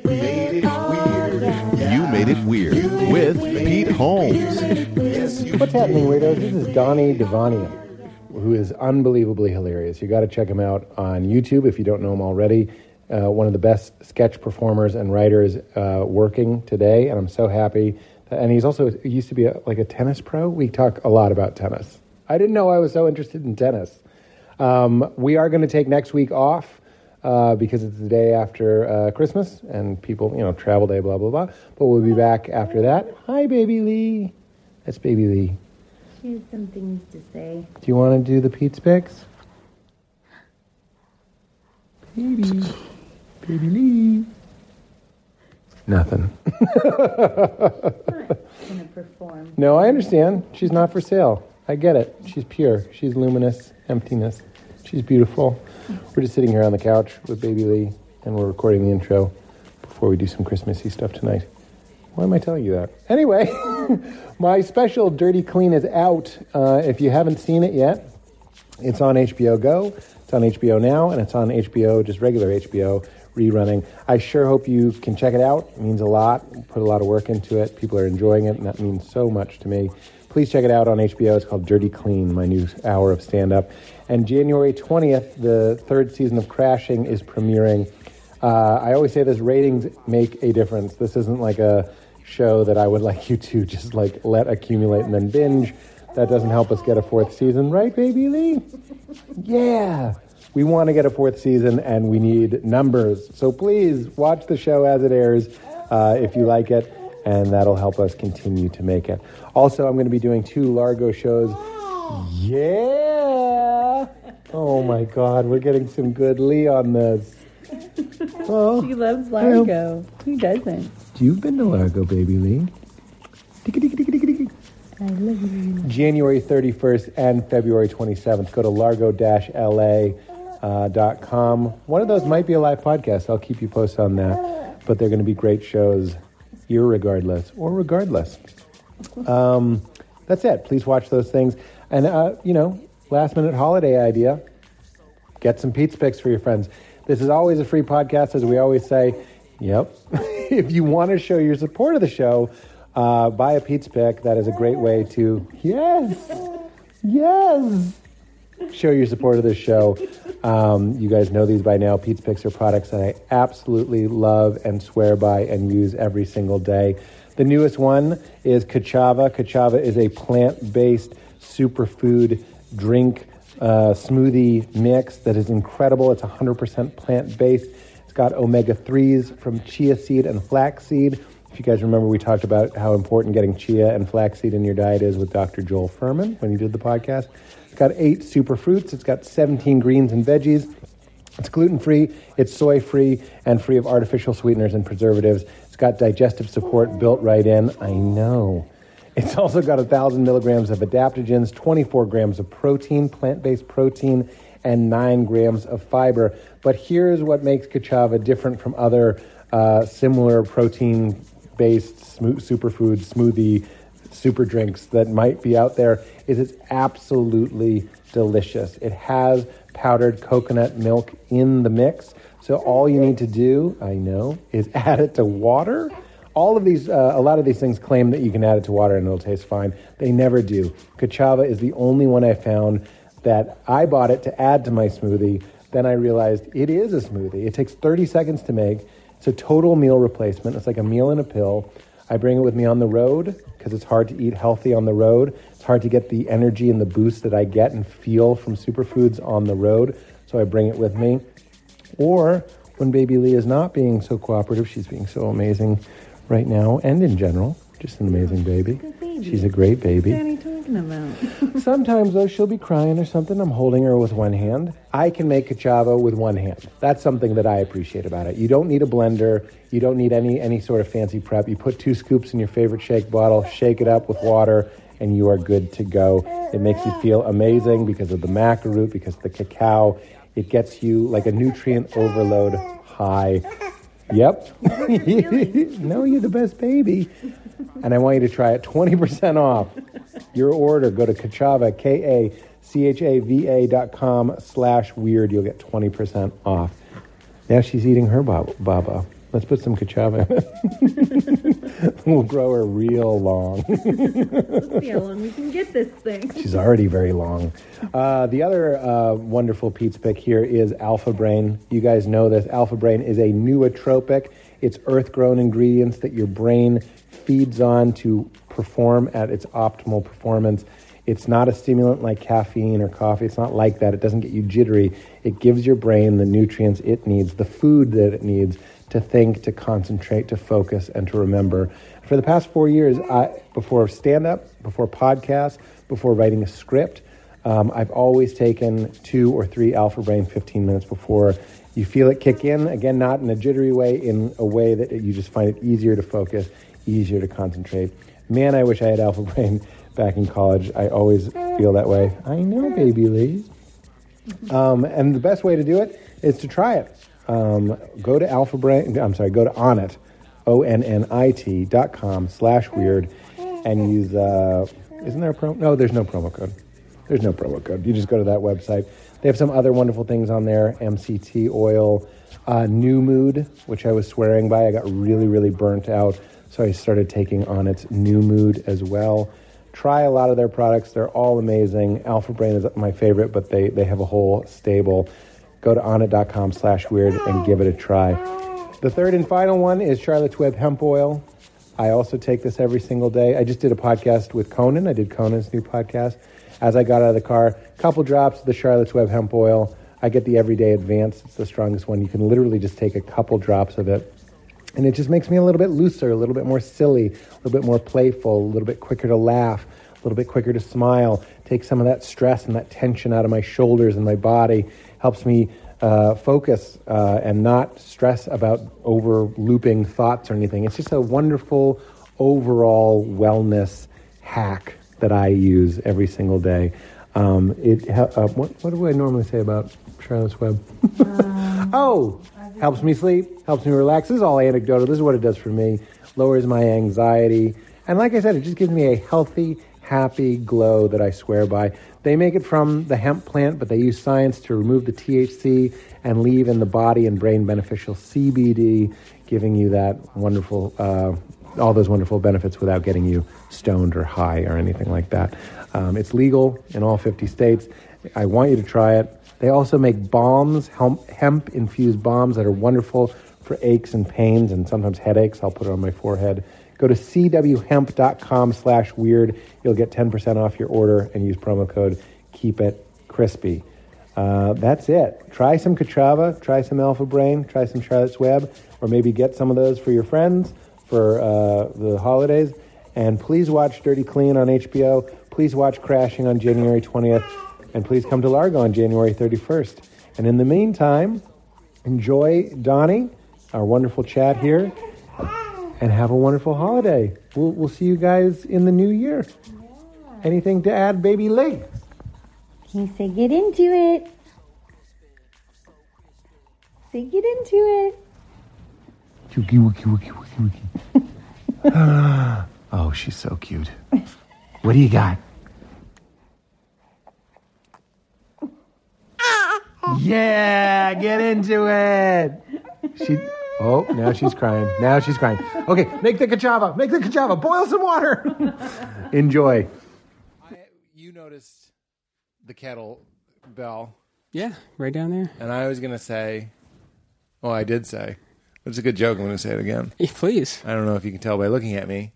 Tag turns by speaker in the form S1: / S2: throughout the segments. S1: What's happening, weirdos? This is Donnie Devania, who is unbelievably hilarious. You got to check him out on YouTube if you don't know him already. Uh, one of the best sketch performers and writers uh, working today, and I'm so happy. That, and he's also he used to be a, like a tennis pro. We talk a lot about tennis. I didn't know I was so interested in tennis. Um, we are going to take next week off uh, because it's the day after uh, Christmas and people, you know, travel day, blah, blah, blah. But we'll be back after that. Hi, baby Lee. That's baby Lee. Do
S2: She has some things to say.
S1: you want to do the Pete's Picks? Baby. Baby Lee. Nothing.
S2: Gonna perform.
S1: No, I understand. She's not for sale. I get it. She's pure. She's luminous emptiness. She's beautiful. We're just sitting here on the couch with Baby Lee, and we're recording the intro before we do some Christmassy stuff tonight. Why am I telling you that? Anyway, my special Dirty Clean is out. Uh, if you haven't seen it yet, it's on HBO Go. It's on HBO Now, and it's on HBO, just regular HBO rerunning. I sure hope you can check it out. It means a lot. We Put a lot of work into it. People are enjoying it, and that means so much to me. Please check it out on HBO. It's called Dirty Clean, my new hour of stand up. And January 20th, the third season of Crashing is premiering. Uh, I always say this ratings make a difference. This isn't like a show that I would like you to just like let accumulate and then binge. That doesn't help us get a fourth season, right, baby Lee? Yeah. We want to get a fourth season and we need numbers. So please watch the show as it airs uh, if you like it, and that'll help us continue to make it. Also, I'm going to be doing two Largo shows. Yeah. Oh my God, we're getting some good Lee on this. Oh.
S2: She loves Largo. Who doesn't?
S1: You've been to Largo, baby Lee. Digga, digga, digga, digga, digga.
S2: I love you.
S1: January 31st and February 27th. Go to largo-la.com. One of those might be a live podcast. I'll keep you posted on that. But they're going to be great shows, irregardless or regardless. Um, that's it. Please watch those things. And, uh, you know, last minute holiday idea get some Pete's Picks for your friends. This is always a free podcast, as we always say. Yep. if you want to show your support of the show, uh, buy a Pete's Pick. That is a great way to, yes, yes, show your support of the show. Um, you guys know these by now. Pete's Picks are products that I absolutely love and swear by and use every single day. The newest one is Kachava. Kachava is a plant based superfood drink uh, smoothie mix that is incredible. It's 100% plant based. It's got omega 3s from chia seed and flaxseed. If you guys remember, we talked about how important getting chia and flaxseed in your diet is with Dr. Joel Furman when he did the podcast. It's got eight super fruits, it's got 17 greens and veggies. It's gluten free, it's soy free, and free of artificial sweeteners and preservatives. It's got digestive support built right in. I know. It's also got 1,000 milligrams of adaptogens, 24 grams of protein, plant based protein, and 9 grams of fiber. But here's what makes Kachava different from other uh, similar protein based smo- superfood smoothie super drinks that might be out there is it's absolutely delicious. It has powdered coconut milk in the mix. So all you need to do, I know, is add it to water. All of these, uh, a lot of these things claim that you can add it to water and it'll taste fine. They never do. Kachava is the only one I found that I bought it to add to my smoothie. Then I realized it is a smoothie. It takes 30 seconds to make. It's a total meal replacement. It's like a meal and a pill. I bring it with me on the road because it's hard to eat healthy on the road. It's hard to get the energy and the boost that I get and feel from superfoods on the road. So I bring it with me. Or when baby Lee is not being so cooperative, she's being so amazing right now and in general. Just an amazing baby.
S2: good baby.
S1: She's a great baby.
S2: What are you talking about?
S1: Sometimes though she'll be crying or something. I'm holding her with one hand. I can make cachava with one hand. That's something that I appreciate about it. You don't need a blender. You don't need any any sort of fancy prep. You put two scoops in your favorite shake bottle, shake it up with water, and you are good to go. It makes you feel amazing because of the maca root, because of the cacao. It gets you like a nutrient overload high. Yep. no, you're the best baby and I want you to try it 20% off your order. Go to Kachava, K A C H A V A dot com slash weird. You'll get 20% off. Now she's eating her bab- baba. Let's put some Kachava in it. will grow her real long.
S2: Let's see how long we can get this thing.
S1: She's already very long. Uh, the other uh, wonderful Pete's pick here is alpha brain. You guys know this. Alpha brain is a nootropic. It's earth grown ingredients that your brain feeds on to perform at its optimal performance. It's not a stimulant like caffeine or coffee. It's not like that. It doesn't get you jittery. It gives your brain the nutrients it needs, the food that it needs to think, to concentrate, to focus, and to remember. For the past four years, I, before stand up, before podcasts, before writing a script, um, I've always taken two or three Alpha Brain 15 minutes before you feel it kick in. Again, not in a jittery way, in a way that you just find it easier to focus, easier to concentrate. Man, I wish I had Alpha Brain back in college. I always feel that way. I know, baby Lee. Um, and the best way to do it is to try it. Um, go to Alpha Brain. I'm sorry. Go to Onnit, O N N I T dot com slash weird, and use. Uh, isn't there a promo? No, there's no promo code. There's no promo code. You just go to that website. They have some other wonderful things on there. MCT oil, uh, New Mood, which I was swearing by. I got really, really burnt out, so I started taking Onnit's New Mood as well try a lot of their products. They're all amazing. Alpha Brain is my favorite, but they, they have a whole stable. Go to onit.com slash weird and give it a try. The third and final one is Charlotte's Web Hemp Oil. I also take this every single day. I just did a podcast with Conan. I did Conan's new podcast. As I got out of the car, couple drops of the Charlotte's Web Hemp Oil. I get the Everyday Advanced. It's the strongest one. You can literally just take a couple drops of it and it just makes me a little bit looser, a little bit more silly, a little bit more playful, a little bit quicker to laugh, a little bit quicker to smile. Take some of that stress and that tension out of my shoulders and my body. Helps me uh, focus uh, and not stress about over looping thoughts or anything. It's just a wonderful overall wellness hack that I use every single day. Um, it hel- uh, what, what do I normally say about Charlotte's Web? Oh, helps me sleep, helps me relax. This is all anecdotal. This is what it does for me. Lowers my anxiety. And like I said, it just gives me a healthy, happy glow that I swear by. They make it from the hemp plant, but they use science to remove the THC and leave in the body and brain beneficial CBD, giving you that wonderful, uh, all those wonderful benefits without getting you stoned or high or anything like that. Um, it's legal in all 50 states. I want you to try it. They also make balms, hemp infused balms that are wonderful for aches and pains and sometimes headaches. I'll put it on my forehead. Go to cwhemp.com slash weird. You'll get 10% off your order and use promo code keep it crispy. Uh, that's it. Try some Kachava, try some Alpha Brain, try some Charlotte's Web, or maybe get some of those for your friends for uh, the holidays. And please watch Dirty Clean on HBO. Please watch Crashing on January 20th. And please come to Largo on January 31st. And in the meantime, enjoy Donnie, our wonderful chat here, and have a wonderful holiday. We'll, we'll see you guys in the new year. Anything to add, baby Lee?
S3: He said, get into it. Say, get into it.
S1: Wookie, wookie, wookie, wookie, wookie. oh, she's so cute. What do you got? Yeah, get into it. She. Oh, now she's crying. Now she's crying. Okay, make the cachava. Make the cachava. Boil some water. Enjoy.
S4: you noticed the kettle bell,
S5: Yeah, right down there.
S4: and I was gonna say, oh, I did say, but it's a good joke. I'm gonna say it again.
S5: Yeah, please.
S4: I don't know if you can tell by looking at me.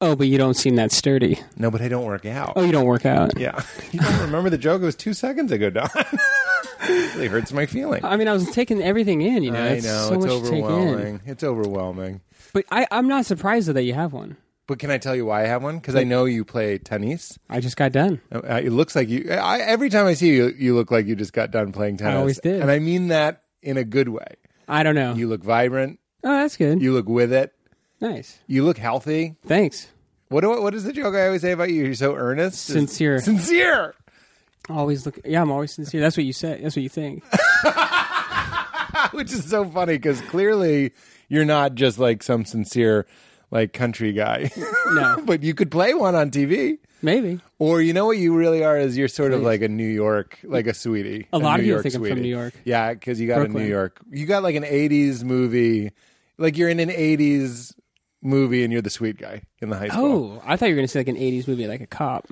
S5: Oh, but you don't seem that sturdy.
S4: No, but I don't work out.
S5: Oh, you don't work out.
S4: Yeah, you don't remember the joke? It was two seconds ago, Don. really hurts my feeling.
S5: I mean, I was taking everything in. You know,
S4: I
S5: it's
S4: know
S5: Uh, so
S4: it's
S5: much to take in.
S4: overwhelming. It's overwhelming.
S5: But I, I'm not surprised though, that you have one.
S4: But can I tell you why I have one? Because I know you play tennis.
S5: I just got done.
S4: Uh, It looks like you. I, every time I see you, you look like you just got done playing tennis.
S5: always did.
S4: and I mean that in a good way.
S5: I don't know.
S4: You look vibrant.
S5: oh, that's good.
S4: You look with it.
S5: nice.
S4: You look healthy.
S5: Thanks.
S4: What do, what is the joke I always say about you? You're so earnest,
S5: Sincere.
S4: sincere.
S5: Always look. Yeah, I'm always sincere. That's what you say. That's what you think.
S4: Which is so funny because clearly you're not just like some sincere like country guy,
S5: No,
S4: but you could play one on TV.
S5: maybe.
S4: Or you know what you really are is you're sort of like a New York, like a sweetie.
S5: A lot
S4: New
S5: of people
S4: York
S5: think I'm from
S4: sweetie.
S5: New York.
S4: Yeah, because you got a
S5: Brooklyn.
S4: New York. You got like an '80s movie, like you're in an '80s
S1: movie and you're the sweet guy in the high school.
S5: Oh, I thought you were gonna say like an '80s movie, like a cop.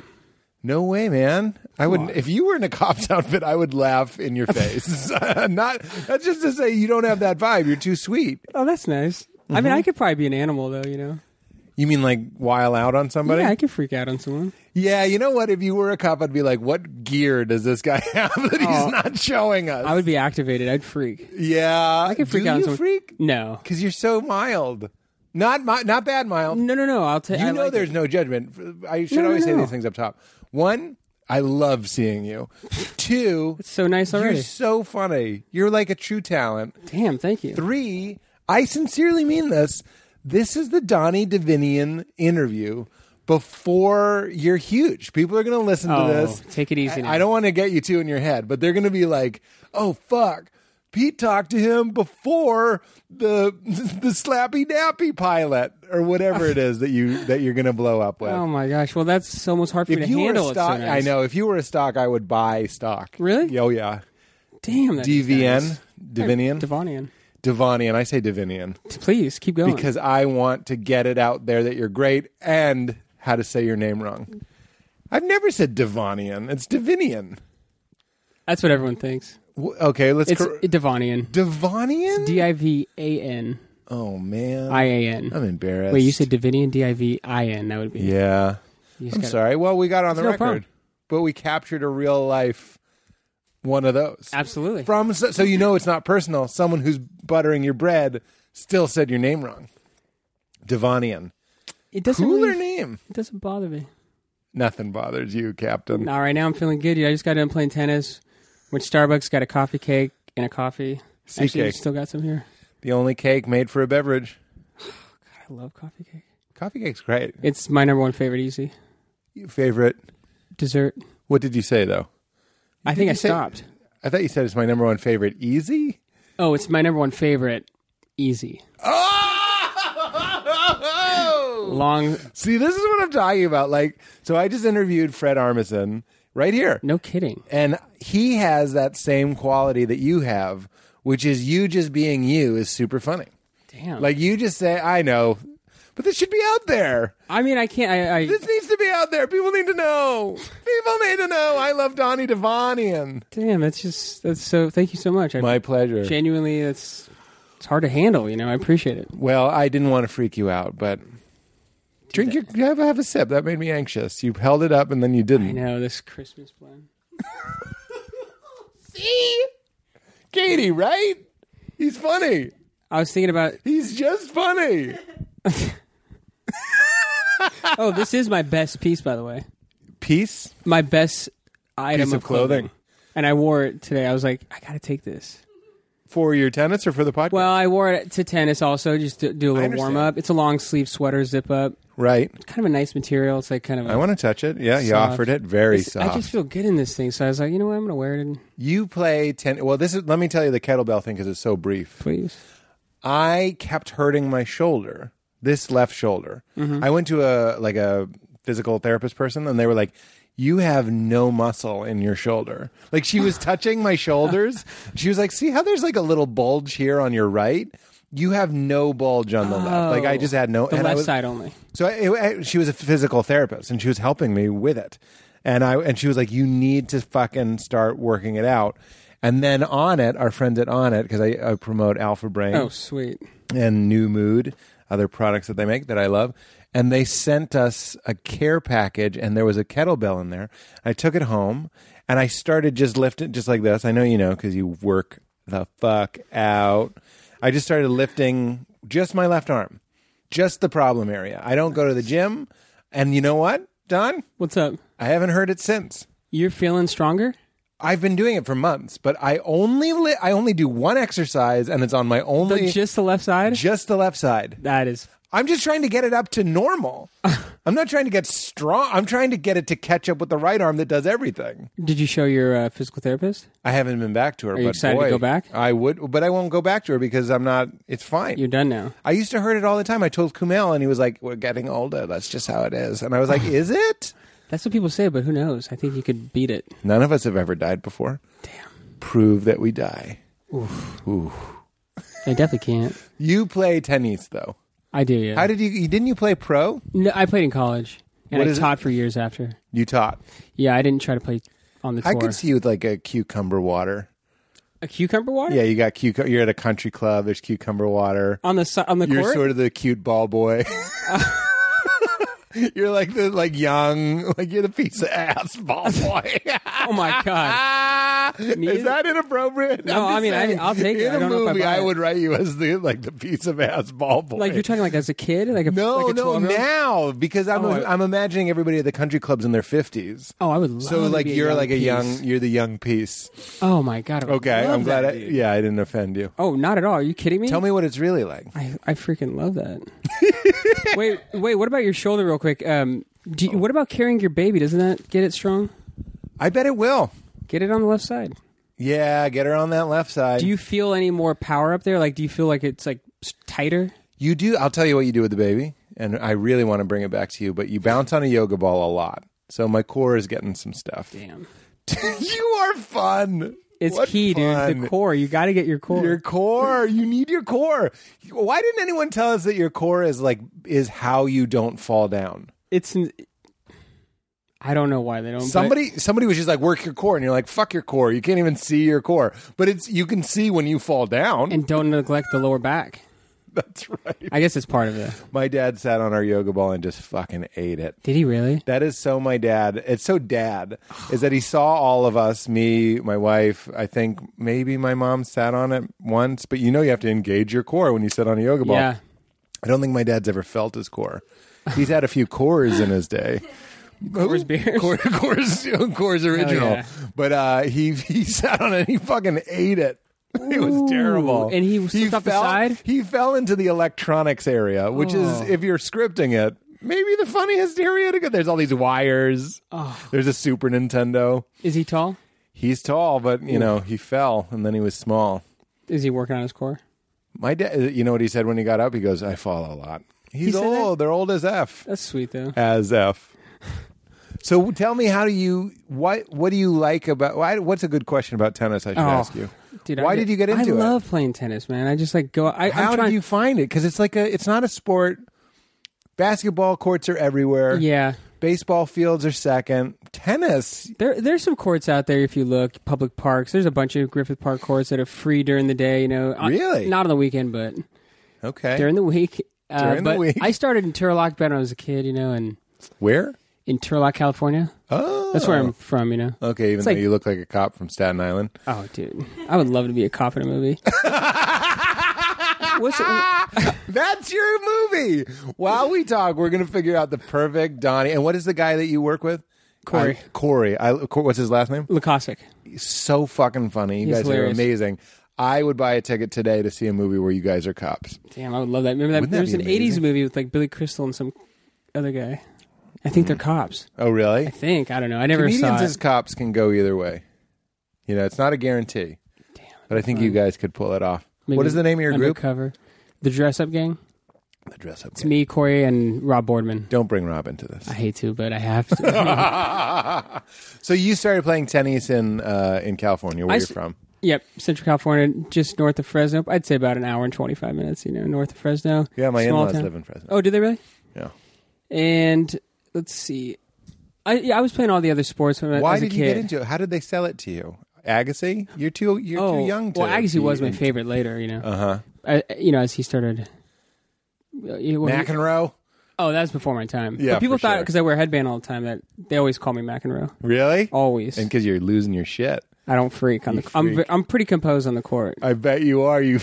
S1: No way, man. I would if you were in a cop's outfit, I would laugh in your face. Not that's just to say you don't have that vibe. You're too sweet.
S5: Oh, that's nice. I mean, I could probably be an animal though, you know.
S1: You mean like while out on somebody?
S5: yeah, I could freak out on someone.
S1: Yeah, you know what? If you were a cop, I'd be like, what gear does this guy have that he's not showing us?
S5: Oh. I would be activated. I'd freak.
S1: yeah, I
S5: could freak
S1: Do
S5: out on
S1: You
S5: someone-
S1: freak
S5: No,
S1: because you're so mild. Not mi- not bad mild.
S5: no, no, no. I'll tell
S1: You
S5: Mm, I
S1: know,
S5: like
S1: there's
S5: it.
S1: no judgment. I should
S5: No, no,
S1: always say
S5: no.
S1: these things up top. One, I love seeing you. Two,
S5: so nice already.
S1: you're so funny. You're like a true talent.
S5: Damn, thank you.
S1: Three, I sincerely mean this. This is the Donnie Davinian interview before you're huge. People are going to listen
S5: Oh,
S1: to this.
S5: take it
S1: I,
S5: easy now.
S1: I don't want to get you two in your head, but they're going to be like, "Oh fuck, Pete talked to him before the the slappy dappy pilot or whatever it is that you that you're going to blow up with."
S5: Oh my gosh. Well, that's almost hard for me
S1: if
S5: to
S1: you were
S5: handle.
S1: a
S5: It's
S1: stock,
S5: so nice.
S1: I know. If you were a stock, I would buy stock.
S5: Really?
S1: Oh yeah.
S5: Damn. That is
S1: DVN,
S5: nice.
S1: Davinian,
S5: Devonian.
S1: Devonian. I say Davinian
S5: Please keep going.
S1: because I want to get it out there that you're great and how to say your name wrong. I've never said Devonian. It's Divinian.
S5: that's what everyone thinks.
S1: W- Okay, let's.
S5: It's
S1: cor-
S5: Devonian.
S1: Devonian?
S5: D I V A N
S1: oh man,
S5: I
S1: I,
S5: A N.
S1: am embarrassed.
S5: Wait, you said Divinian? D I V I N. That would be.
S1: yeah.
S5: You just
S1: I'm
S5: gotta-
S1: sorry. Well, we got on the
S5: no
S1: record,
S5: problem.
S1: but we captured a real life one of those
S5: Absolutely.
S1: from so so you know it's not personal. Someone who's buttering your bread still said your name wrong. Devonian,
S5: It doesn't.
S1: cooler
S5: really-
S1: name.
S5: It doesn't bother me.
S1: Nothing bothers you, Captain.
S5: Now, right now, I'm feeling good. dude. I just got done playing tennis. Went to Starbucks, got a coffee cake and a coffee.
S1: Sea
S5: Actually,
S1: cake.
S5: still got some here.
S1: The only cake made for a beverage.
S5: I love coffee cake.
S1: Coffee cake's great.
S5: It's my number one favorite. Easy
S1: Your favorite.
S5: dessert.
S1: What did you say though?
S5: I think
S1: you
S5: I
S1: say-
S5: stopped.
S1: I thought you said it's my number one favorite. Easy.
S5: Oh, it's my number one favorite. Easy.
S1: Oh!
S5: Long.
S1: See, this is what I'm talking about. Like, so I just interviewed Fred Armisen right here,
S5: No kidding.
S1: and he has that same quality that you have, which is you just being you is super funny.
S5: Damn.
S1: Like you just say, "I know," but this should be out there.
S5: I mean, I can't. I. I
S1: This needs to be out there. People need to know. People need to know. I love Donnie Devonian.
S5: damn. That's just. That's so. Thank you so much. I
S1: My pleasure.
S5: genuinely. That's. It's hard to handle. You know. I appreciate it.
S1: Well, I didn't want to freak you out, but drink your have, have a sip. That made me anxious. You held it up and then you
S5: I
S1: didn't.
S5: know this Christmas plan.
S1: See, Katie, right? He's funny.
S5: I was thinking about.
S1: He's just funny.
S5: Oh, this is my best piece, by the way.
S1: Peace,
S5: My best item
S1: piece of clothing
S5: And I wore it today. I was like, I gotta take this.
S1: for your tennis or for the podcast.
S5: Well, I wore it to tennis also, just to do a little
S1: understand.
S5: warm up. It's a long sleeve sweater, zip up.
S1: right.
S5: Kind of a nice material. It's like kind of.
S1: I want to touch it. Yeah, you
S5: Soft.
S1: offered it. Very
S5: It's-
S1: soft.
S5: I just feel good in this thing, so I was like, you know what, I'm gonna wear it. And
S1: you play ten. Well, this is. Let me tell you the kettlebell thing because it's so brief.
S5: please,
S1: I kept hurting my shoulder, this left shoulder.
S5: Mm-hmm.
S1: I went to a like a physical therapist person and they were like, "You have no muscle in your shoulder." Like she was touching my shoulders. She was like, "See how there's like a little bulge here on your right?" You have no bulge on the left. Like I just had no.
S5: Oh. the
S1: and I
S5: left
S1: was-
S5: side only.
S1: so I, I- she was a physical therapist, and she was helping me with it. And I and she was like, "You need to fucking start working it out." And then on it, our friends at On It, because I, I promote Alpha Brain
S5: Oh, sweet.
S1: and New Mood, other products that they make that I love. And they sent us a care package, and there was a kettlebell in there. I took it home, and I started just lifting, just like this. I know you know because you work the fuck out. I just started lifting just my left arm, just the problem area. I don't go to the gym, and you know what, Don?
S5: What's up?
S1: I haven't heard it since.
S5: You're feeling stronger?
S1: I've been doing it for months, but I only li- I only do one exercise, and it's on my
S5: The-
S1: only
S5: just the left side?
S1: just the left side.
S5: That is.
S1: I'm just trying to get it up to normal. I'm not trying to get strong. I'm trying to get it to catch up with the right arm that does everything.
S5: Did you show your uh, physical therapist?
S1: I haven't been back to her.
S5: you
S1: but
S5: excited to
S1: boy,
S5: go back?
S1: I would, but I won't go back to her because I'm not. It's fine.
S5: You're done now.
S1: I used to hurt it all the time. I told Kumail, and he was like, "We're getting older. That's just how it is." And I was like, "Is it?"
S5: That's what people say, but who knows? I think you could beat it.
S1: None of us have ever died before.
S5: Damn.
S1: Prove that we die.
S5: I definitely can't.
S1: You play tennis, though.
S5: I do. Yeah.
S1: How did you? you- Didn't you play pro?
S5: No, I played in college, and
S1: What
S5: I
S1: is it?
S5: taught for years after.
S1: You taught.
S5: Yeah, I didn't try to play on the tour.
S1: I could see you with like a cucumber water.
S5: a cucumber water.
S1: Yeah, you got cucumber. You're at a country club. There's cucumber water.
S5: On the si- on the
S1: You're
S5: court.
S1: sort of the cute ball boy. you're like the like young, like you're the piece of ass ball boy.
S5: oh my god.
S1: Ah,
S5: Me-
S1: is that inappropriate?
S5: No,
S1: I'm just
S5: I mean, I-
S1: saying,
S5: I'll take it.
S1: In
S5: I
S1: a
S5: don't know if I
S1: movie,
S5: buy
S1: I
S5: it.
S1: would write you as the like the piece of ass ball boy.
S5: Like you're talking like as a kid, like a
S1: No,
S5: like a
S1: no,
S5: 12-year-old?
S1: now because I'm
S5: Oh, I-
S1: I'm imagining everybody at the country clubs in their fifties.
S5: Oh, I would. Love
S1: so
S5: to
S1: like
S5: be
S1: you're like a
S5: piece.
S1: young you're the young piece.
S5: Oh my god. I would
S1: Okay,
S5: love
S1: I'm glad.
S5: that,
S1: I,
S5: dude.
S1: yeah, I didn't offend you.
S5: Oh, not at all. Are you kidding me?
S1: Tell me what it's really like.
S5: I, I freaking love that. wait, wait. What about your shoulder, real quick? Um, do you, what about carrying your baby? Doesn't that get it strong?
S1: I bet it will.
S5: Get it on the left side.
S1: Yeah, get her on that left side.
S5: Do you feel any more power up there? Like, do you feel like it's like s- tighter?
S1: You do. I'll tell you what you do with the baby, and I really want to bring it back to you. But you bounce on a yoga ball a lot, so my core is getting some stuff.
S5: Damn,
S1: you are fun.
S5: it's
S1: What
S5: key, dude.
S1: fun.
S5: The core. You got to get your core.
S1: Your core. You need your core. Why didn't anyone tell us that your core is like is how you don't fall down?
S5: it's. An, I don't know why they don't. but-
S1: Somebody somebody was just like work your core, and you're like fuck your core. You can't even see your core, but it's you can see when you fall down.
S5: and don't neglect the lower back.
S1: That's right.
S5: I guess it's part of it.
S1: My dad sat on our yoga ball and just fucking ate it.
S5: Did he really?
S1: That is so my dad. It's so dad is that he saw all of us, me, my wife. I think maybe my mom sat on it once, but you know you have to engage your core when you sit on a yoga ball.
S5: Yeah.
S1: I don't think my dad's ever felt his core. He's had a few cores in his day.
S5: Coors beers?
S1: Core, cores, cores original.
S5: yeah.
S1: But uh, he he sat on it. and He fucking ate it. It was terrible.
S5: and he slipped off the
S1: fell,
S5: side?
S1: He fell into the electronics area, which
S5: Oh.
S1: is if you're scripting it, maybe the funniest area to go. There's all these wires. There's a Super Nintendo.
S5: Is he tall?
S1: He's tall, but you know he fell, and then he was small.
S5: Is he working on his core?
S1: My dad, you know what he said when he got up? He goes, "I fall a lot." He's
S5: said that?
S1: old. They're old as f.
S5: That's sweet though.
S1: as f. So tell me, how do you what what do you like about? Why, what's a good question about tennis? I should ask you.
S5: Oh, Dude,
S1: why
S5: I,
S1: did you get into
S5: I
S1: it?
S5: love playing tennis, man. I just like go. I,
S1: How
S5: I'm trying,
S1: did you find it? Because it's like a it's not a sport. Basketball courts are everywhere.
S5: Yeah,
S1: Baseball fields are second. Tennis.
S5: there there's some courts out there if you look. Public parks. There's a bunch of Griffith Park courts that are free during the day. You know, On-
S1: Really?
S5: not on the weekend, but
S1: Okay.
S5: during the week. Uh,
S1: During the
S5: but
S1: week.
S5: I started in Turlock back when I was a kid. You know, and
S1: Where?
S5: in Turlock, California.
S1: Oh,
S5: That's where I'm from. You know.
S1: Okay, even
S5: It's
S1: though
S5: like-
S1: you look like a cop from Staten Island.
S5: Oh, dude, I would love to be a cop in a movie. What's
S1: That's your movie. While we talk, we're gonna figure out the perfect Donnie. And what is the guy that you work with?
S5: Corey.
S1: I- Corey. I, Cor- what's his last name?
S5: Lacossack?
S1: so fucking funny. You
S5: He's
S1: guys
S5: hilarious.
S1: are amazing. I would buy a ticket today to see a movie where you guys are cops.
S5: Damn, I would love that. Remember that
S1: Wouldn't that
S5: there's
S1: be
S5: an
S1: amazing?
S5: '80s movie with like Billy Crystal and some other guy. I think they're cops.
S1: Oh, really?
S5: I think I don't know. I never
S1: Comedians
S5: saw
S1: as
S5: it.
S1: cops can go either way. You know, it's not a guarantee. but I think you guys could pull it off. what
S5: Maybe
S1: is the name of your group?
S5: Undercover. The Dress Up Gang.
S1: The dress up.
S5: It's me, Corey, and Rob Boardman.
S1: Don't bring Rob into this.
S5: I hate to, but I have to.
S1: so you started playing tennis in uh, in California, where
S5: I
S1: you're
S5: s-
S1: from.
S5: yep, Central California, just north of Fresno. I'd say about an hour and twenty five minutes. You know, north of Fresno.
S1: Yeah, my
S5: Small
S1: in-laws
S5: town.
S1: live in Fresno.
S5: Oh, do they really?
S1: yeah.
S5: And let's see. I yeah, I was playing all the other sports when I
S1: Why
S5: was a
S1: did
S5: kid.
S1: you get into it? How did they sell it to you? Agassi? You're too you're
S5: oh,
S1: too young to.
S5: well, Agassi
S1: be
S5: was my
S1: into- Uh-huh.
S5: favorite later. You know, uh huh. You know, as he started. uh, you- when he-
S1: McEnroe.
S5: oh, that was before my time.
S1: Yeah,
S5: but people
S1: for
S5: thought
S1: sure.
S5: because I wear a headband all the time that they always call me McEnroe.
S1: Really?
S5: Always.
S1: And because you're losing your shit.
S5: I don't freak on the. I'm
S1: freak. Uh,
S5: ve- I'm pretty composed on the court.
S1: I bet you are. You and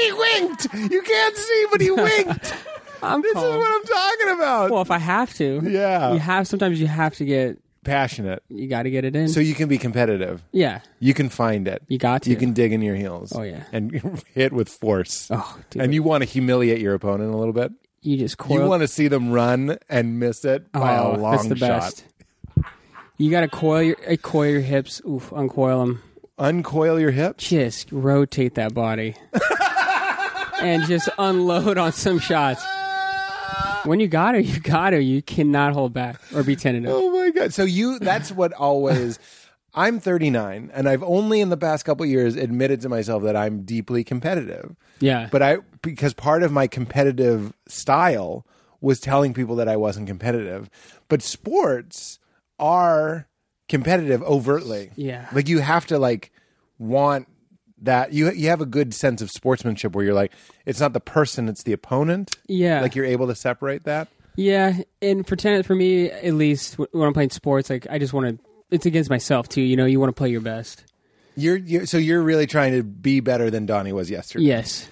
S1: he winked. You can't see, but he winked.
S5: I'm
S1: this is
S5: calm.
S1: what I'm talking about.
S5: well, if I have to,
S1: Yeah.
S5: you have. Sometimes you have to get.
S1: Passionate,
S5: You got to get it in.
S1: so you can be competitive.
S5: yeah,
S1: You can find it.
S5: you got to.
S1: You can dig in your heels.
S5: Oh, yeah.
S1: and hit with force.
S5: Oh, dude,
S1: and you want to humiliate your opponent a little bit.
S5: you just
S1: You
S5: coil.
S1: want to see them run and miss it by a
S5: oh,
S1: long
S5: that's the
S1: shot.
S5: best. You got to coil your uh, coil your hips. Oof, uncoil them.
S1: Uncoil your hips.
S5: Just rotate that body, and just unload on some shots. When you got to, you got to. You cannot hold back or be tentative.
S1: Oh my god! So you—that's what always. I'm 39, and I've only in the past couple years admitted to myself that I'm deeply competitive.
S5: Yeah.
S1: But I, because part of my competitive style was telling people that I wasn't competitive. But sports are competitive overtly.
S5: Yeah.
S1: Like you have to like want that you you have a good sense of sportsmanship where you're like it's not the person it's the opponent
S5: Yeah.
S1: like you're able to separate that
S5: Yeah, and for tennis, for me at least, wh- when I'm playing sports, like I just want to. It's against myself too. You know, you want to play your best.
S1: You're, you're so you're really trying to be better than Donnie was yesterday.
S5: Yes,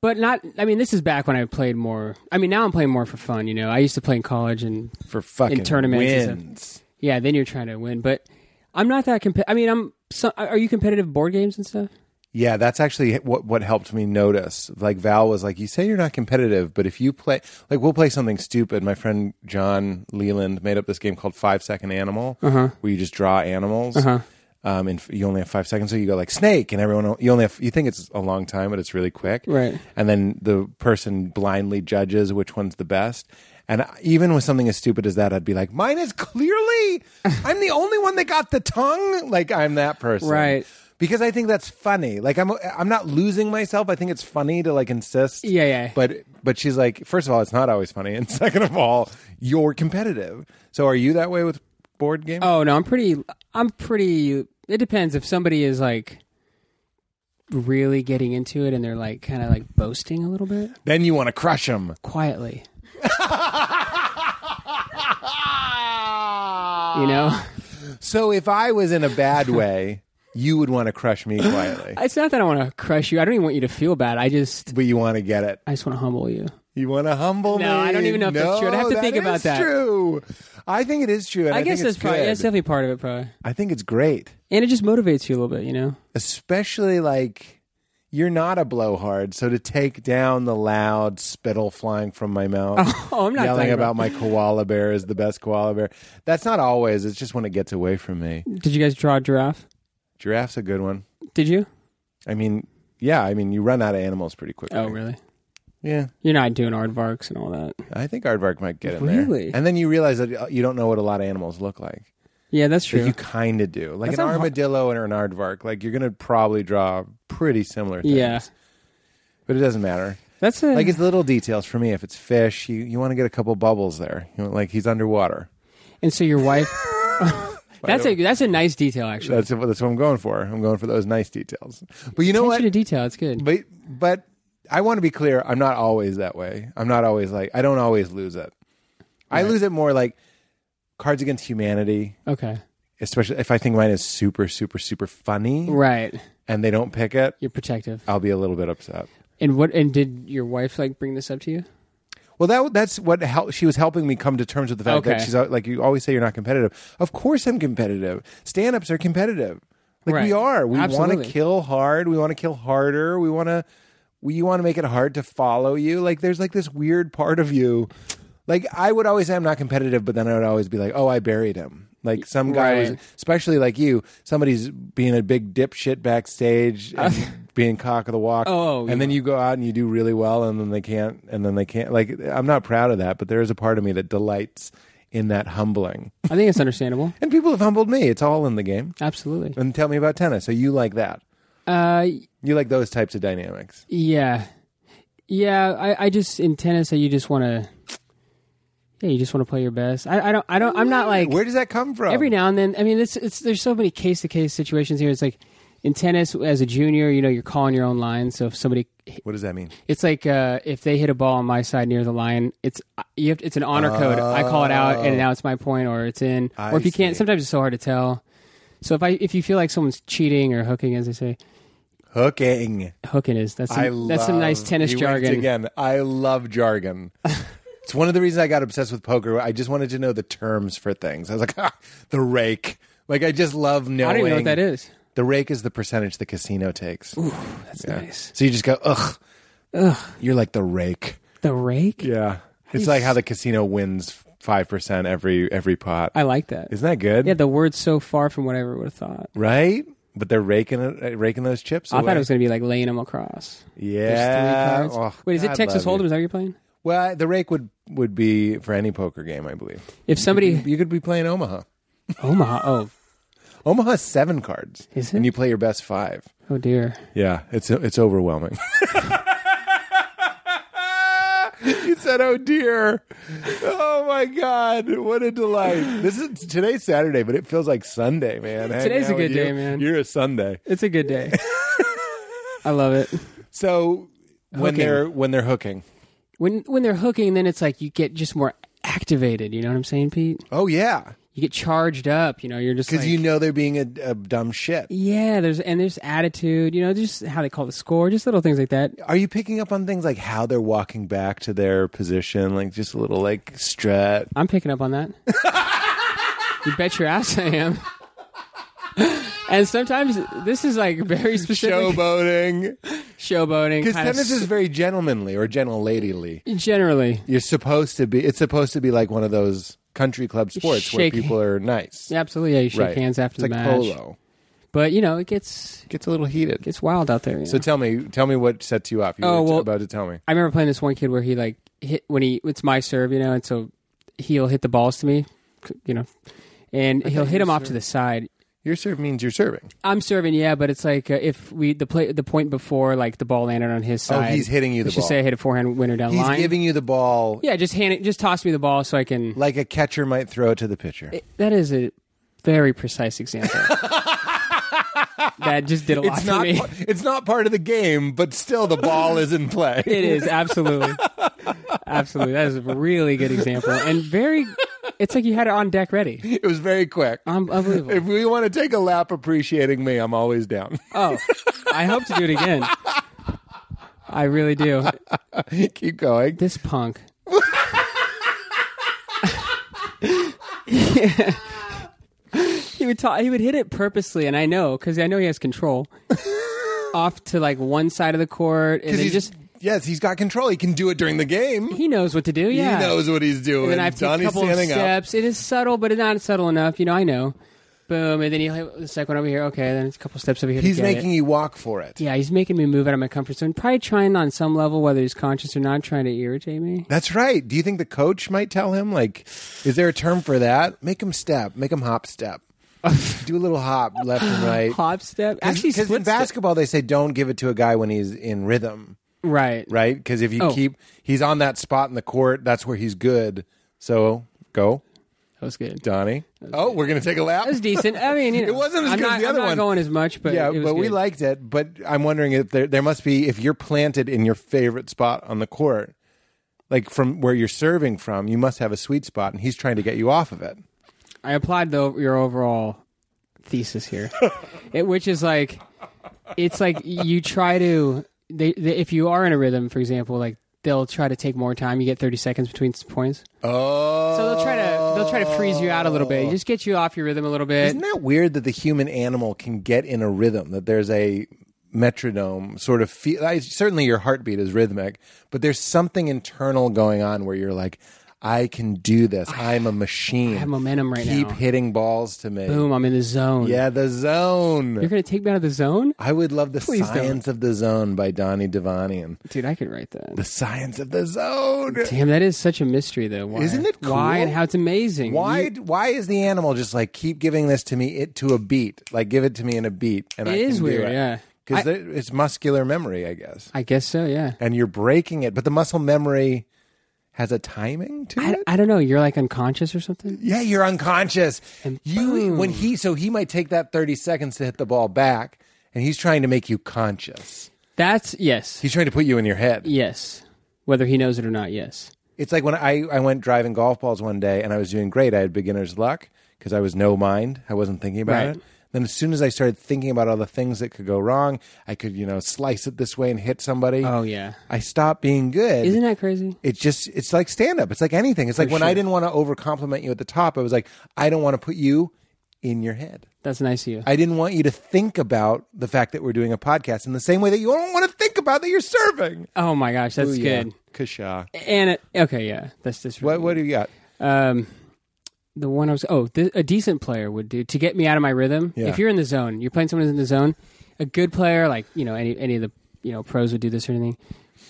S5: but not. I mean, this is back when I played more. I mean, now I'm playing more for fun. You know, I used to play in college, and
S1: for fucking
S5: In tournaments and stuff.
S1: wins.
S5: yeah, then you're trying to win. But I'm not that competitive. I mean, I'm. So, are you competitive at board games and stuff?
S1: Yeah, that's actually what what helped me notice. Like Val was like, "You say you're not competitive, but if you play, like, we'll play something stupid." My friend John Leland made up this game called Five Second Animal, where you just draw animals, um, and f- you only have five seconds. So you go like snake, and everyone you only have you think it's a long time, but it's really quick,
S5: Right.
S1: And then the person blindly judges which one's the best. And I- even with something as stupid as that, I'd be like, "Mine is clearly, I'm the only one that got the tongue." Like I'm that person,
S5: Right.
S1: because I think that's funny. Like I'm I'm not losing myself. I think it's funny to like insist.
S5: Yeah, yeah.
S1: But but she's like, first of all, it's not always funny, and second of all, you're competitive. So are you that way with board games?
S5: Oh no, I'm pretty. I'm pretty. It depends if somebody is like really getting into it and they're like kind of like boasting a little bit
S1: Then you want to crush them.
S5: quietly. You know.
S1: So if I was in a bad way, you would want to crush me quietly,
S5: It's not that I want to crush you. I don't even want you to feel bad. I just,
S1: but you want to get it.
S5: I just want to humble you.
S1: You want to humble me.
S5: No, I don't even know if that's true. I'd have to
S1: that
S5: think about
S1: is
S5: that.
S1: True. I think it is true. and
S5: I,
S1: I,
S5: guess
S1: think
S5: that's
S1: it's
S5: probably
S1: good.
S5: that's definitely part of it, probably.
S1: I think it's great.
S5: And it just motivates you a little bit, you know.
S1: especially like you're not a blowhard, so to take down the loud spittle flying from my mouth,
S5: Oh, I'm not
S1: yelling
S5: talking
S1: about
S5: about-
S1: my koala bear is the best koala bear. That's not always. It's just when it gets away from me.
S5: Did you guys draw a giraffe?
S1: Giraffe's a good one.
S5: Did you?
S1: I mean, yeah. I mean, you run out of animals pretty quickly.
S5: Oh, really?
S1: Yeah.
S5: You're not doing aardvarks and all that.
S1: I think aardvark might get in
S5: Really?
S1: there. And then you realize that uh, you don't know what a lot of animals look like.
S5: Yeah, that's
S1: But
S5: true.
S1: you kind of do, like
S5: That's
S1: an
S5: not hard.
S1: armadillo and an aardvark. Like you're gonna probably draw pretty similar. Things,
S5: yeah,
S1: but it doesn't matter.
S5: that's a,
S1: like it's the little details for me. If it's fish, you, you want to get a couple bubbles there. You know, like he's underwater.
S5: and so your wife. that's a that's a nice detail actually.
S1: That's that's what I'm going for. I'm going for those nice details. But you know
S5: Attention
S1: what?
S5: to detail. It's good.
S1: But but I want to be clear. I'm not always that way. I'm not always like I don't always lose it. I lose it more like Cards Against Humanity,
S5: Okay.
S1: especially if I think mine is super super super funny
S5: Right.
S1: and they don't pick it.
S5: You're protective.
S1: I'll be a little bit upset.
S5: And what? And did your wife like bring this up to you?
S1: Well, that that's what hel- she was helping me come to terms with the fact that
S5: Okay.
S1: she's al- like you always say you're not competitive. Of course, I'm competitive. Stand ups are competitive. Like we
S5: Right.
S1: are. We want to
S5: Absolutely.
S1: kill hard. We want to kill harder. We want to. We want to make it hard to follow you. Like there's like this weird part of you. Like I would always say I'm not competitive, but then I would always be like, oh, I buried him. Like some guy was,
S5: Right.
S1: especially like you, somebody's being a big dipshit backstage
S5: Uh,
S1: and being cock of the walk.
S5: Oh,
S1: and then then you go out and you do really well and then they can't and then they can't like i'm not proud of that but there is a part of me that delights in that humbling
S5: I think it's understandable.
S1: and people have humbled me it's all in the game
S5: Absolutely.
S1: and tell me about tennis so you like that
S5: Uh,
S1: you like those types of dynamics
S5: Yeah, yeah. I, I just in tennis, you just want to. Yeah, you just want to play your best. I, I don't. I don't. I'm not like
S1: where does that come from
S5: every now and then. I mean, it's it's. There's so many case to case situations here. It's like in tennis, as a junior, you know, you're calling your own line. So if somebody,
S1: what does that mean
S5: it's like uh, if they hit a ball on my side near the line, it's you have. It's an honor code. I call it out, and now it's my point, or it's in,
S1: Oh. I
S5: or if you
S1: see.
S5: can't. Sometimes it's so hard to tell. So if I if you feel like someone's cheating or hooking, as they say,
S1: hooking
S5: hooking is that's
S1: i
S5: some, that's some nice
S1: love-
S5: tennis
S1: you winked
S5: jargon.
S1: again i love jargon it's one of the reasons i got obsessed with poker i just wanted to know the terms for things i was like ah, the rake like i just love knowing
S5: I don't even know what that is.
S1: the rake is the percentage the casino takes
S5: That's nice.
S1: So you just go, ugh, ugh. You're like the rake.
S5: The rake?
S1: Yeah, it's like how the casino wins five percent every every pot.
S5: I like that.
S1: Isn't that good?
S5: yeah, the word's so far from what I ever would have thought.
S1: right. But they're raking it, raking those chips.
S5: I thought
S1: away.
S5: it was going to be like laying them across. There's
S1: yeah.
S5: three
S1: Oh,
S5: cards. Wait, is
S1: God
S5: it Texas
S1: love
S5: Hold'em?
S1: you.
S5: Is that what you're playing?
S1: Well, the rake would would be for any poker game, I believe.
S5: If somebody
S1: You could be playing Omaha.
S5: Omaha, oh,
S1: Omaha's seven cards,
S5: Is
S1: and
S5: it?
S1: you play your best five.
S5: Oh dear.
S1: Yeah, it's it's overwhelming. you said, "Oh dear, oh my God, what a delight!" This is today's Saturday, but it feels like Sunday, man. Hanging
S5: Today's a
S1: out with
S5: good
S1: you,
S5: day, man.
S1: You're a Sunday.
S5: It's a good day. I love it.
S1: So when
S5: Hooking.
S1: they're when they're hooking,
S5: When when they're hooking, then it's like you get just more activated. You know what I'm saying, Pete?
S1: oh yeah,
S5: You get charged up. You know, you're just
S1: because
S5: like,
S1: you know they're being a, a dumb shit.
S5: yeah. There's and there's attitude. You know, just how they call the score, just little things like that.
S1: Are you picking up on things like how they're walking back to their position, like just a little like strut?
S5: I'm picking up on that. you bet your ass I am. and sometimes this is like very specific
S1: Showboating,
S5: showboating.
S1: because
S5: kind of
S1: tennis is very gentlemanly or gentle ladyly.
S5: s- generally
S1: you're supposed to be it's supposed to be like one of those country club sports
S5: Shake-
S1: where people are nice
S5: yeah, absolutely. Yeah, you shake
S1: Right.
S5: hands after
S1: it's
S5: the
S1: like
S5: match.
S1: polo
S5: But you know, it gets
S1: gets a little heated
S5: gets wild out there. you
S1: so
S5: know.
S1: tell me tell me what sets you off you
S5: Oh,
S1: were t-
S5: well-
S1: about to tell me
S5: I remember playing this one kid where he like hit when he it's my serve, you know, and so he'll hit the balls to me, c- you know, and he'll hit him off to the side.
S1: your serve means you're serving
S5: I'm serving, yeah, but it's like uh, if we the play the point before like the ball landed on his
S1: Oh,
S5: side.
S1: he's hitting you the
S5: Let's just
S1: ball.
S5: say I hit a forehand winner down
S1: he's
S5: line.
S1: giving you the ball
S5: yeah, just hand it, just toss me the ball so I can.
S1: like a catcher might throw it to the pitcher
S5: That is a very precise example. that just did a lot
S1: it's
S5: for
S1: not
S5: me.
S1: pa- it's not part of the game but still the ball is in play
S5: It is absolutely, absolutely. That is a really good example and very. It's like you had it on deck ready.
S1: it was very quick
S5: Um,
S1: if
S5: unbelievable.
S1: we want to take a lap appreciating me i'm always down
S5: Oh, I hope to do it again. I really do.
S1: keep going
S5: This punk. he would ta- he would hit it purposely, and I know because I know he has control. Off to like one side of the court, and
S1: 'Cause
S5: then
S1: he's-
S5: just
S1: yes he's got control he can do it during the game
S5: he knows what to do. Yeah,
S1: He knows what he's doing.
S5: And then I have to take a
S1: Donnie's
S5: couple of
S1: standing up.
S5: steps. It is subtle, but it's not subtle enough. You know, I know. Boom, and then you hit the second one over here. Okay, then it's a couple steps over here. to
S1: He's
S5: get
S1: making
S5: it.
S1: you walk for it.
S5: Yeah, he's making me move out of my comfort zone. Probably trying on some level, whether he's conscious or not, trying to irritate me.
S1: That's right. Do you think the coach might tell him like, is there a term for that? Make him step. Make him hop step. Do a little hop left and right.
S5: Hop step. Actually,
S1: because in
S5: split step.
S1: basketball they say don't give it to a guy when he's in rhythm,
S5: Right.
S1: right? Because if you
S5: Oh.
S1: keep he's on that spot in the court, that's where he's good. So go,
S5: That was good. That
S1: Donnie. Oh, we're gonna take a lap.
S5: was decent. I mean, you know,
S1: It wasn't as
S5: I'm
S1: good as
S5: not-
S1: the other
S5: I'm not
S1: one.
S5: going as much, but
S1: yeah,
S5: it was
S1: but we
S5: good.
S1: liked it. But I'm wondering if there there must be if you're planted in your favorite spot on the court, like from where you're serving from, you must have a sweet spot, and he's trying to get you off of it.
S5: I applied the, your overall thesis here, it, which is like, it's like you try to, they, they, if you are in a rhythm, for example, like they'll try to take more time. You get 30 seconds between s- points.
S1: Oh,
S5: So they'll try to, they'll try to freeze you out a little bit, just get you off your rhythm a little bit.
S1: Isn't that weird that the human animal can get in a rhythm? That there's a metronome sort of feel. I, certainly, your heartbeat is rhythmic, but there's something internal going on where you're like, I can do this. I'm a machine. I
S5: have momentum right
S1: Keep
S5: now.
S1: hitting balls to me.
S5: Boom, I'm in the zone.
S1: Yeah, the zone.
S5: You're going to take me out of the zone?
S1: I would love the
S5: Please don't.
S1: science of the zone by Donnie Devonian.
S5: Dude, I could write that.
S1: The science of the zone.
S5: Damn, that is such a mystery, though. Why?
S1: Isn't it
S5: Why
S1: cool?
S5: and how it's amazing.
S1: Why?
S5: You-
S1: why is the animal just like keep giving this to me? It to a beat, like give it to me in a beat, and I
S5: It
S1: can
S5: is
S1: do
S5: weird,
S1: it.
S5: yeah.
S1: because it's muscular memory, I guess,
S5: I guess so, yeah.
S1: and you're breaking it. But the muscle memory has a timing to
S5: I,
S1: it.
S5: I don't know. You're like unconscious or something?
S1: yeah, you're unconscious.
S5: And
S1: You
S5: boom.
S1: when he so he might take that thirty seconds to hit the ball back, and he's trying to make you conscious.
S5: That's, yes.
S1: He's trying to put you in your head.
S5: Yes. Whether he knows it or not, yes.
S1: It's like when I, I went driving golf balls one day and I was doing great. I had beginner's luck because I was no mind. I wasn't thinking about
S5: Right.
S1: it. Then as soon as I started thinking about all the things that could go wrong, I could, you know, slice it this way and hit somebody.
S5: Oh, yeah.
S1: I stopped being good.
S5: Isn't that crazy?
S1: it's just it's like stand up. It's like anything. It's like when I
S5: sure.
S1: didn't want to overcompliment you at the top, I was like, I don't want to put you in your head.
S5: That's nice of you.
S1: I didn't want you to think about the fact that we're doing a podcast in the same way that you don't want to think about that you're serving.
S5: oh, my gosh. That's good.
S1: Kasha.
S5: And, it, okay, yeah. That's just
S1: What what do you got?
S5: Um, the one I was, oh, th- a decent player would do to get me out of my rhythm.
S1: Yeah.
S5: If you're in the zone, you're playing someone who's in the zone, a good player, like, you know, any, any of the, you know, pros would do this or anything,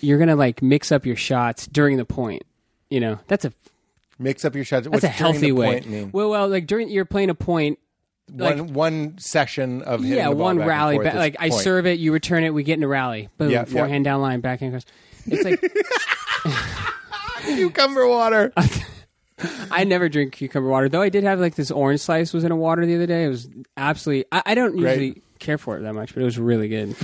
S5: you're going to like mix up your shots during the point. You know, that's a
S1: Mix up your shots. What's
S5: That's a
S1: during
S5: healthy
S1: the
S5: way.
S1: Point mean?
S5: Well, well, like during you're playing a point
S1: one
S5: Like-
S1: one session of hitting
S5: yeah,
S1: the ball
S5: one
S1: back and
S5: rally.
S1: forth
S5: Back,
S1: is
S5: like I
S1: point.
S5: serve it, you return it, we get in a rally. Boom,
S1: Yeah, yeah.
S5: forehand down line, backhand cross. It's like
S1: cucumber water.
S5: I never drink cucumber water, though. I did have like this orange slice was in a water the other day. It was absolutely. I, I don't
S1: Great.
S5: usually care for it that much, but it was really good.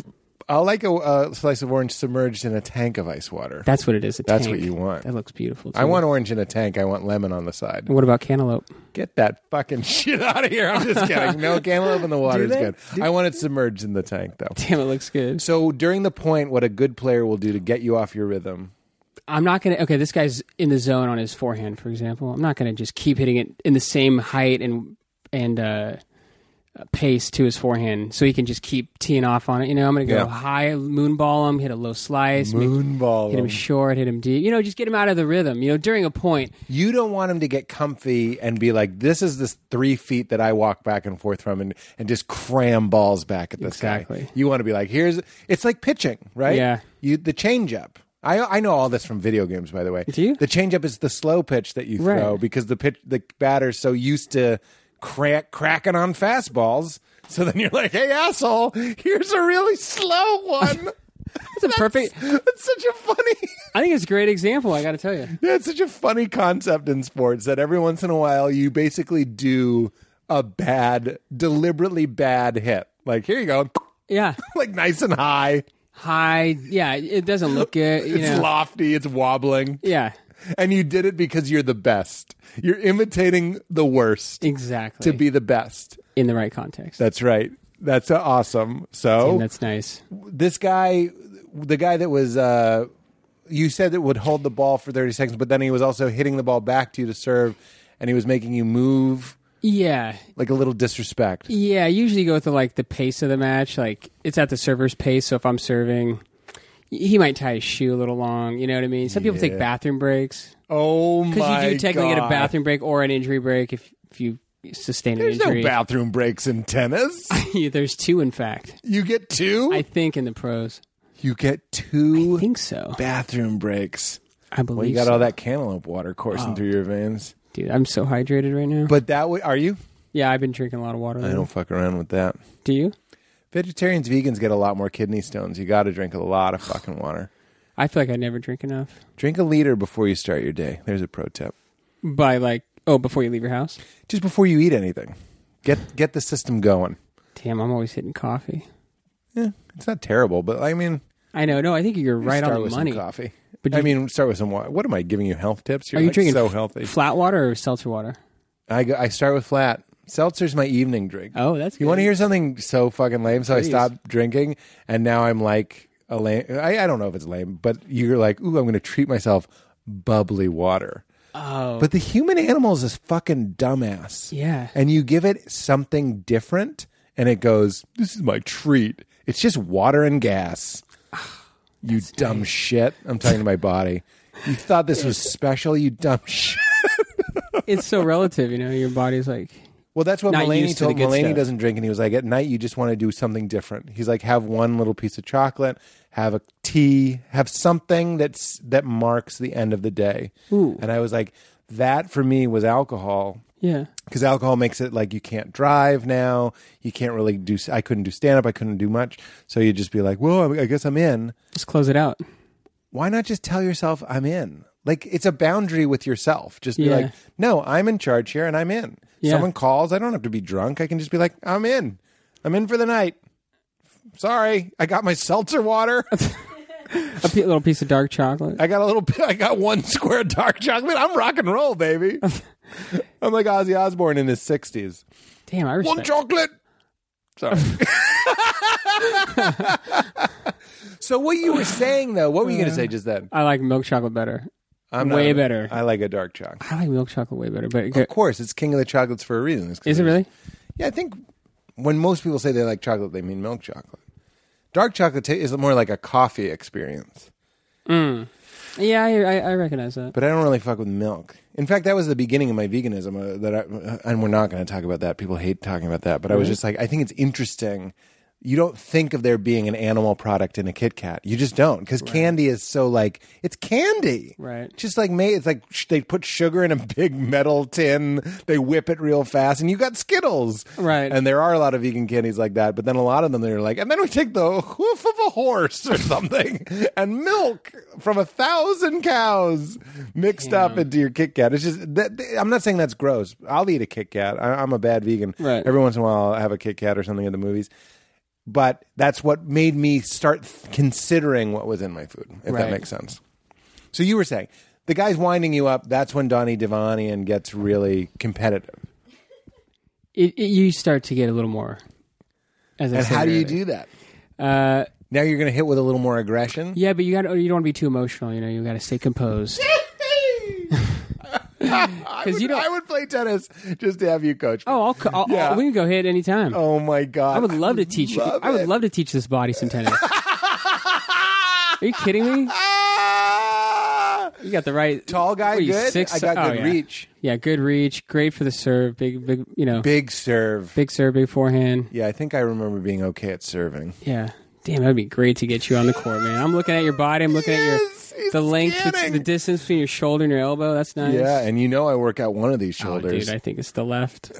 S1: I like a uh, slice of orange submerged in a tank of ice water.
S5: That's what it is. A
S1: That's
S5: tank.
S1: what you want.
S5: That looks beautiful. Too.
S1: I want orange in a tank. I want lemon on the side.
S5: What about cantaloupe?
S1: Get that fucking shit out of here. I'm just kidding. No, cantaloupe in the water is
S6: they?
S1: good. I want it submerged in the tank, though.
S5: Damn, it looks good.
S1: So during the point, what a good player will do to get you off your rhythm.
S5: I'm not gonna. Okay, this guy's in the zone on his forehand, for example. I'm not gonna just keep hitting it in the same height and and uh, pace to his forehand, so he can just keep teeing off on it. You know, I'm gonna go
S1: Yeah.
S5: high, moonball him, hit a low slice, make-
S1: Moonball.
S5: hit him
S1: him.
S5: short, hit him deep. You know, just get him out of the rhythm. You know, during a point,
S1: You don't want him to get comfy and be like, "This is this three feet that I walk back and forth from," and, and just cram balls back at this guy.
S5: Exactly.
S1: You want to be like, "Here's." It's like pitching, right?
S5: Yeah.
S1: You the change up. I I know all this from video games, by the way.
S5: Do you?
S1: The change up is the slow pitch that you
S5: Right.
S1: throw because the pitch the batter's so used to crack, cracking on fastballs. So then you're like, "Hey, asshole! Here's a really slow one."
S5: it's a perfect.
S1: That's such a funny.
S5: I think it's a great example. I got to tell you.
S1: Yeah, it's such a funny concept in sports that every once in a while you basically do a bad, deliberately bad hit. Like, here you go.
S5: Yeah,
S1: Like, nice and high.
S5: high. Yeah, it doesn't look good. You
S1: It's
S5: know.
S1: lofty. It's wobbling.
S5: yeah,
S1: And you did it because you're the best. You're imitating the worst
S5: exactly.
S1: to be the best.
S5: in the right context.
S1: That's right. That's awesome. So,
S5: and that's nice.
S1: this guy, the guy that was, uh, you said that would hold the ball for 30 seconds, but then he was also hitting the ball back to you to serve, and he was making you move.
S5: Yeah,
S1: like a little disrespect.
S5: Yeah, I usually go with the, like the pace of the match. Like it's at the server's pace, so if I'm serving, y- he might tie his shoe a little long. You know what I mean? Some people
S1: Yeah.
S5: take bathroom breaks
S1: Oh my!
S5: because you do technically get a
S1: God.
S5: bathroom break or an injury break if if you sustain an
S1: There's no
S5: injury.
S1: bathroom breaks in tennis.
S5: Yeah, There's two, in fact.
S1: You get two.
S5: I think in the pros.
S1: you get
S5: I
S1: two
S5: think so.
S1: bathroom breaks.
S5: I believe
S1: Well, you got
S5: so.
S1: all that cantaloupe water
S5: Oh.
S1: coursing through your veins.
S5: Dude, I'm so hydrated right now.
S1: But that way, are you?
S5: yeah, I've been drinking a lot of water.
S1: I
S5: lately.
S1: don't fuck around with that.
S5: Do you?
S1: Vegetarians, vegans get a lot more kidney stones. You got to drink a lot of fucking water.
S5: I feel like I never drink enough.
S1: Drink a liter before you start your day. There's a pro tip.
S5: By like, oh, before you leave your house.
S1: Just before you eat anything, get get the system going.
S5: Damn, I'm always hitting coffee.
S1: Yeah, it's not terrible, but I mean,
S5: I know. No, I think you're right
S1: start
S5: on the
S1: with
S5: money.
S1: Some coffee.
S5: But
S1: I
S5: you-
S1: mean, start with some water. What am I giving you? Health tips? You're
S5: Are you
S1: like
S5: drinking
S1: so
S5: f-
S1: healthy.
S5: flat water or seltzer water?
S1: I, go, I start with flat. Seltzer's my evening drink.
S5: Oh, that's
S1: you want to
S5: good.
S1: hear something so fucking lame? So I
S5: Please.
S1: stopped drinking, and now I'm like a lame. I, I don't know if it's lame, but you're like, ooh, I'm going to treat myself bubbly water.
S5: Oh,
S1: But the human animal is this fucking dumbass.
S5: Yeah.
S1: And you give it something different, and it goes, this is my treat. It's just water and gas.
S5: Ah,
S1: You dumb shit. I'm talking to my body. You thought this was special, you dumb shit.
S5: it's so relative, you know. Your body's like,
S1: Well, that's what
S5: Not
S1: Mulaney
S5: used to the
S1: told
S5: good
S1: Mulaney
S5: stuff.
S1: doesn't drink, and he was like, at night you just want to do something different. He's like, have one little piece of chocolate, have a tea, have something that's that marks the end of the day.
S5: Ooh.
S1: And I was like, that for me was alcohol
S5: yeah,
S1: because alcohol makes it like you can't drive now. You can't really do. I couldn't do stand up. I couldn't do much. So you just be like, well, I guess I'm in.
S5: just close it out.
S1: Why not just tell yourself I'm in? Like it's a boundary with yourself. Just be
S5: Yeah.
S1: like, no, I'm in charge here, and I'm in.
S5: Yeah.
S1: Someone calls, I don't have to be drunk. I can just be like, I'm in. I'm in for the night. Sorry, I got my seltzer water.
S5: A p- little piece of dark chocolate.
S1: I got a little. I got one square dark chocolate. I'm rock and roll, baby. I'm like Ozzy Osbourne in his sixties.
S5: Damn, I respect.
S1: One chocolate. Sorry. so what you were saying though? What were you going to say just then?
S5: I like milk chocolate better.
S1: I'm
S5: Way
S1: a-
S5: better.
S1: I like a dark chocolate.
S5: I like milk chocolate way better, but it
S1: Of course, it's king of the chocolates for a reason. It's 'cause
S5: is it
S1: it's-
S5: really?
S1: Yeah, I think when most people say they like chocolate, they mean milk chocolate. Dark chocolate ta- is more like a coffee experience,
S5: Yeah, I, I, I recognize that.
S1: but I don't really fuck with milk. In fact, that was the beginning of my veganism. Uh, that I, uh, and we're not going to talk about that. People hate talking about that, but I was just like, I think it's interesting you don't think of there being an animal product in a Kit Kat. You just don't because candy is so like it's candy,
S5: Right.
S1: Just like made, it's like sh- they put sugar in a big metal tin, they whip it real fast, and you got Skittles,
S5: Right.
S1: And there are a lot of vegan candies like that, but then a lot of them they're like, and then we take the hoof of a horse or something, and milk from a thousand cows mixed up into your Kit Kat. It's just that I'm not saying that's gross. I'll eat a Kit Kat. I, I'm a bad vegan.
S5: Right.
S1: Every once in a while, I'll have a Kit Kat or something at the movies but that's what made me start th- considering what was in my food, if that
S5: Right.
S1: makes sense. So you were saying the guy's winding you up. That's when Donnie Devonian gets really competitive.
S5: It, it, you start to get a little more. As I
S1: And
S5: said
S1: how do you do
S5: earlier.
S1: that?
S5: Uh,
S1: Now you're going to hit with a little more aggression.
S5: yeah, but you got to you don't want to be too emotional. You know, you got to stay composed.
S1: Because
S5: you don't-
S1: I would play tennis just to have you coach. me.
S5: Oh, I'll, co- I'll,
S1: Yeah.
S5: I'll- we can go hit any time.
S1: Oh my god!
S5: I would love to teach.
S1: love
S5: I would
S1: it.
S5: love to teach this body some tennis. Are you kidding me?
S1: Ah!
S5: You got the right
S1: Tall guy,
S5: what are you,
S1: good?
S5: Six,
S1: I got
S5: oh,
S1: good
S5: yeah.
S1: reach.
S5: Yeah, good reach. Great for the serve. Big, big. You know, big,
S1: Big serve.
S5: serve, big forehand.
S1: Yeah, I think I remember being okay at serving.
S5: Yeah. Damn, that'd be great to get you on the court, man. I'm looking at your body. I'm looking
S1: Yes,
S5: at your
S1: he's
S5: the length, the,
S1: scanning.
S5: the distance between your shoulder and your elbow. That's nice.
S1: Yeah, and you know I work out one of these
S5: Oh,
S1: shoulders.
S5: dude, I think it's the left.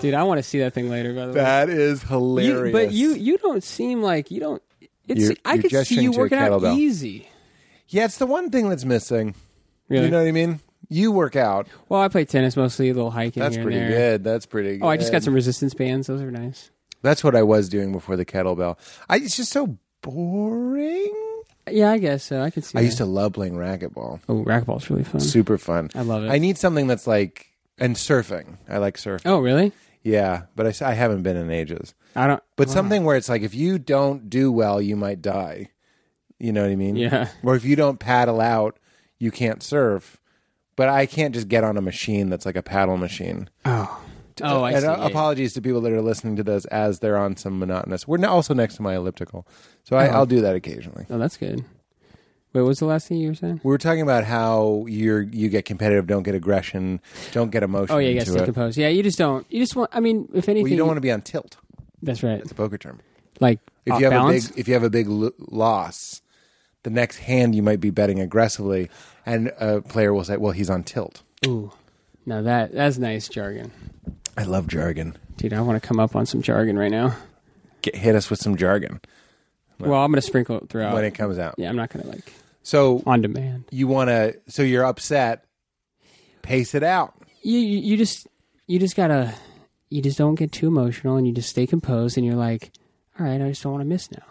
S5: dude, I want to see that thing later. By the way,
S1: That is
S5: You-
S1: hilarious.
S5: but you you don't seem like you don't. It's
S1: You're-
S5: I
S1: you're
S5: could see
S1: gesturing
S5: you
S1: to a
S5: working out
S1: kettlebell.
S5: easy.
S1: yeah, it's the one thing that's missing.
S5: Really?
S1: You know what I mean? You work out.
S5: well, I play tennis mostly, a little hiking
S1: That's
S5: here
S1: pretty
S5: and there.
S1: good. That's pretty. good.
S5: Oh, I just got some resistance bands. Those are nice.
S1: That's what I was doing before the kettlebell. I it's just so boring.
S5: Yeah, I guess so. I could see.
S1: I used to love playing racquetball.
S5: Oh, racquetball's really fun.
S1: Super fun.
S5: I love it.
S1: I need something that's like and surfing. I like surfing.
S5: oh, really?
S1: Yeah, but I s- I, haven't been in ages.
S5: I don't.
S1: But something where it's like if you don't do well, you might die. You know what I mean?
S5: Yeah.
S1: Or if you don't paddle out, you can't surf. But I can't just get on a machine that's like a paddle machine.
S5: Oh, oh, I
S1: and
S5: see.
S1: uh,
S5: Yeah, yeah.
S1: apologies to people that are listening to this as they're on some monotonous. We're n- also next to my elliptical, so
S5: Uh-huh.
S1: I, I'll do that occasionally.
S5: Oh, that's good. Wait, what was the last thing you were saying?
S1: We were talking about how you're you get competitive, don't get aggression, don't get emotion.
S5: Oh yeah, you gotta
S1: into
S5: stay
S1: it.
S5: composed. Yeah, you just don't. You just want. I mean, if anything,
S1: uh, Well, you don't want to be on tilt.
S5: that's right.
S1: It's a poker term.
S5: Like
S1: If
S5: off
S1: you have
S5: Uh, balance.
S1: a big if you have a big lo- loss, the next hand you might be betting aggressively, and a player will say, "Well, he's on tilt."
S5: Ooh, now that that's nice jargon,
S1: I love jargon.
S5: dude. I want to come up on some jargon right now.
S1: Get, hit us with some jargon
S5: Well, I'm gonna sprinkle it throughout.
S1: when it comes out.
S5: Uh, yeah, I'm not gonna like
S1: So
S5: on demand.
S1: you want to. So you're upset. Pace it out.
S5: You you you just you just gotta you just don't get too emotional and you just stay composed and you're like, all right, I just don't want to miss now.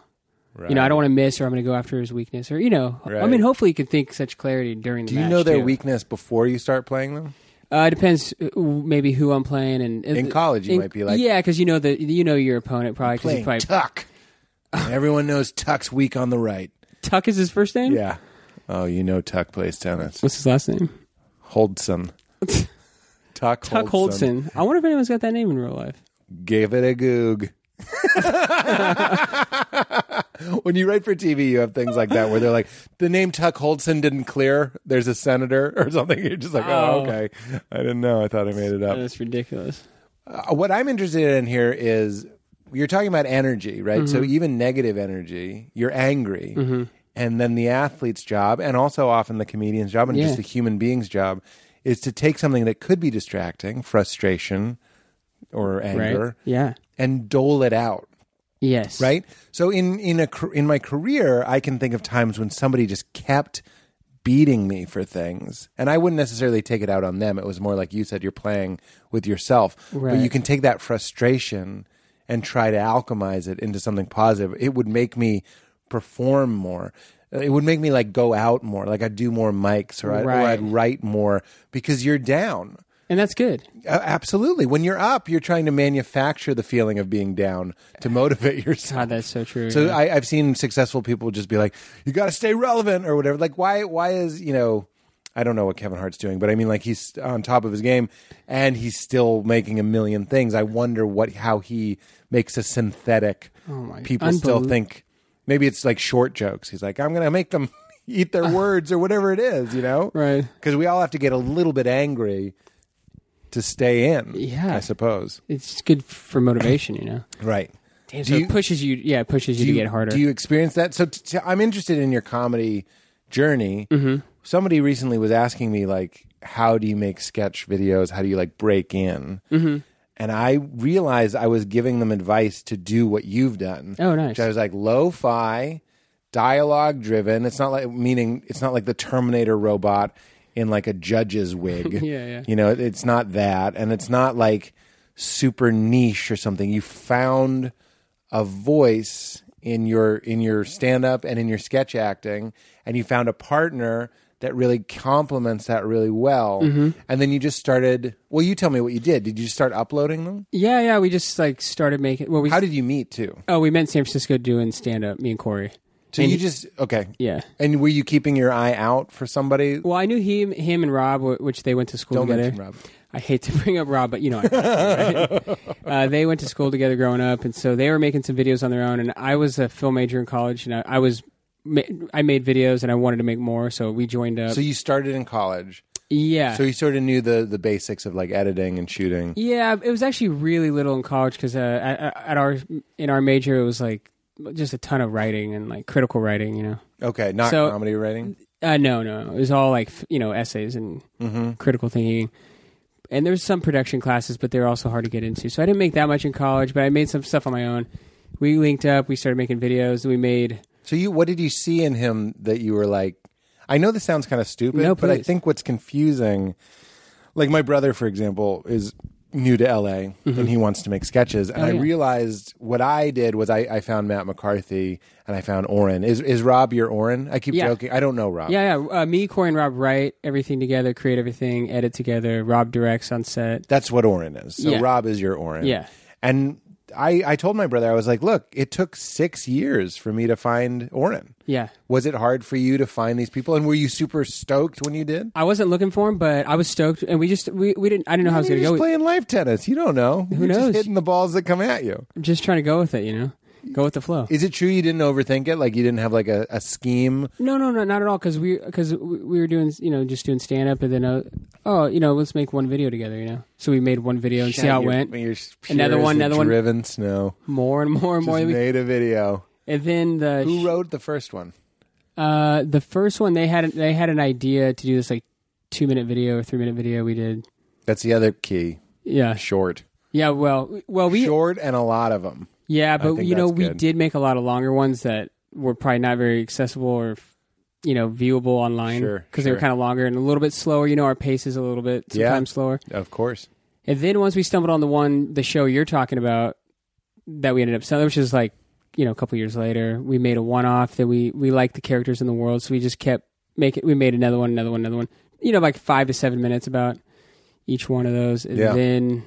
S5: You know, I don't want to miss or I'm gonna go after his weakness or you know. I
S1: Right.
S5: mean, hopefully you can think such clarity during the
S1: Do you
S5: match,
S1: know their
S5: too.
S1: weakness before you start playing them?
S5: Uh, it depends, uh, maybe who I'm playing and uh,
S1: In college, you
S5: in-
S1: might be like-
S5: yeah, because you know the you know your opponent probably because you probably
S1: Tuck. Everyone knows Tuck's weak on the right.
S5: Tuck is his first name.
S1: Yeah. Oh, you know Tuck plays tennis.
S5: What's his last name?
S1: Holdson. Tuck,
S5: Tuck Holdson. I wonder if anyone's got that name in real life.
S1: Give it a goog. when you write for TV, you have things like that where they're like, the name Tuck Holdson didn't clear. There's a senator or something. You're just like, oh,
S5: Oh.
S1: okay. I didn't know. I thought I made it up.
S5: That's ridiculous.
S1: Uh, what I'm interested in here is you're talking about energy, right? So
S5: Mm-hmm.
S1: even negative energy, you're angry. And then the athlete's job, and also often the comedian's job, and
S5: Yeah.
S1: just the human being's job, is to take something that could be distracting, frustration or
S5: Right?
S1: anger,
S5: Yeah.
S1: and dole it out
S5: Yes.
S1: right? So in in a car- in my career, I can think of times when somebody just kept beating me for things, and I wouldn't necessarily take it out on them. It was more like you said, you're playing with yourself, but you
S5: Right.
S1: can take that frustration and try to alchemize it into something positive. It would make me perform more. Uh, It would make me like go out more, like I'd do more mics or I'd, or
S5: Right.
S1: I'd write more because you're down.
S5: And that's good.
S1: Uh, absolutely. When you're up, you're trying to manufacture the feeling of being down to motivate yourself.
S5: God, that's so true.
S1: So uh,
S5: yeah.
S1: I, I've seen successful people just be like, "You got to stay relevant" or whatever. Like, why? Why is you know? I don't know what Kevin Hart's doing, but I mean, like he's on top of his game and he's still making a million things. I wonder what how he makes a synthetic.
S5: Oh my-
S1: people still
S5: unbelievable.
S1: think maybe it's like short jokes. He's like, "I'm gonna make them." Eat their words or whatever it is, you know?
S5: Right.
S1: Because we all have to get a little bit angry to stay in.
S5: Yeah.
S1: I suppose.
S5: it's good for motivation, you know.
S1: Right.
S5: Damn,
S1: Do
S5: so
S1: you-
S5: it pushes you. Yeah, it pushes you,
S1: do
S5: to get harder.
S1: Do you experience that? So t- t- I'm interested in your comedy journey.
S5: Mm-hmm.
S1: Somebody recently was asking me like, how do you make sketch videos? How do you like break in? Mm-hmm. And I realized I was giving them advice to do what you've done.
S5: Oh, nice.
S1: Which I was like, lo-fi, dialogue driven. It's not like meaning it's not like the Terminator robot in like a judge's wig.
S5: Yeah, yeah.
S1: You know, it- it's not that, and it's not like super niche or something. You found a voice in your in your stand up and in your sketch acting, and you found a partner that really complements that really well.
S5: Mm-hmm.
S1: And then you just started. Well, you tell me what you did. Did you start uploading them?
S5: yeah, yeah. We just like started making. Well, we
S1: How did you meet too?
S5: oh we met in San Francisco doing stand up. Me and Corey.
S1: So you just okay.
S5: Yeah.
S1: And were you keeping your eye out for somebody?
S5: Well, I knew him, him and Rob, wh- which they went to school
S1: Don't
S5: together.
S1: mention Rob.
S5: I hate to bring up Rob, but you know, I have to, right? uh, they went to school together growing up, and so they were making some videos on their own. And I was a film major in college, and I, I was ma- I made videos, and I wanted to make more, so we joined up.
S1: So you started in college.
S5: yeah,
S1: So you sort of knew the the basics of like editing and shooting.
S5: yeah, it was actually really little in college because uh, at, at our in our major it was like just a ton of writing and like critical writing, you know.
S1: Okay, not
S5: So-
S1: comedy writing.
S5: Uh, no, no, no. It was all like f- you know essays and critical thinking, and there was some production classes, but they were also hard to get into. So I didn't make that much in college, but I made some stuff on my own. We linked up, we started making videos, and we made
S1: So you, what did you see in him that you were like? I know this sounds kind of stupid,
S5: No,
S1: but I
S5: please.
S1: think what's confusing, like my brother, for example, is new to LA and he wants to make sketches, and I
S5: Mm-hmm. Oh, yeah.
S1: realized what I did was I, I found Matt McCarthy and I found Oren. Is is Rob your Oren? I keep
S5: Yeah.
S1: joking. I don't know Rob.
S5: yeah, yeah. Uh, me, Corey, and Rob write everything together, create everything, edit together. Rob directs on set.
S1: That's what Oren is. So
S5: Yeah.
S1: Rob is your Oren.
S5: Yeah.
S1: And I, I told my brother, I was like, look, it took six years for me to find Oren.
S5: Yeah,
S1: Was it hard for you to find these people? And were you super stoked when you did?
S5: I wasn't looking for him, but I was stoked, and we just we, we didn't. I didn't know how I was
S1: You're
S5: going to
S1: just
S5: go.
S1: playing life tennis. You don't know. Who You're
S5: knows?
S1: Just hitting the balls that come at you.
S5: I'm just trying to go with it, you know, go with the flow.
S1: Is it true you didn't overthink it? Like you didn't have like a, a scheme?
S5: No, no, no, not at all. Because we, because we were doing, you know, just doing stand up, and then, uh, oh, you know, let's make one video together, you know. So we made one video and see how it
S1: You're-
S5: went.
S1: you're pure
S5: Another
S1: as
S5: one,
S1: the
S5: another one.
S1: Driven snow.
S5: More and more and more.
S1: Just
S5: we-
S1: made a video.
S5: and
S1: Who
S5: then the
S1: wrote the first one?
S5: uh, the first one they had they had an idea to do this like two minute video or three minute video. We did,
S1: That's the other key.
S5: yeah,
S1: Short,
S5: yeah. Well, well, we,
S1: short, and a lot of them.
S5: yeah, but
S1: think
S5: you know,
S1: that's
S5: we
S1: good.
S5: did make a lot of longer ones that were probably not very accessible or. You know, viewable online
S1: Sure,
S5: they were
S1: sure.
S5: kind of longer and a little bit slower. You know, our pace is a little bit
S1: Yeah.
S5: sometimes slower.
S1: Of course.
S5: And then once we stumbled on the one, the show you're talking about that we ended up selling, which is like, you know, a couple years later, we made a one off that we, we liked the characters in the world. So we just kept making, we made another one, another one, another one, you know, like five to seven minutes about each one of those. And
S1: Yeah.
S5: then,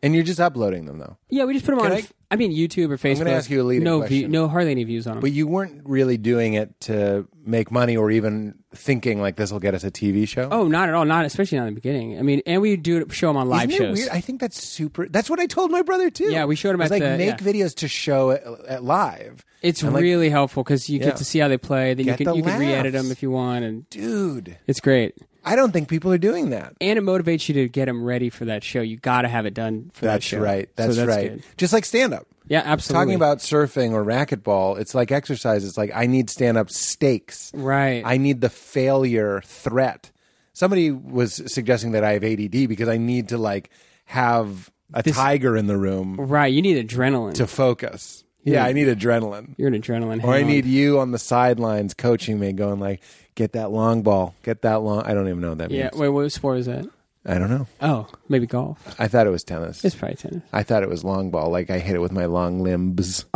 S1: And you're just uploading them though.
S5: yeah, we just put them
S1: Can
S5: on,
S1: I-
S5: I, I mean, YouTube or Facebook.
S1: gonna ask you a leading
S5: no
S1: question.
S5: no, hardly any views on them.
S1: But you weren't really doing it to make money or even thinking like this will get us a TV show.
S5: oh, not at all. Not, especially not in the beginning. I mean, and we do show them on live
S1: Isn't it
S5: shows.
S1: weird? I think that's super. That's what I told my brother too.
S5: Yeah, we showed him
S1: I was
S5: at
S1: like
S5: the-
S1: make
S5: yeah.
S1: videos to show at, at live.
S5: It's
S1: I'm like,
S5: really helpful because you
S1: Yeah.
S5: get to see how they play. Then you
S1: Get
S5: can,
S1: the
S5: you can re-edit
S1: laughs.
S5: them if you want. And
S1: Dude,
S5: it's great.
S1: I don't think people are doing that.
S5: and it motivates you to get them ready for that show. You got to have it done for that
S1: That's
S5: show.
S1: right.
S5: So
S1: That's, right.
S5: good.
S1: Just like stand up.
S5: Yeah, absolutely.
S1: Talking about surfing or racquetball, it's like exercise. It's like I need stand up stakes.
S5: Right.
S1: I need the failure threat. Somebody was suggesting that I have ADD because I need to like have a tiger in the room
S5: right. You need adrenaline.
S1: to focus. Yeah, I need adrenaline.
S5: You're an adrenaline.
S1: Or I
S5: hound.
S1: need you on the sidelines coaching me, going like, "Get that long ball, get that long." I don't even know what that
S5: Yeah.
S1: means.
S5: Wait. What sport is that?
S1: I don't know.
S5: Oh, maybe golf.
S1: I thought it was tennis.
S5: It's probably tennis.
S1: I thought it was long ball, like I hit it with my long limbs.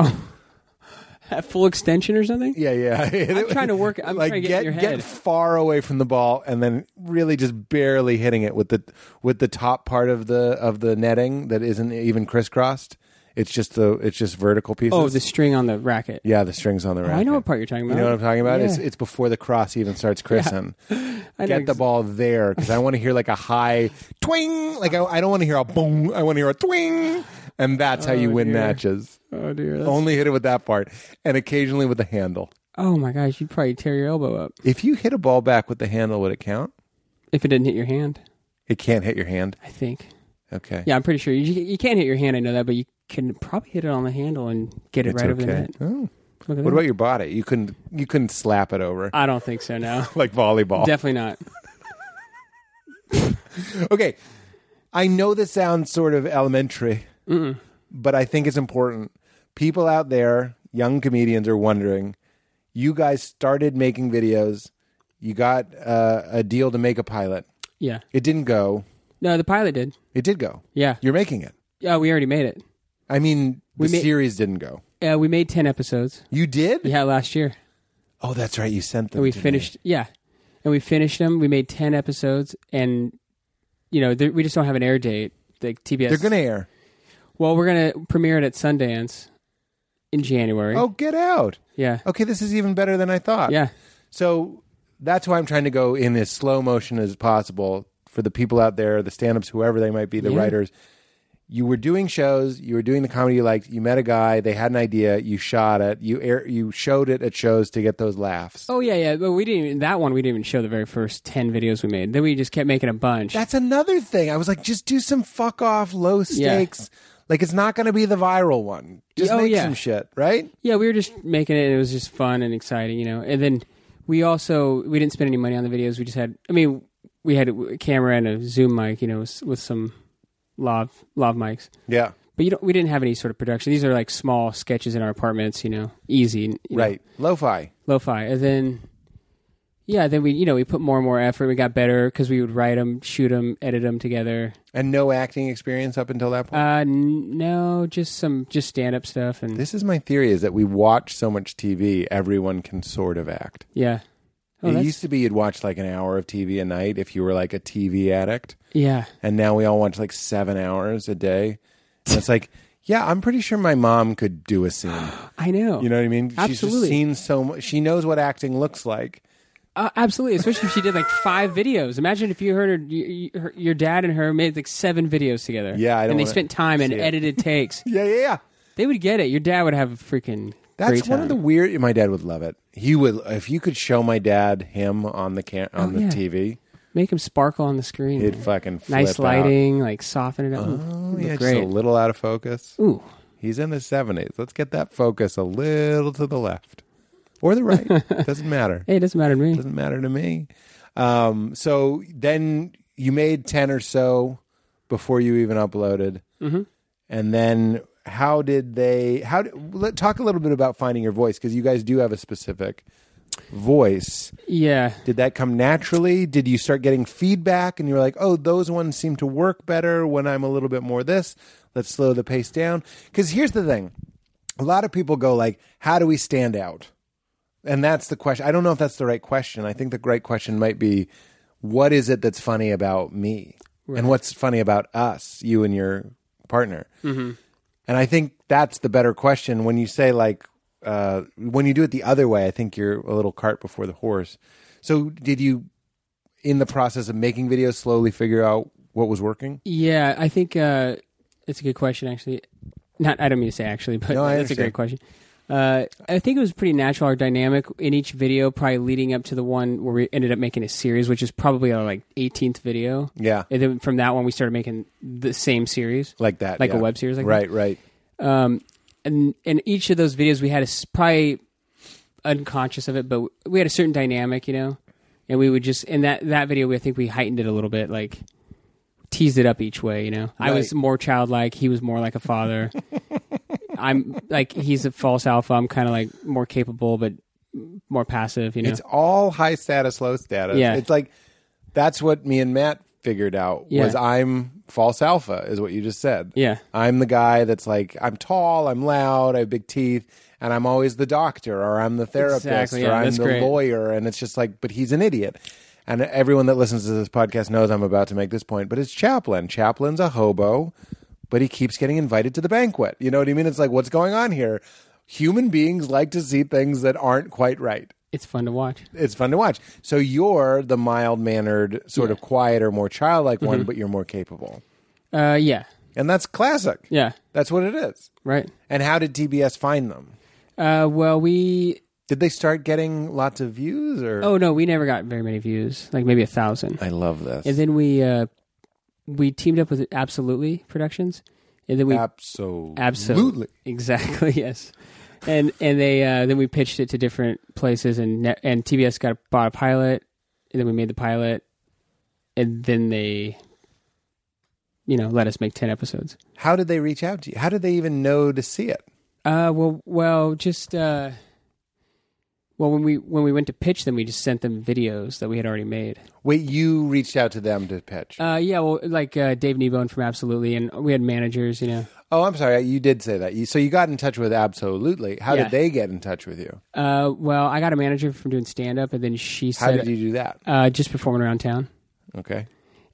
S5: At full extension or something.
S1: Yeah, yeah. I hit it with-
S5: trying to work- I'm
S1: like
S5: trying to
S1: get
S5: get in your head.
S1: far away from the ball, and then really just barely hitting it with the with the top part of the of the netting that isn't even crisscrossed. It's just the it's just vertical pieces.
S5: Oh, the string on the racket.
S1: yeah, the strings on the racket.
S5: I know what part you're talking about.
S1: You know what I'm talking about? It's
S5: Yeah.
S1: it's before the cross even starts christening.
S5: I know
S1: Get the
S5: ex-
S1: ball there because I want to hear like a high twing. Like I, I don't want to hear a boom. I want to hear a twing, and that's how you win
S5: Oh, dear.
S1: matches.
S5: Oh dear. that's-
S1: Only hit it with that part, and occasionally with the handle.
S5: oh my gosh, you'd probably tear your elbow up
S1: If you hit a ball back with the handle, would it count?
S5: if it didn't hit your hand.
S1: It can't hit your hand.
S5: I think.
S1: Okay.
S5: Yeah, I'm pretty sure you, you can't hit your hand. I know that, but you can probably hit it on the handle and get it
S1: It's
S5: right over the
S1: okay.
S5: net.
S1: Oh.
S5: Look at
S1: What
S5: that.
S1: about your body? You couldn't you couldn't slap it over
S5: I don't think so. No,
S1: like volleyball.
S5: definitely not.
S1: okay. I know this sounds sort of elementary, but I think it's important. People out there, young comedians, are wondering you guys started making videos, you got uh, a deal to make a pilot.
S5: Yeah.
S1: It didn't go.
S5: No, the pilot did.
S1: It did go.
S5: Yeah.
S1: You're making it.
S5: Yeah, we already made it.
S1: I mean, the
S5: We ma-
S1: series didn't go.
S5: Yeah, we made ten episodes.
S1: You did?
S5: Yeah, last year.
S1: Oh, that's right. You sent them.
S5: and we
S1: to me.
S5: finished yeah and we finished them we made 10 episodes and you know there- we just don't have an air date like tbs
S1: They're going to air.
S5: well we're gonna premiere it at sundance in january
S1: Oh, get out.
S5: yeah
S1: Okay, this is even better than I thought.
S5: yeah
S1: So that's why I'm trying to go in as slow motion as possible for the people out there, the stand ups, whoever they might be, the
S5: Yeah.
S1: writers. You were doing shows, you were doing the comedy you liked, you met a guy, they had an idea, you shot it, you air, you showed it at shows to get those laughs.
S5: oh yeah yeah but we didn't even that one we didn't even show the very first 10 videos we made then we just kept making a bunch
S1: That's another thing. I was like, just do some fuck off low stakes. Like it's not going to be the viral one. Just
S5: Oh,
S1: make
S5: yeah.
S1: some shit, right?
S5: yeah we were just making it and it was just fun and exciting you know and then we also we didn't spend any money on the videos we just had i mean we had a camera and a zoom mic you know with, with some lav lav mics
S1: Yeah.
S5: But you don't, we didn't have any sort of production. These are like small sketches in our apartments, you know, easy, you know,
S1: Right. Lo-fi.
S5: lo-fi. And then, yeah, then we, you know, we put more and more effort. We got better because we would write them, shoot them, edit them together.
S1: And no acting experience up until that point.
S5: Uh, n- no, just some, just stand-up stuff, and
S1: This is my theory: is that we watch so much TV, everyone can sort of act.
S5: yeah, oh,
S1: it
S5: that's,
S1: used to be you'd watch like an hour of TV a night if you were like a TV addict,
S5: yeah,
S1: and now we all watch like seven hours a day. And it's like, yeah, I'm pretty sure my mom could do a scene.
S5: I know,
S1: You know what I mean? She's just
S5: Absolutely.
S1: seen so much. She knows what acting looks like.
S5: uh, absolutely. Especially if she did like five videos. Imagine if you heard her, you, you- her, your dad and her made like seven videos together.
S1: Yeah, I don't
S5: and they
S1: wanna
S5: spent time and
S1: see it.
S5: edited takes.
S1: Yeah, yeah, yeah.
S5: they would get it. Your dad would have a freaking. great
S1: That's one
S5: time.
S1: of the weird. My dad would love it. He would if you could show my dad him on the can on
S5: Oh,
S1: the
S5: yeah.
S1: TV.
S5: Make them sparkle on the screen.
S1: He'd fucking flip
S5: nice
S1: out.
S5: lighting, like soften it up.
S1: Oh,
S5: Ooh,
S1: yeah, just a
S5: great.
S1: little out of focus.
S5: Ooh,
S1: He's in the 70s. Let's get that focus a little to the left or the right. Doesn't matter.
S5: hey, it doesn't matter to me.
S1: Doesn't matter to me. Um, so then you made 10 or so before you even uploaded. Mm-hmm. And then how did they, how, did- let, talk a little bit about finding your voice because you guys do have a specific voice.
S5: Yeah,
S1: Did that come naturally? Did you start getting feedback and you're like, oh, those ones seem to work better when I'm a little bit more this? Let's slow the pace down. Because here's the thing a lot of people go, like, how do we stand out? And that's the question. I don't know if that's the right question. I think the right question might be, what is it that's funny about me? And what's funny about us, you and your partner? And I think that's the better question when you say like uh, when you do it the other way. I think you're a little cart before the horse. So did you, in the process of making videos, slowly figure out what was working?
S5: yeah. I think uh, it's a good question, actually. Not, I don't mean to say actually, but
S1: No, I
S5: that's a
S1: understand.
S5: great question. Uh, I think it was pretty natural or dynamic in each video, probably leading up to the one where we ended up making a series, which is probably our like 18th video.
S1: Yeah,
S5: And then from that one, we started making the same series.
S1: like that,
S5: Like a
S1: yeah.
S5: web series like
S1: right,
S5: that?
S1: right.
S5: um, and in each of those videos we had a s- probably unconscious of it, but we had a certain dynamic, you know, and we would just in that that video we I think we heightened it a little bit, like teased it up each way, you know. I was
S1: Right.
S5: more childlike, he was more like a father. I'm like he's a false alpha. I'm kind of like more capable, but more passive, you know.
S1: It's all high status, low status.
S5: Yeah.
S1: It's like that's what me and Matt figured out
S5: Yeah.
S1: was I'm false alpha is what you just said.
S5: Yeah.
S1: I'm the guy that's like I'm tall, I'm loud, I have big teeth, and I'm always the doctor or I'm the therapist
S5: Exactly,
S1: or
S5: yeah,
S1: I'm
S5: that's
S1: the
S5: great.
S1: lawyer and it's just like but he's an idiot. And everyone that listens to this podcast knows I'm about to make this point, but it's Chaplin. Chaplin's a hobo, but he keeps getting invited to the banquet. You know what I mean? It's like what's going on here? Human beings like to see things that aren't quite right
S5: it's fun to watch.
S1: it's fun to watch. So you're the mild mannered, sort of quieter, more childlike
S5: Mm-hmm.
S1: one, but you're more capable.
S5: Uh, yeah,
S1: And that's classic.
S5: yeah,
S1: That's what it is.
S5: right.
S1: And how did TBS find them?
S5: Uh, well, we
S1: Did they start getting lots of views or
S5: oh no, we never got very many views, like maybe a thousand.
S1: I love this.
S5: And then we uh, we teamed up with Absolutely Productions And then we
S1: Absolutely.
S5: Absolutely. Exactly. Yes. And and they uh, then we pitched it to different places, and ne- and TBS got bought a pilot, and then we made the pilot, and then they, you know, let us make ten episodes.
S1: How did they reach out to you? How did they even know to see it?
S5: Uh, well, well, just uh, well, when we when we went to pitch them, we just sent them videos that we had already made.
S1: Wait, you reached out to them to pitch.
S5: Uh, yeah, well, like uh, Dave Nebone from Absolutely, and we had managers, you know.
S1: oh, I'm sorry. You did say that. You, so you got in touch with Absolutely. How
S5: Yeah.
S1: did they get in touch with you?
S5: Uh, well, I got a manager from doing stand up, and then she
S1: How
S5: said,
S1: did you do that?
S5: uh, just performing around town.
S1: Okay.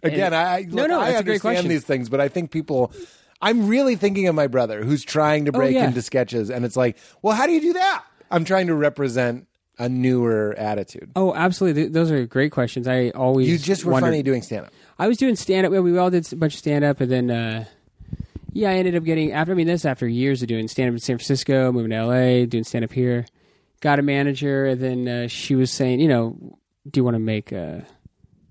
S1: Again, I I- look,
S5: No, no,
S1: I
S5: that's a great
S1: understand
S5: question.
S1: these things, but I think people. I'm really thinking of my brother who's trying to break
S5: Oh, yeah.
S1: into sketches, and it's like, well, how do you do that? I'm trying to represent a newer attitude.
S5: Oh, absolutely. Th- Those are great questions. I always
S1: you just were
S5: wondered-
S1: funny doing stand up.
S5: I was doing stand up. We all did a bunch of stand up, and then uh, yeah, I ended up getting after. I mean, this after years of doing stand up in San Francisco, moving to L.A., doing stand up here. Got a manager, and then uh, she was saying, you know, do you want to make? Uh,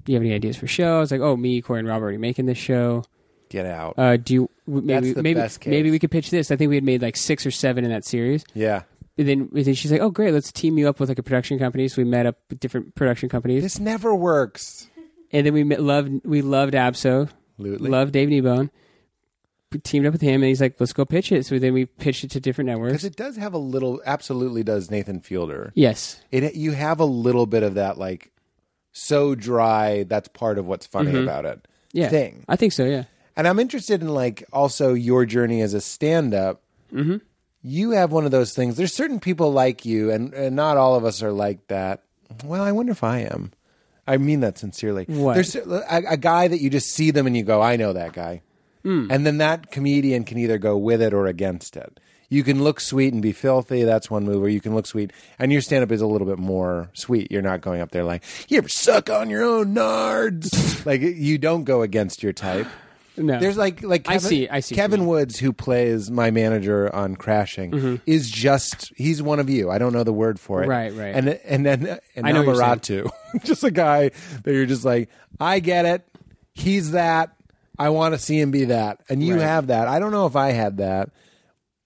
S5: do you have any ideas for shows? like, oh, me, Corey, and Rob are already making this show.
S1: Get out.
S5: Uh, do you w- maybe
S1: That's the
S5: maybe
S1: best case.
S5: maybe we could pitch this? I think we had made like six or seven in that series.
S1: yeah.
S5: And then, and then she's like, "Oh, great, let's team you up with like a production company." So we met up with different production companies.
S1: This never works.
S5: and then we met, loved we loved Abso,
S1: Absolutely.
S5: loved Dave Nebone. We teamed up with him, and he's like, "Let's go pitch it." So then we pitched it to different networks.
S1: Because it does have a little, absolutely does Nathan Fielder.
S5: yes,
S1: It you have a little bit of that like so dry. That's part of what's funny about it.
S5: yeah,
S1: Thing.
S5: I think so. Yeah,
S1: And I'm interested in like also your journey as a stand up. You have one of those things. There's certain people like you, and, and not all of us are like that. Well, I wonder if I am. I mean that sincerely.
S5: What?
S1: There's a, a guy that you just see them and you go, I know that guy. And then that comedian can either go with it or against it. You can look sweet and be filthy. That's one move. Or you can look sweet, and your stand up is a little bit more sweet. You're not going up there like, you ever suck on your own nards? like, you don't go against your type.
S5: no,
S1: There's like like
S5: I
S1: Kevin,
S5: see- I see what you
S1: Kevin
S5: mean. Mm-hmm.
S1: Woods, who plays my manager on Crashing, is just he's one of you. I don't know the word for it.
S5: Right, right.
S1: And and then and
S5: I know what you're
S1: Namaratu, just a guy that you're just like, I get it. He's that. I want to see him be that. And you
S5: Right.
S1: have that. I don't know if I had that.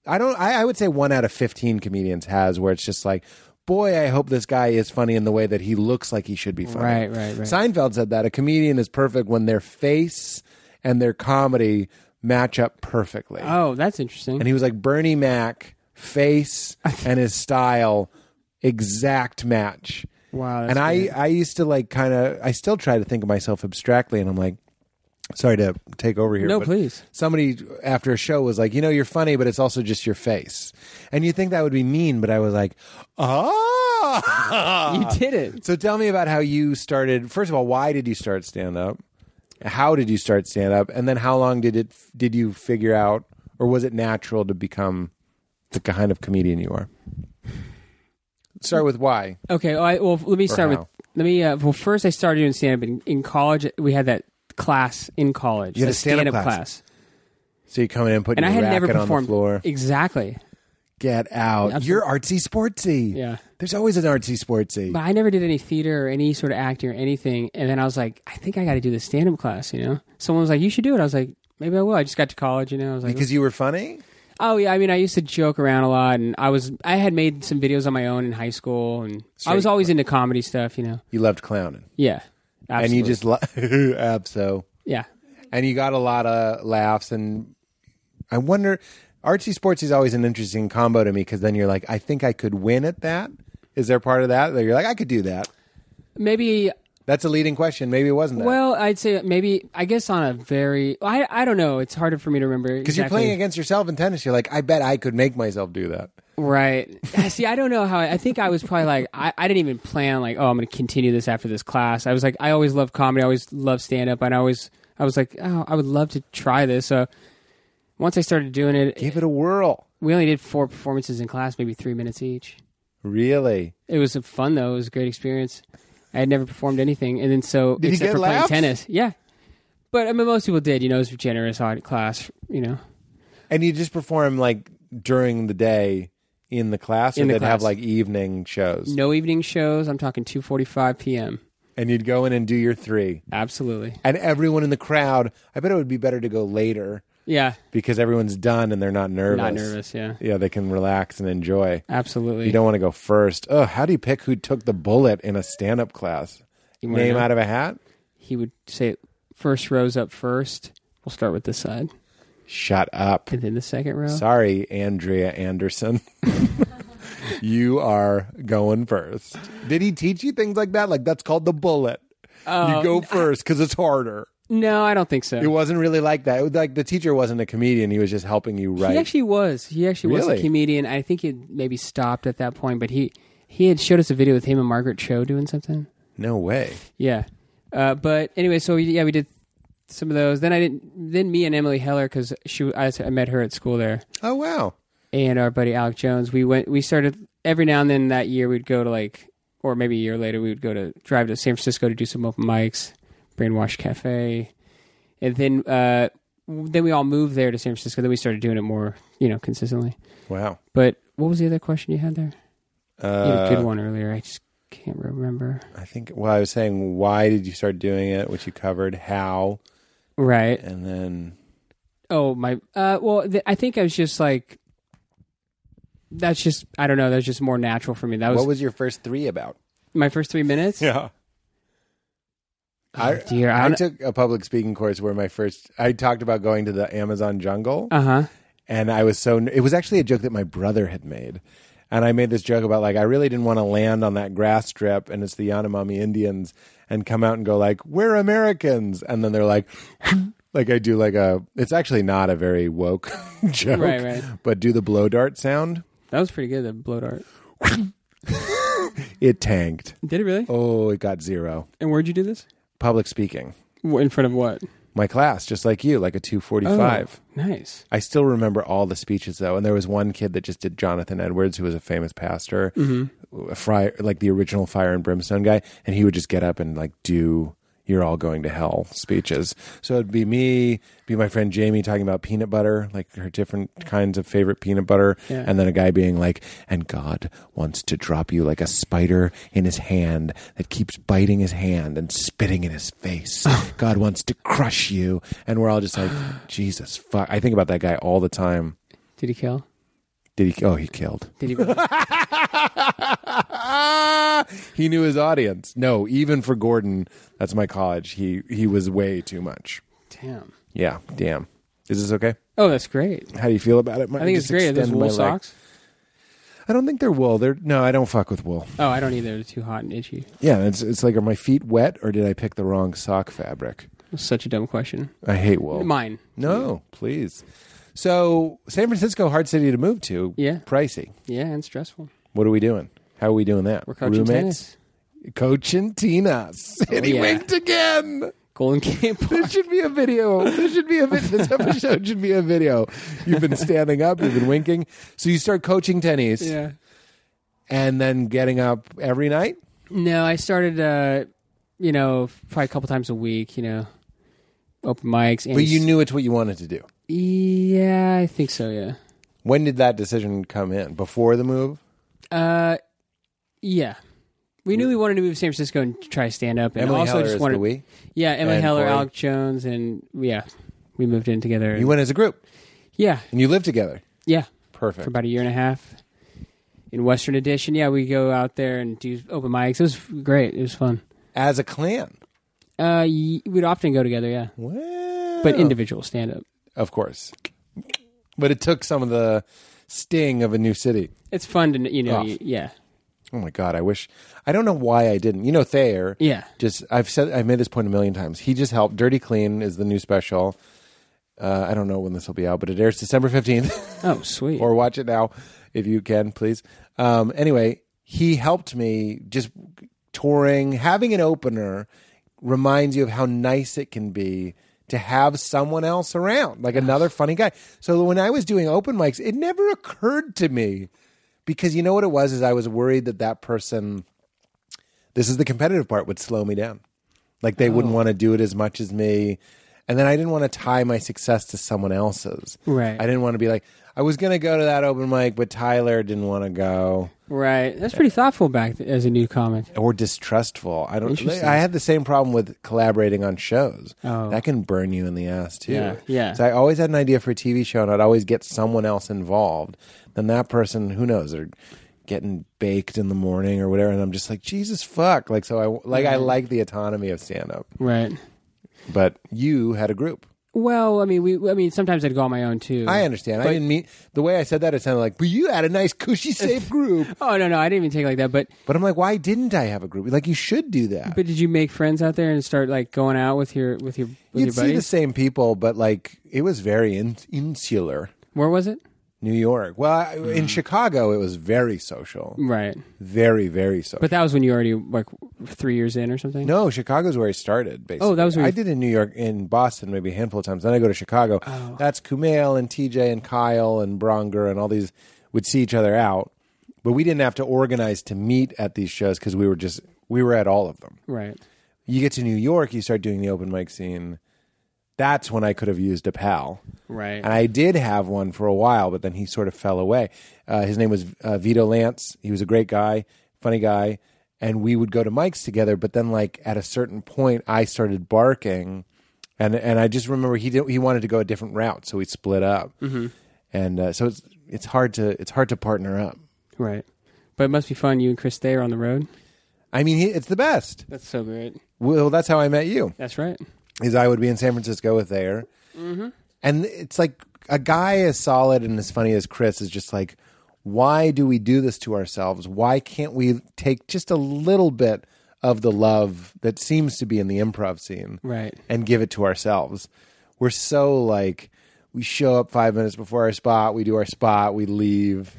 S1: I don't. I, I would say one out of fifteen comedians has where it's just like. Boy, I hope this guy is funny in the way that he looks like he should be funny.
S5: Right, right, right.
S1: Seinfeld said that a comedian is perfect when their face and their comedy match up perfectly.
S5: oh, that's interesting.
S1: And he was like Bernie Mac, face and his style, exact match.
S5: Wow, that's
S1: And I, I used to like kind of, I still try to think of myself abstractly, and I'm like, sorry to take over here.
S5: No,
S1: but
S5: please.
S1: Somebody after a show was like, you know, you're funny, but it's also just your face. And you think that would be mean, but I was like, ah.
S5: you did it.
S1: So tell me about how you started. First of all, why did you start stand up? How did you start stand up? And then how long did it did you figure out or was it natural to become the kind of comedian you are? Start with why.
S5: Okay. Well, I, well let me start
S1: how?
S5: with let me. Uh, well, first I started doing stand up in, in college. We had that class in college.
S1: You had
S5: that
S1: a stand-up
S5: stand-up
S1: class. So you come in and put
S5: and I
S1: your
S5: had
S1: racket
S5: never
S1: on
S5: performed.
S1: the floor.
S5: Exactly,
S1: Get out.
S5: absolutely.
S1: You're artsy sportsy.
S5: Yeah.
S1: There's always an artsy sportsy.
S5: but I never did any theater or any sort of acting or anything. And then I was like, I think I got to do the stand up class. You know, someone was like, you should do it. I was like, maybe I will. I just got to college. You know, I was like,
S1: Because you were funny?
S5: Oh yeah, I mean, I used to joke around a lot, and I was I had made some videos on my own in high school, and I was
S1: Straight
S5: always into comedy stuff, you know.
S1: You loved clowning.
S5: Yeah,
S1: And you
S5: absolutely.
S1: just lo- abso.
S5: yeah,
S1: and you got a lot of laughs and i wonder artsy sports is always an interesting combo to me because then you're like i think i could win at that is there part of that that you're like i could do that
S5: maybe.
S1: that's a leading question maybe it wasn't that
S5: Well, I'd say maybe I guess on a very I I don't know. It's harder for me to remember
S1: because you're playing against yourself in tennis you're like i bet i could make myself do that
S5: Right. See, I don't know how. I think I was probably like I, I didn't even plan like oh I'm going to continue this after this class. I was like I always loved comedy. I always loved stand up, and I always I was like oh I would love to try this. So once I started doing it,
S1: give it a whirl
S5: we only did four performances in class, maybe three minutes each.
S1: really
S5: It was fun though. It was a great experience. I had never performed anything, and then so
S1: you
S5: except
S1: get
S5: for
S1: laughs?
S5: playing tennis, yeah. But I mean, most people did. You know, it was a generous odd class. You know,
S1: and you just perform like during the day in the class or
S5: In the
S1: they'd have
S5: class.
S1: like evening shows
S5: no evening shows. I'm talking 2:45 p.m.
S1: and you'd go in and do your three
S5: Absolutely.
S1: and everyone in the crowd i bet it would be better to go later
S5: Yeah.
S1: because everyone's done and they're not nervous.
S5: Not nervous. Yeah.
S1: Yeah, they can relax and enjoy.
S5: Absolutely.
S1: You don't want to go first. Oh, how do you pick who took the bullet in a stand-up class?
S5: You wanna
S1: Name
S5: know?
S1: out of a hat?
S5: He would say, first row's up first. We'll start with this side.
S1: Shut up.
S5: And then the second row.
S1: Sorry, Andrea Anderson. you are going first. Did he teach you things like that? Like that's called the bullet.
S5: Um,
S1: you go first because it's harder.
S5: No, I don't think so.
S1: It wasn't really like that. It was like the teacher wasn't a comedian; he was just helping you write.
S5: He actually was. He actually was
S1: Really?
S5: a comedian. I think he had maybe stopped at that point, but he he had showed us a video with him and Margaret Cho doing something.
S1: no way.
S5: Yeah. Uh, but anyway, so we, yeah, we did some of those. Then I didn't. Then me and Emily Heller, because she I, I met her at school there,
S1: Oh wow.
S5: and our buddy Alec Jones. We went. We started every now and then that year. We'd go to like, or maybe a year later, we would go to drive to San Francisco to do some open mics, Brainwash Cafe, and then uh, then we all moved there to San Francisco. Then we started doing it more, you know, consistently.
S1: Wow.
S5: But what was the other question you had there? You had
S1: Uh,
S5: a good one earlier. I just can't remember.
S1: I think. Well, I was saying, why did you start doing it? Which you covered. How?
S5: Right.
S1: And then
S5: Oh my. Uh. Well, th- I think I was just like. That's just I don't know. That's just more natural for me. That was,
S1: what was your first three about?
S5: my first three minutes.
S1: Yeah. I,
S5: dear, I
S1: I,
S5: don't-
S1: took a public speaking course where my first I talked about going to the Amazon jungle
S5: Uh huh.
S1: and I was so it was actually a joke that my brother had made. And I made this joke about like I really didn't want to land on that grass strip and it's the Yanomami Indians and come out and go like we're Americans and then they're like like I do like a it's actually not a very woke joke
S5: Right, right.
S1: but do the blow dart sound
S5: That was pretty good. The blow dart.
S1: it tanked
S5: Did it really?
S1: oh it got zero
S5: And where'd you do this?
S1: public speaking
S5: In front of what?
S1: my class just like you like a 245
S5: Oh. Nice.
S1: I still remember all the speeches though, and there was one kid that just did Jonathan Edwards, who was a famous pastor, a fry, like the original Fire and Brimstone guy, and he would just get up and like do "You're all going to hell" speeches. So it'd be me, be my friend Jamie talking about peanut butter, like her different kinds of favorite peanut butter,
S5: Yeah.
S1: and then a guy being like, "And God wants to drop you like a spider in his hand that keeps biting his hand and spitting in his face. God wants to crush you." And we're all just like, "Jesus fuck!" I think about that guy all the time.
S5: Did he kill?
S1: Did he? Oh, he killed.
S5: Did he? really?
S1: he knew his audience. No, even for Gordon, that's my college. He he was way too much.
S5: Damn.
S1: Yeah, damn. Is this okay?
S5: Oh, that's great.
S1: How do you feel about it? Might
S5: I think it's
S1: just
S5: great. Are those
S1: extend
S5: wool
S1: my leg.
S5: socks?
S1: I don't think they're wool. They're no. I don't fuck with wool.
S5: Oh, I don't either. They're too hot and itchy.
S1: Yeah, it's it's like are my feet wet or did I pick the wrong sock fabric?
S5: That's such a dumb question.
S1: I hate wool.
S5: Mine.
S1: No, please. So San Francisco, hard city to move to.
S5: Yeah.
S1: pricey.
S5: Yeah, and stressful.
S1: What are we doing? How are we doing that?
S5: We're coaching tennis. Oh,
S1: Coaching Tina. City
S5: yeah.
S1: winked again.
S5: Golden Gate Park.
S1: This should be a video. This should be a vid- this episode should be a video. You've been standing up, you've been winking. So you start coaching tennis
S5: Yeah.
S1: and then getting up every night.
S5: No, I started, uh, you know, probably a couple times a week, you know, open mics. And
S1: But you knew it's what you wanted to do.
S5: Yeah, I think so, yeah.
S1: When did that decision come in? Before the move?
S5: Uh, yeah. We knew we wanted to move to San Francisco and try stand up. And
S1: Emily
S5: also
S1: Heller
S5: just
S1: is
S5: wanted,
S1: the we.
S5: Yeah, Emily
S1: and
S5: Heller,
S1: Corey.
S5: Alec Jones, and yeah, we moved in together.
S1: You went as a group
S5: yeah,
S1: and you lived together.
S5: yeah,
S1: Perfect.
S5: for about a year and a half. In Western Edition, yeah, we go out there and do open mics. It was great. It was fun.
S1: As a clan.
S5: Uh, y- we'd often go together, yeah,
S1: Wow.
S5: but individual stand up.
S1: of course. But it took some of the sting of a new city.
S5: It's fun to kn- you know,
S1: Off.
S5: you, yeah,
S1: Oh my god, I wish I don't know why I didn't. You know Thayer.
S5: Yeah.
S1: Just I've said I've made this point a million times. He just helped. Dirty Clean is the new special. Uh, I don't know when this will be out, but it airs December fifteenth.
S5: Oh, sweet.
S1: or watch it now if you can, please. Um, anyway, he helped me just touring, having an opener reminds you of how nice it can be to have someone else around, like another funny guy. So when I was doing open mics, it never occurred to me because you know what it was is I was worried that that person this is the competitive part would slow me down. Like they wouldn't want to do it as much as me. And then I didn't want to tie my success to someone else's.
S5: Right.
S1: I didn't want to be like, I was going to go to that open mic, but Tyler didn't want to go.
S5: Right. That's pretty thoughtful back th- as a new comic.
S1: or distrustful. I don't.
S5: Interesting.
S1: I had the same problem with collaborating on shows.
S5: Oh.
S1: That can burn you in the ass too.
S5: Yeah, yeah.
S1: So I always had an idea for a TV show, and I'd always get someone else involved. Then that person, who knows, they're getting baked in the morning or whatever, and I'm just like, Jesus fuck! Like so, I like
S5: Mm-hmm.
S1: I like the autonomy of stand up,
S5: Right.
S1: but you had a group.
S5: Well, I mean, we. I mean, sometimes I'd go on my own too.
S1: I understand. I didn't mean the way I said that. It sounded like, but you had a nice, cushy, safe group.
S5: Oh no, no, I didn't even take it like that. But
S1: But I'm like, why didn't I have a group? Like, you should do that.
S5: but did you make friends out there and start like going out with your with your with
S1: You'd
S5: your
S1: see the
S5: buddies?
S1: same people, but like it was very in- insular.
S5: Where was it?
S1: New York. Well, I,
S5: Mm.
S1: in Chicago, it was very social,
S5: Right.
S1: very very social.
S5: Mm. But that was when you already like three years in or something.
S1: no, Chicago's where I started. Basically,
S5: Oh, that was where
S1: I
S5: you-
S1: did in New York, in Boston, maybe a handful of times. Then I go to Chicago.
S5: Oh.
S1: That's Kumail and TJ and Kyle and Bronger and all these would see each other out, but we didn't have to organize to meet at these shows because we were just we were at all of them.
S5: Right.
S1: You get to New York, you start doing the open mic scene. That's when I could have used a pal.
S5: Right.
S1: And I did have one for a while, but then he sort of fell away. Uh, his name was uh, Vito Lance. He was a great guy, funny guy, and we would go to mics together. But then, like at a certain point, I started barking, and and I just remember he did, he wanted to go a different route, so we split up. Mm-hmm. And uh, so it's it's hard to it's hard to partner up.
S5: right. But it must be fun. You and Chris Thayer on the road.
S1: I mean, he, it's the best.
S5: That's so great.
S1: Well, that's how I met you.
S5: That's right.
S1: is I would be in San Francisco with Thayer.
S5: Mm-hmm.
S1: And it's like a guy as solid and as funny as Chris is just like, why do we do this to ourselves? Why can't we take just a little bit of the love that seems to be in the improv scene
S5: Right.
S1: and give it to ourselves? We're so like, we show up five minutes before our spot, we do our spot, we leave.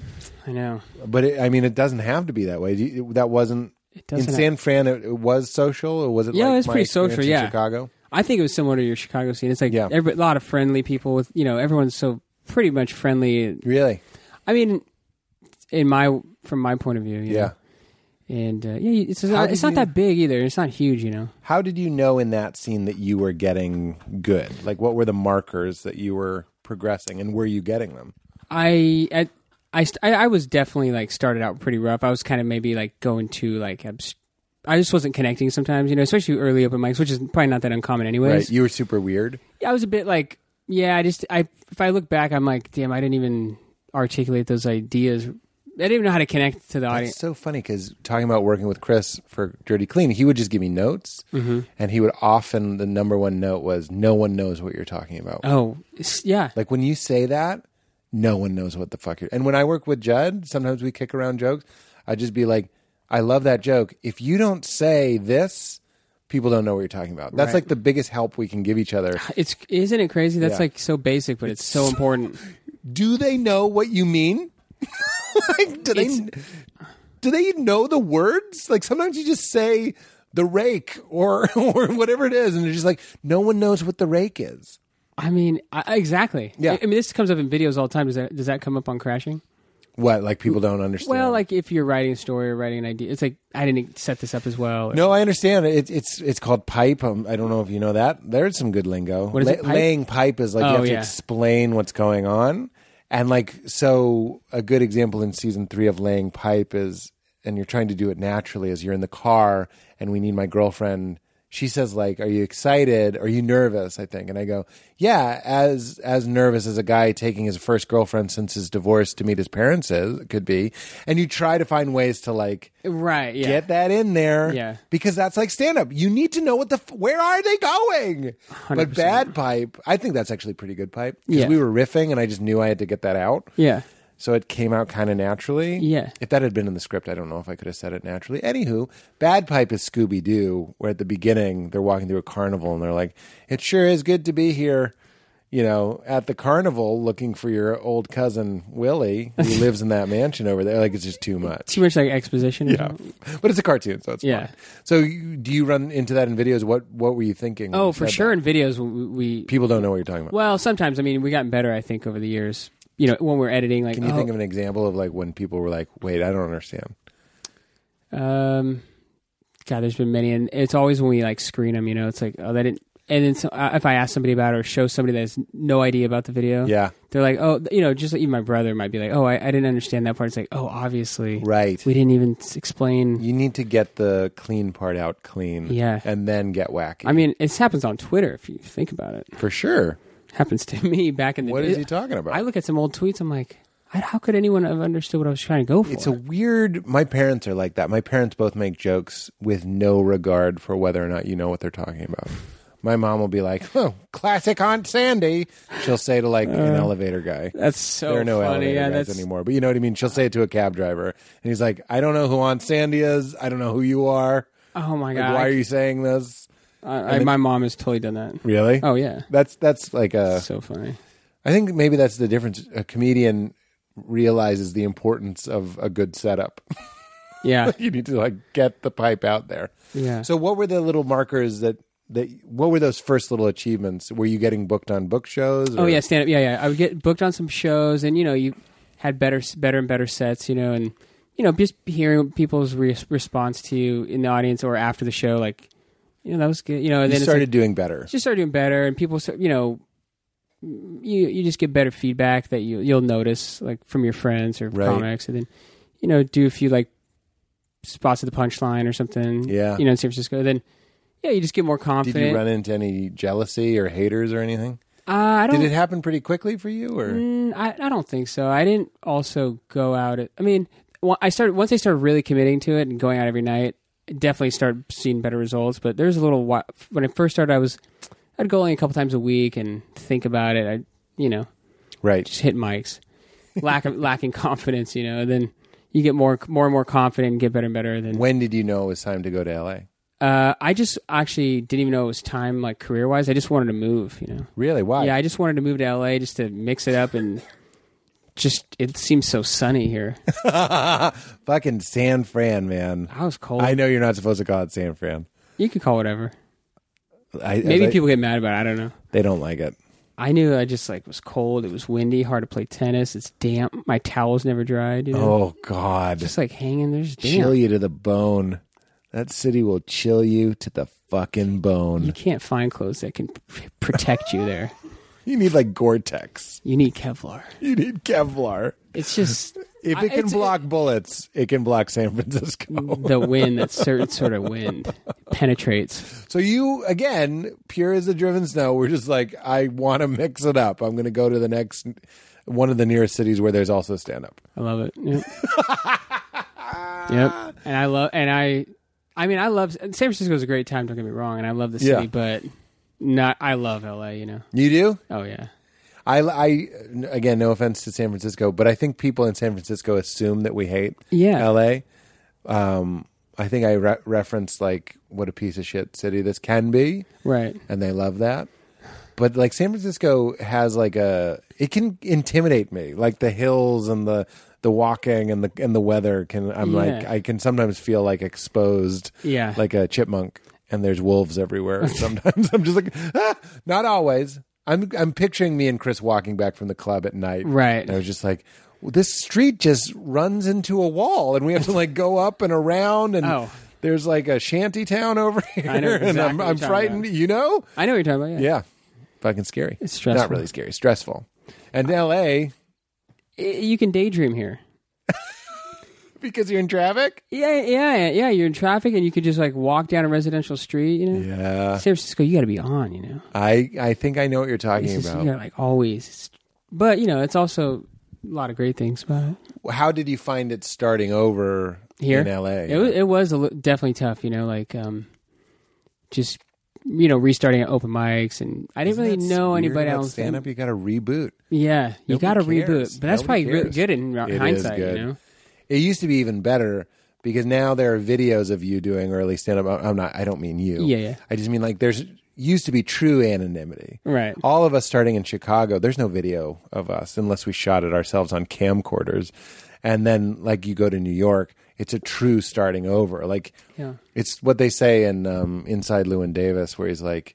S5: I know.
S1: But it, I mean, it doesn't have to be that way. Do you- That wasn't. In
S5: doesn't have-
S1: San Fran, it, it was social, or was it?
S5: Yeah,
S1: like
S5: it was
S1: my
S5: pretty social,
S1: experience in
S5: yeah.
S1: Chicago.
S5: I think it was similar to your Chicago scene. It's like
S1: Yeah.
S5: everybody- a lot of friendly people with you know everyone's so pretty much friendly.
S1: Really?
S5: I mean, in my from my point of view, you
S1: yeah.
S5: know. And uh, yeah, it's
S1: How
S5: not,
S1: did
S5: it's not
S1: you-
S5: that big either. It's not huge, you know.
S1: How did you know in that scene that you were getting good? Like, what were the markers that you were progressing, and were you getting them?
S5: I at, I, st- I I was definitely like started out pretty rough. I was kind of maybe like going to like abs- I just wasn't connecting sometimes, you know, especially early open mics, which is probably not that uncommon anyways.
S1: Right? You were super weird.
S5: Yeah, I was a bit like, yeah, I just, I if I look back, I'm like, damn, I didn't even articulate those ideas. I didn't even know how to connect to the
S1: It's
S5: audience.
S1: so funny because talking about working with Chris for Dirty Clean, he would just give me notes, and he would often the number one note was, "No one knows what you're talking about."
S5: Oh, it's- yeah,
S1: Like when you say that, no one knows what the fuck you're. And when I work with Judd, sometimes we kick around jokes. I just be like, I love that joke. If you don't say this, people don't know what you're talking about. That's
S5: Right.
S1: like the biggest help we can give each other.
S5: it's isn't it crazy? That's
S1: Yeah.
S5: like so basic, but it's, so important.
S1: Do they know what you mean? like, do they do they know the words? Like sometimes you just say the rake or or whatever it is, and it's just like no one knows what the rake is.
S5: I mean, I, I- exactly.
S1: Yeah.
S5: I, I mean, this comes up in videos all the time. Does that does that come up on crashing?
S1: What like people don't understand.
S5: Well, like if you're writing a story or writing an idea, it's like I didn't set this up as well. or-
S1: No, I understand. It, it's it's called pipe. Um, I don't know if you know that. There's some good lingo.
S5: What is it, pipe?
S1: Laying pipe is like you
S5: Oh,
S1: have to
S5: yeah.
S1: explain what's going on, and like so a good example in season three of laying pipe is, and you're trying to do it naturally as you're in the car, and we need my girlfriend. She says like, "Are you excited? Are you nervous?" I think, and I go, "Yeah, as as nervous as a guy taking his first girlfriend since his divorce to meet his parents is could be." And you try to find ways to like
S5: right? Yeah,
S1: get that in there
S5: Yeah.
S1: because that's like stand up you need to know what the f- where are they going but
S5: 100%.
S1: bad pipe i think that's actually pretty good pipe because
S5: Yeah.
S1: we were riffing and i just knew i had to get that out
S5: yeah.
S1: so it came out kind of naturally
S5: Yeah.
S1: if that had been in the script i don't know if i could have said it naturally anywho bad pipe is scooby-doo where at the beginning they're walking through a carnival and they're like it sure is good to be here you know, at the carnival, looking for your old cousin Willie, who lives in that mansion over there. Like, it's just too much.
S5: Too much like exposition. or
S1: Yeah,
S5: something.
S1: but it's a cartoon, so it's
S5: Yeah.
S1: fine. So you, do you run into that in videos? What What were you thinking? when
S5: Oh,
S1: you
S5: for
S1: said
S5: sure.
S1: that?
S5: In videos, we, we
S1: People don't know what you're talking about.
S5: well sometimes. I mean, we gotten better. I think over the years. You know, when we're editing, like
S1: Can you
S5: oh,
S1: think of an example of like when people were like, "Wait, I don't understand."
S5: Um, God, there's been many, and it's always when we like screen them. You know, it's like, oh, they didn't. and then so, uh, if I ask somebody about it or show somebody that has no idea about the video,
S1: Yeah.
S5: they're like, oh, you know, just like even my brother might be like, oh, I, I didn't understand that part. It's like, oh, obviously,
S1: Right.
S5: We didn't even s- explain.
S1: You need to get the clean part out clean.
S5: Yeah.
S1: And then get wacky.
S5: I mean, it happens on Twitter if you think about it.
S1: for sure.
S5: happens to me back in the
S1: What
S5: day.
S1: is he talking about?
S5: I look at some old tweets. I'm like, I- how could anyone have understood what I was trying to go for?
S1: It's a weird. My parents are like that. My parents both make jokes with no regard for whether or not you know what they're talking about. My mom will be like, "Oh, classic Aunt Sandy." She'll say to like
S5: Uh.
S1: an elevator guy.
S5: that's so
S1: there are no
S5: Oh, funny.
S1: elevator
S5: Yeah,
S1: guys
S5: that's
S1: anymore. But you know what I mean. She'll say it to a cab driver, and he's like, "I don't know who Aunt Sandy is. I don't know who you are.
S5: oh my
S1: Like,
S5: god.
S1: why are you saying this?
S5: I, I, my mom has totally done that.
S1: Really?
S5: Oh yeah,
S1: That's that's like a.
S5: so funny.
S1: I think maybe that's the difference. A comedian realizes the importance of a good setup.
S5: Yeah,
S1: you need to like get the pipe out there.
S5: Yeah.
S1: So what were the little markers that that what were those first little achievements? Were you getting booked on book shows?
S5: Oh
S1: or-
S5: yeah, stand up. Yeah, yeah. I would get booked on some shows, and you know, you had better, better and better sets. You know, and you know, just hearing people's re- response to you in the audience or after the show, like, you know, that was good. You know, and
S1: you
S5: then
S1: started
S5: it's
S1: doing better.
S5: like, just started doing better, and people, start, you know, you you just get better feedback that you you'll notice like from your friends or
S1: Right.
S5: comics, and then you know, do a few like spots at the punchline or something.
S1: Yeah.
S5: you know, in San Francisco, then. Yeah, you just get more
S1: Did
S5: confident.
S1: you run into any jealousy or haters or anything?
S5: uh, I don't
S1: Did it happen pretty quickly for you? Or
S5: Mm, I, I don't think so. I didn't also go out. At, I mean, wa- I started once I started really committing to it and going out every night. I definitely started seeing better results. But there's a little whi- when I first started, I was I'd go only a couple times a week and think about it. I you know
S1: right?
S5: just hit mics, lack of lacking confidence. You know, and then you get more more and more confident and get better and better. Then
S1: When did you know it was time to go to LA?
S5: uh, I just actually didn't even know it was time like career wise. I just wanted to move. You know.
S1: Really? Why?
S5: Yeah, I just wanted to move to LA just to mix it up and just it seems so sunny here.
S1: Fucking San Fran, man.
S5: I was cold.
S1: I know you're not supposed to call it San Fran.
S5: you could call whatever.
S1: I,
S5: Maybe
S1: I-
S5: people get mad about it. I don't know.
S1: they don't like it.
S5: I knew I just like was cold. It was windy, hard to play tennis. It's damp. My towels never dried. You know,
S1: Oh God,
S5: just like hanging there, just damp.
S1: chill you to the bone. That city will chill you to the fucking bone.
S5: You can't find clothes that can p- protect you there.
S1: You need like Gore-Tex.
S5: You need Kevlar.
S1: You need Kevlar.
S5: It's just
S1: If
S5: I-
S1: it can
S5: it's-
S1: block bullets, it can block San Francisco.
S5: the wind, that certain sort of wind penetrates.
S1: So you again, pure as the driven snow. We're just like, I want to mix it up. I'm going to go to the next one of the nearest cities where there's also stand up.
S5: I love it. Yep. yep. And I love, and I, I mean, I love San Francisco is a great time. Don't get me wrong, and I love the city,
S1: Yeah.
S5: but not. I love LA. You know.
S1: You do?
S5: Oh yeah.
S1: I, I again, no offense to San Francisco, but I think people in San Francisco assume that we hate
S5: Yeah.
S1: L.A. Um, I think I re- referenced like what a piece of shit city this can be.
S5: Right.
S1: and they love that. But like San Francisco has like a it can intimidate me. Like the hills and the the walking and the and the weather can I'm like
S5: Yeah.
S1: I can sometimes feel like exposed.
S5: Yeah.
S1: Like a chipmunk and there's wolves everywhere. Sometimes I'm just like ah! not always. I'm I'm picturing me and Chris walking back from the club at night.
S5: Right.
S1: And I was just like well, this street just runs into a wall and we have to like go up and around and
S5: Oh.
S1: there's like a shanty town over here
S5: know
S1: and
S5: exactly
S1: I'm,
S5: what
S1: I'm
S5: you're talking
S1: frightened, you know?
S5: I know what you're talking about. Yeah.
S1: Yeah. Fucking scary.
S5: It's stressful.
S1: Not really scary, stressful. And LA,
S5: I- you can daydream here.
S1: because you're in traffic?
S5: Yeah, yeah, yeah. You're in traffic, and you could just like walk down a residential street. You know.
S1: Yeah.
S5: San Francisco, you got to be on. You know.
S1: I, I think I know what you're talking
S5: It's just,
S1: about.
S5: you got like always. It's- But you know, it's also a lot of great things about it.
S1: How did you find it starting over
S5: here
S1: in LA?
S5: It was, it was a li- definitely tough, you know, like um, just you know restarting at open mics, and I didn't really know anybody else.
S1: Stand up, you got to reboot.
S5: Yeah, you got to
S1: Nobody
S5: reboot, but
S1: cares.
S5: that's
S1: Nobody
S5: probably re-
S1: cares.
S5: good in r-
S1: It is
S5: hindsight,
S1: good.
S5: you know.
S1: It used to be even better because now there are videos of you doing early stand up. I'm not. I don't mean you.
S5: Yeah, yeah.
S1: I just mean like there's used to be true anonymity.
S5: Right.
S1: All of us starting in Chicago. There's no video of us unless we shot it ourselves on camcorders, and then like you go to New York. It's a true starting over. Like
S5: Yeah.
S1: it's what they say in um, Inside Lewin Davis, where he's like,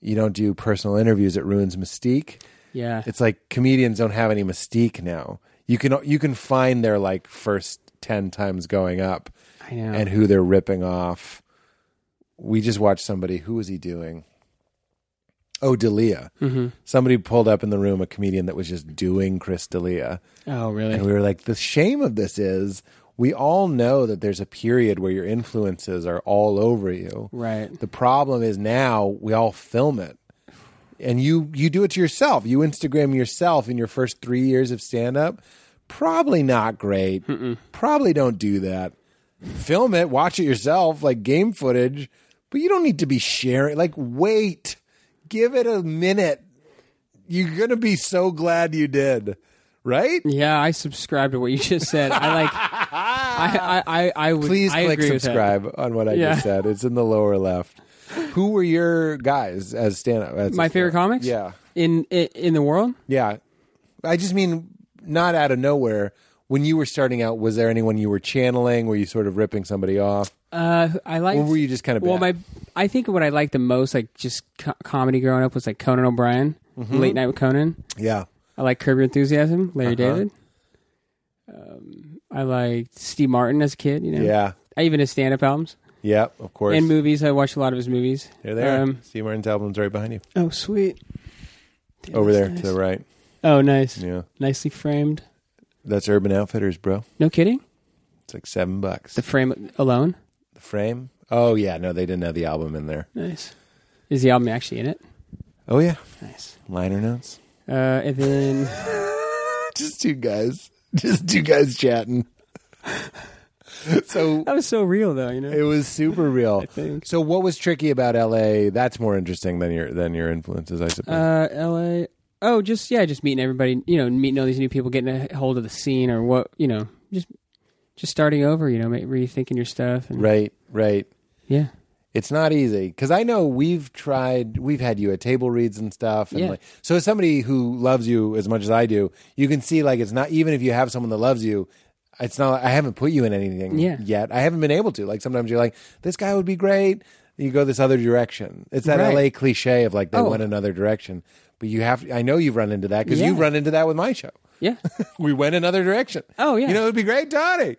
S1: "You don't do personal interviews; it ruins mystique."
S5: Yeah,
S1: It's like comedians don't have any mystique now. You can you can find their like first ten times going up,
S5: I know.
S1: and who they're ripping off. We just watched somebody. Who was he doing? Oh, Dalia.
S5: Mm-hmm.
S1: Somebody pulled up in the room a comedian that was just doing Chris Dalia.
S5: Oh, really?
S1: And we were like, the shame of this is we all know that there's a period where your influences are all over you.
S5: Right.
S1: The problem is now we all film it. And you you do it to yourself. You Instagram yourself in your first three years of stand up. Probably not great. Probably don't do that. Film it, watch it yourself, like game footage, but you don't need to be sharing. Like, wait, give it a minute. You're going to be so glad you did, right?
S5: Yeah, I subscribe to what you just said. I like. I I I, I would.
S1: Please
S5: I
S1: click
S5: agree with that.
S1: subscribe on what I
S5: Yeah.
S1: just said. It's in the lower left. Who were your guys as stand up?
S5: My favorite comics.
S1: Yeah.
S5: In in, in the world.
S1: Yeah. I just mean not out of nowhere. When you were starting out, was there anyone you were channeling? Were you sort of ripping somebody off?
S5: Uh, I like.
S1: Or were you just kind of
S5: well, my
S1: bad?
S5: I think what I liked the most, like just co- comedy growing up, was like Conan O'Brien,
S1: Mm-hmm.
S5: Late Night with Conan.
S1: Yeah.
S5: I like Curb Your Enthusiasm,
S1: Uh-huh.
S5: Larry David. Um, I liked Steve Martin as a kid. You know,
S1: Yeah.
S5: I even his stand-up albums
S1: Yeah, of course.
S5: and movies. I watched a lot of his movies.
S1: They're there.
S5: Um,
S1: Steve Martin's album's right behind you.
S5: oh, sweet.
S1: Over there
S5: that's
S1: to the right.
S5: Oh, nice.
S1: Yeah.
S5: Nicely framed.
S1: That's Urban Outfitters, bro.
S5: No kidding.
S1: It's like seven bucks.
S5: The frame alone.
S1: The frame? Oh, yeah. No, they didn't have the album in there.
S5: Nice. Is the album actually in it?
S1: Oh, yeah.
S5: Nice.
S1: Liner notes.
S5: Uh, and then
S1: just two guys, just two guys chatting. so
S5: that was so real though, you know.
S1: it was super real.
S5: think.
S1: So what was tricky about LA? That's more interesting than your than your influences, I suppose.
S5: Uh, L.A. Oh, just yeah, just meeting everybody. You know, meeting all these new people, getting a hold of the scene, or what you know, just just starting over. You know, ma- rethinking your stuff. And,
S1: right, right.
S5: Yeah.
S1: It's not easy because I know we've tried. We've had you at table reads and stuff. And
S5: Yeah.
S1: like, so as somebody who loves you as much as I do, you can see like it's not even if you have someone that loves you. It's not. I haven't put you in anything
S5: Yeah.
S1: yet. I haven't been able to. Like sometimes you're like, this guy would be great. You go this other direction. It's that
S5: Right.
S1: LA cliche of like they
S5: Oh.
S1: went another direction. But you have. I know you've run into that because
S5: Yeah.
S1: you've run into that with my show.
S5: Yeah.
S1: we went another direction.
S5: Oh, yeah.
S1: You know it'd be great, Donnie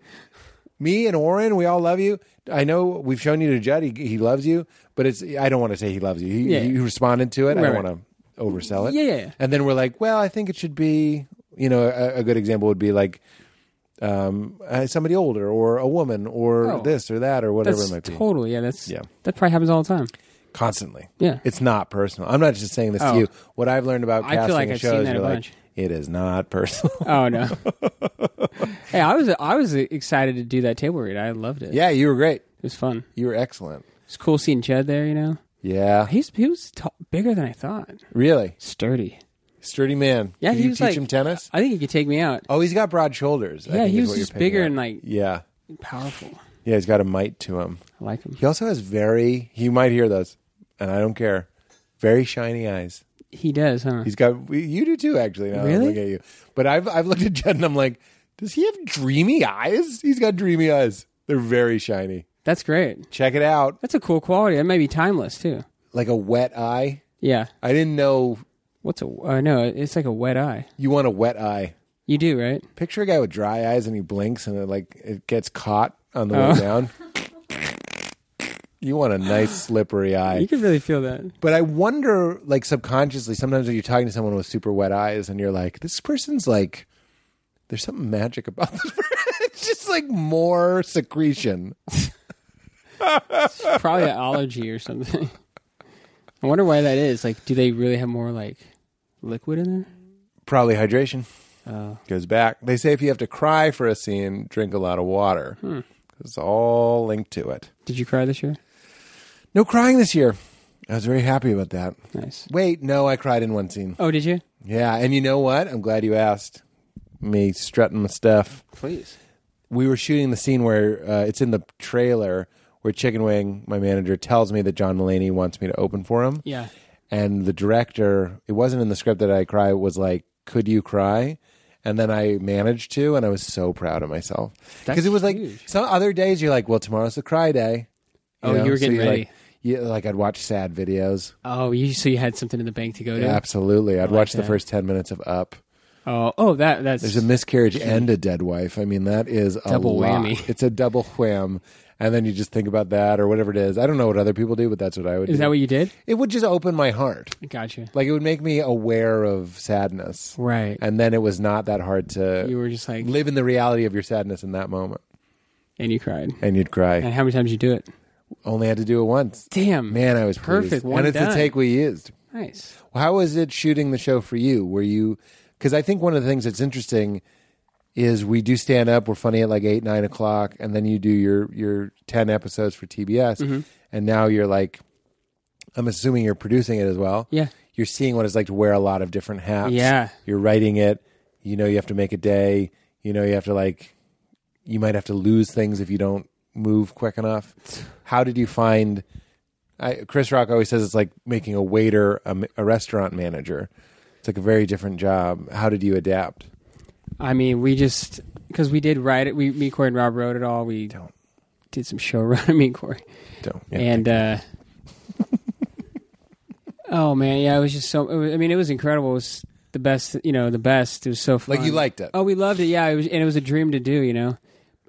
S1: me and Oren, we all love you. I know we've shown you to Judd; he, he loves you, but it's I don't want to say he loves you. He,
S5: Yeah.
S1: he responded to it. I don't
S5: Right.
S1: want to oversell it.
S5: Yeah, yeah, yeah.
S1: And then we're like, well, I think it should be. You know, a, a good example would be like um, uh, somebody older, or a woman, or
S5: Oh.
S1: this or that, or whatever
S5: That's
S1: it might be.
S5: totally. Yeah. That's
S1: Yeah.
S5: That probably happens all the time.
S1: Constantly,
S5: Yeah.
S1: It's not personal. I'm not just saying this
S5: Oh.
S1: to you. What I've learned about
S5: I feel
S1: casting
S5: like
S1: and
S5: I've seen
S1: shows,
S5: that a
S1: you're like,
S5: bunch.
S1: it is not personal.
S5: Oh no. hey, I was I was excited to do that table read. I loved it.
S1: yeah, you were great.
S5: It was fun.
S1: You were excellent.
S5: It's cool seeing Chad there. You know,
S1: Yeah,
S5: he's he was t- bigger than I thought.
S1: really
S5: Sturdy.
S1: sturdy man.
S5: Yeah,
S1: Did
S5: he
S1: you
S5: was
S1: teach
S5: like-
S1: him tennis?
S5: I think he could take me out.
S1: Oh, he's got broad shoulders. I
S5: Yeah,
S1: think
S5: he
S1: is
S5: was
S1: what you're
S5: just
S1: picking
S5: bigger
S1: up.
S5: and, like-
S1: yeah,
S5: Powerful.
S1: yeah. He's got a might to him.
S5: I like him.
S1: He also has very. He might hear those, and I don't care. Very shiny eyes.
S5: He does, huh?
S1: He's got. You do too, actually. Now that I
S5: Really?
S1: look at you, but I've I've looked at Jed and I'm like, does he have dreamy eyes? He's got dreamy eyes. They're very shiny.
S5: That's great.
S1: Check it out.
S5: That's a cool quality. That may be timeless too.
S1: Like a wet eye.
S5: Yeah.
S1: I didn't know
S5: What's a? Uh, no, it's like a wet eye.
S1: you want a wet eye.
S5: You do, right?
S1: Picture a guy with dry eyes and he blinks and it like it gets caught on the
S5: Oh.
S1: way down. You want a nice slippery eye.
S5: You can really feel that.
S1: But I wonder, like subconsciously, sometimes when you're talking to someone with super wet eyes, and you're like, this person's like, there's something magic about this. person." it's just like more secretion.
S5: Probably an allergy or something. I wonder why that is. Like, do they really have more like liquid in there?
S1: Probably hydration
S5: Oh.
S1: goes back. They say if you have to cry for a scene, drink a lot of water.
S5: Hmm.
S1: It's all linked to it.
S5: Did you cry this year?
S1: No crying this year. I was very happy about that.
S5: Nice.
S1: Wait, no, I cried in one scene.
S5: Oh, did you?
S1: Yeah, and you know what? I'm glad you asked. Me strutting my stuff.
S5: Please.
S1: we were shooting the scene where uh, it's in the trailer where Chicken Wing, my manager, tells me that John Mulaney wants me to open for him.
S5: Yeah.
S1: And the director, it wasn't in the script that I cry, it was like, could you cry? And then I managed to, and I was so proud of myself. Because
S5: That's
S1: it was like,
S5: huge.
S1: some other days you're like, well, tomorrow's the cry day.
S5: Oh, you were getting
S1: you're
S5: ready.
S1: Like, yeah, like I'd watch sad videos.
S5: Oh, you so you had something in the bank to go to.
S1: Absolutely. I'd watch the
S5: that.
S1: first 10 minutes of Up.
S5: Oh, oh, that that's
S1: There's a miscarriage and a dead wife. I mean, that is a
S5: Double
S1: lot.
S5: whammy.
S1: It's a double wham. And then you just think about that or whatever it is. I don't know what other people do, but that's what I would do.
S5: is that what you did?
S1: It would just open my heart.
S5: Gotcha.
S1: Like it would make me aware of sadness.
S5: Right.
S1: And then it was not that hard to
S5: You were just like-
S1: live in the reality of your sadness in that moment.
S5: And you cried.
S1: And you'd
S5: And
S1: cry.
S5: how many times you do it?
S1: Only had to do it once.
S5: Damn,
S1: Man, I was
S5: Perfect,
S1: pleased.
S5: one
S1: and it's the
S5: done.
S1: take we used.
S5: nice.
S1: How was it shooting the show for you? Were you because I think one of the things that's interesting is we do stand up. We're funny at like eight nine o'clock, and then you do your your ten episodes for TBS, and now you're like, I'm assuming you're producing it as well.
S5: Yeah.
S1: you're seeing what it's like to wear a lot of different hats.
S5: Yeah.
S1: you're writing it. You know, you have to make a day. You know, you have to like, you might have to lose things if you don't move quick enough. How did you find? I, Chris Rock always says it's like making a waiter a, m- a restaurant manager. It's like a very different job. How did you adapt?
S5: I mean, we just because we did write it. We me Corey and Rob wrote it all. We
S1: Don't.
S5: did some show running. Me and Corey
S1: Don't.
S5: and. uh Oh man, yeah, it was just so. It was, I mean, it was incredible. It was the best, you know, the best. It was so fun.
S1: Like, you liked it.
S5: Oh, we loved it. Yeah, it was, and it was a dream to do. You know,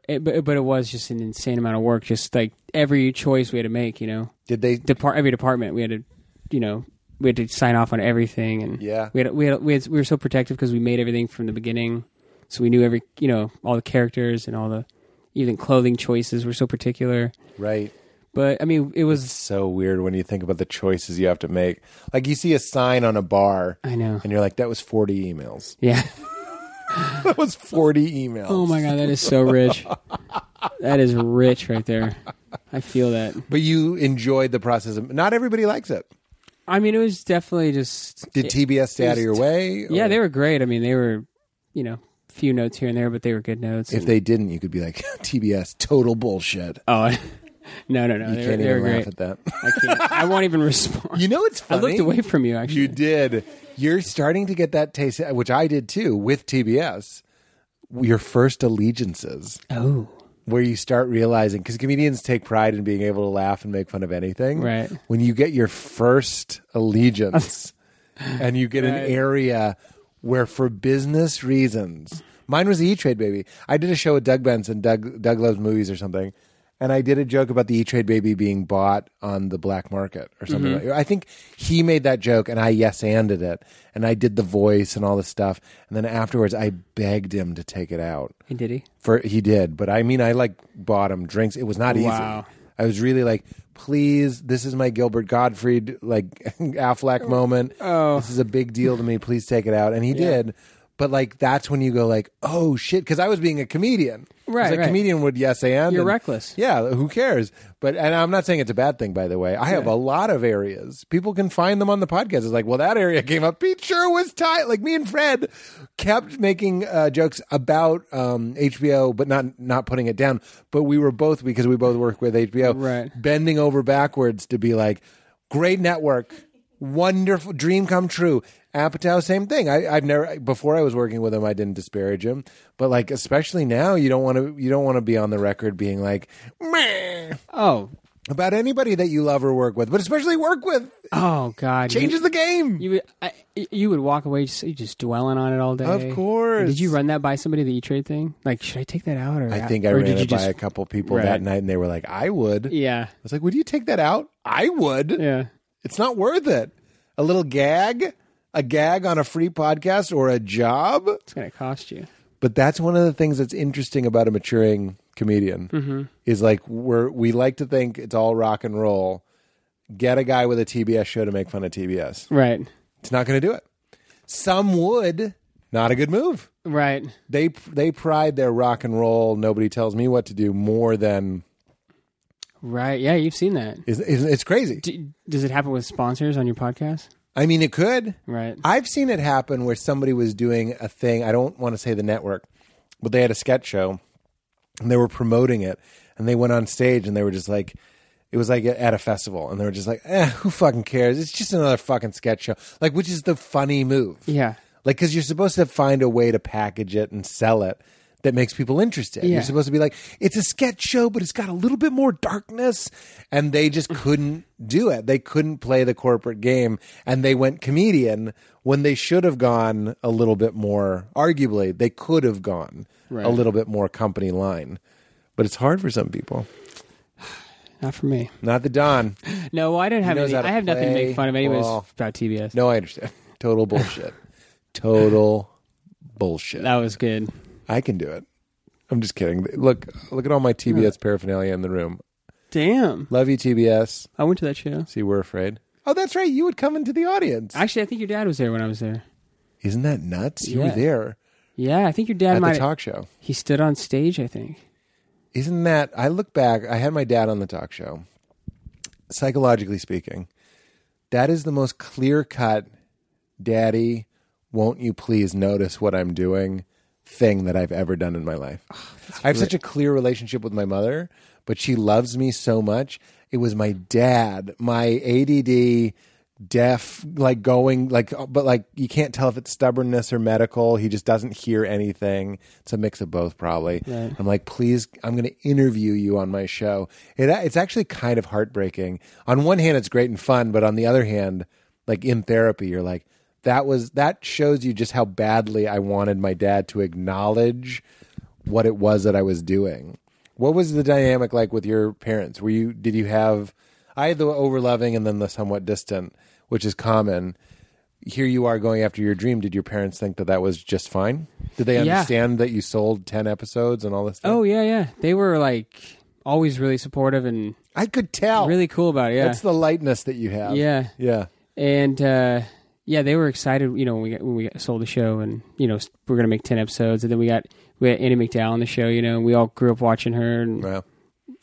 S5: it, but but it was just an insane amount of work. Just like every choice we had to make. You know,
S1: did they?
S5: depart every department we had to you know we had to sign off on everything and
S1: Yeah.
S5: we had we had, we, had, we were so protective because we made everything from the beginning so we knew every you know all the characters and all the even clothing choices were so particular
S1: right.
S5: but i mean it was
S1: So weird when you think about the choices you have to make. Like you see a sign on a bar,
S5: i know
S1: and you're like, "That was 40 emails.
S5: yeah
S1: That was 40 emails."
S5: oh my god that is so rich that is rich right there i feel that
S1: But you enjoyed the process. Of, not everybody likes it.
S5: i mean it was definitely just
S1: Did TBS stay out of your way?
S5: yeah
S1: Or
S5: they were great i mean they were you know few notes here and there but they were good notes
S1: If
S5: and-
S1: they didn't, you could be like, "TBS, total bullshit."
S5: oh no no no
S1: You
S5: they,
S1: can't
S5: were, they
S1: even
S5: were great
S1: laugh at that.
S5: I can't. I won't even respond.
S1: You know, it's
S5: I
S1: funny.
S5: looked away from you. Actually,
S1: You did. You're starting to get that taste, which I did too with TBS. Your first allegiances,
S5: Oh,
S1: where you start realizing, because comedians take pride in being able to laugh and make fun of anything.
S5: Right.
S1: When you get your first allegiance and you get an
S5: Right.
S1: area where, for business reasons, mine was the E Trade Baby. I did a show with Doug Benson, Doug, Doug Loves Movies or something. And I did a joke about the E Trade Baby being bought on the black market or something.
S5: Mm-hmm.
S1: like I think he made that joke and I yes anded it. And I did the voice and all this stuff. And then afterwards, I begged him to take it out.
S5: and did he?
S1: For he did, but I mean, I like bought him drinks. It was not easy.
S5: Wow.
S1: I was really like, please, this is my Gilbert Gottfried like Affleck moment. Oh, this is a big deal to me. Please take it out, and he did. But like, that's when you go like, oh shit, because I was being a comedian. 'Cause
S5: Right,
S1: a
S5: right.
S1: comedian would yes and.
S5: You're
S1: and-
S5: reckless.
S1: Yeah, who cares? But and I'm not saying it's a bad thing, by the way. I have a lot of areas. People can find them on the podcast. It's like, well, that area came up. Pete sure was tight. Like me and Fred kept making uh, jokes about um, HBO, but not not putting it down. But we were both because we both work with HBO,
S5: Right.
S1: Bending over backwards to be like, great network, wonderful dream come true. Apatow, same thing. I, I've never before I was working with him, I didn't disparage him, but like especially now, you don't want to you don't want to be on the record being like. Meh
S5: Oh,
S1: about anybody that you love or work with, but especially work with,
S5: oh God!
S1: changes the game.
S5: You, you, I, you would walk away just, just dwelling on it all day.
S1: Of course.
S5: Did you run that by somebody the E Trade thing? Like, should I take that out? Or
S1: I think I
S5: or
S1: ran
S5: did
S1: it
S5: you
S1: by
S5: just,
S1: a couple people
S5: Right.
S1: that night, and they were like, "I would." I
S5: Yeah,
S1: was like, "Would you take that out?" I would.
S5: yeah.
S1: It's not worth it. A little gag, a gag on a free podcast or a job.
S5: It's gonna cost you.
S1: But that's one of the things that's interesting about a maturing comedian is like we're we like to think it's all rock and roll. Get a guy with a TBS show to make fun of TBS.
S5: Right,
S1: It's not going to do it. Some would. Not a good move.
S5: right.
S1: they they pride their rock and roll. Nobody tells me what to do more than
S5: Right, yeah, you've seen that.
S1: is it's, it's crazy.
S5: Do, does it happen with sponsors on your podcast?
S1: I mean, it could.
S5: Right.
S1: I've seen it happen where somebody was doing a thing. I don't want to say the network, but they had a sketch show and they were promoting it, and they went on stage and they were just like. It was like at a festival, and they were just like, eh, "Who fucking cares? It's just another fucking sketch show." Like, which is the funny move?
S5: Yeah,
S1: Like, because you're supposed to find a way to package it and sell it. that makes people interested.
S5: Yeah.
S1: You're supposed to be like, it's a sketch show, but it's got a little bit more darkness. And they just couldn't do it. They couldn't play the corporate game. And they went comedian when they should have gone a little bit more, arguably, they could have gone
S5: Right.
S1: a little bit more company line. But it's hard for some people.
S5: Not for me.
S1: Not the Don.
S5: No, well, I don't have
S1: knows
S5: any.
S1: how to
S5: I have nothing to
S1: play
S5: make fun of. Anyways,
S1: ball.
S5: about TBS.
S1: No, I understand. Total bullshit. Total bullshit.
S5: that was good.
S1: I can do it. I'm just kidding. Look, look at all my TBS paraphernalia in the room.
S5: Damn,
S1: Love you, TBS.
S5: I went to that show.
S1: See, we're afraid. Oh, that's right. You would come into the audience.
S5: Actually, I think your dad was there when I was there.
S1: Isn't that nuts? You were
S5: Yeah.
S1: there
S5: Yeah, I think your dad
S1: at
S5: might.
S1: the talk show.
S5: he stood on stage. I think.
S1: Isn't that? I look back. I had my dad on the talk show. Psychologically speaking, that is the most clear cut, daddy, won't you please notice what I'm doing thing that I've ever done in my life. I have such a clear relationship with my mother, but she loves me so much. It was my dad, my ADD, deaf, like going, like, uh, but like, you can't tell if it's stubbornness or medical. He just doesn't hear anything. It's a mix of both, probably. I'm like, please, I'm going to interview you on my show. It, uh, it's actually kind of heartbreaking. On one hand, it's great and fun, but on the other hand, like in therapy, you're like, that was that shows you just how badly I wanted my dad to acknowledge what it was that I was doing. What was the dynamic like with your parents? Were you did you have I had the overloving and then the somewhat distant, which is common. Here you are going after your dream. Did your parents think that that was just fine? Did they
S5: Yeah.
S1: understand that you sold ten episodes and all this? Stuff?
S5: Oh yeah, yeah. They were like always really supportive and
S1: I could tell.
S5: really cool about it. Yeah,
S1: Oh. that's the lightness that you have.
S5: Yeah.
S1: yeah.
S5: and uh, yeah, they were excited. You know, when we got, when we got sold the show, and you know, s- we're gonna make ten episodes, and then we got we had Annie McDowell on the show. You know, and we all grew up watching her and
S1: Wow.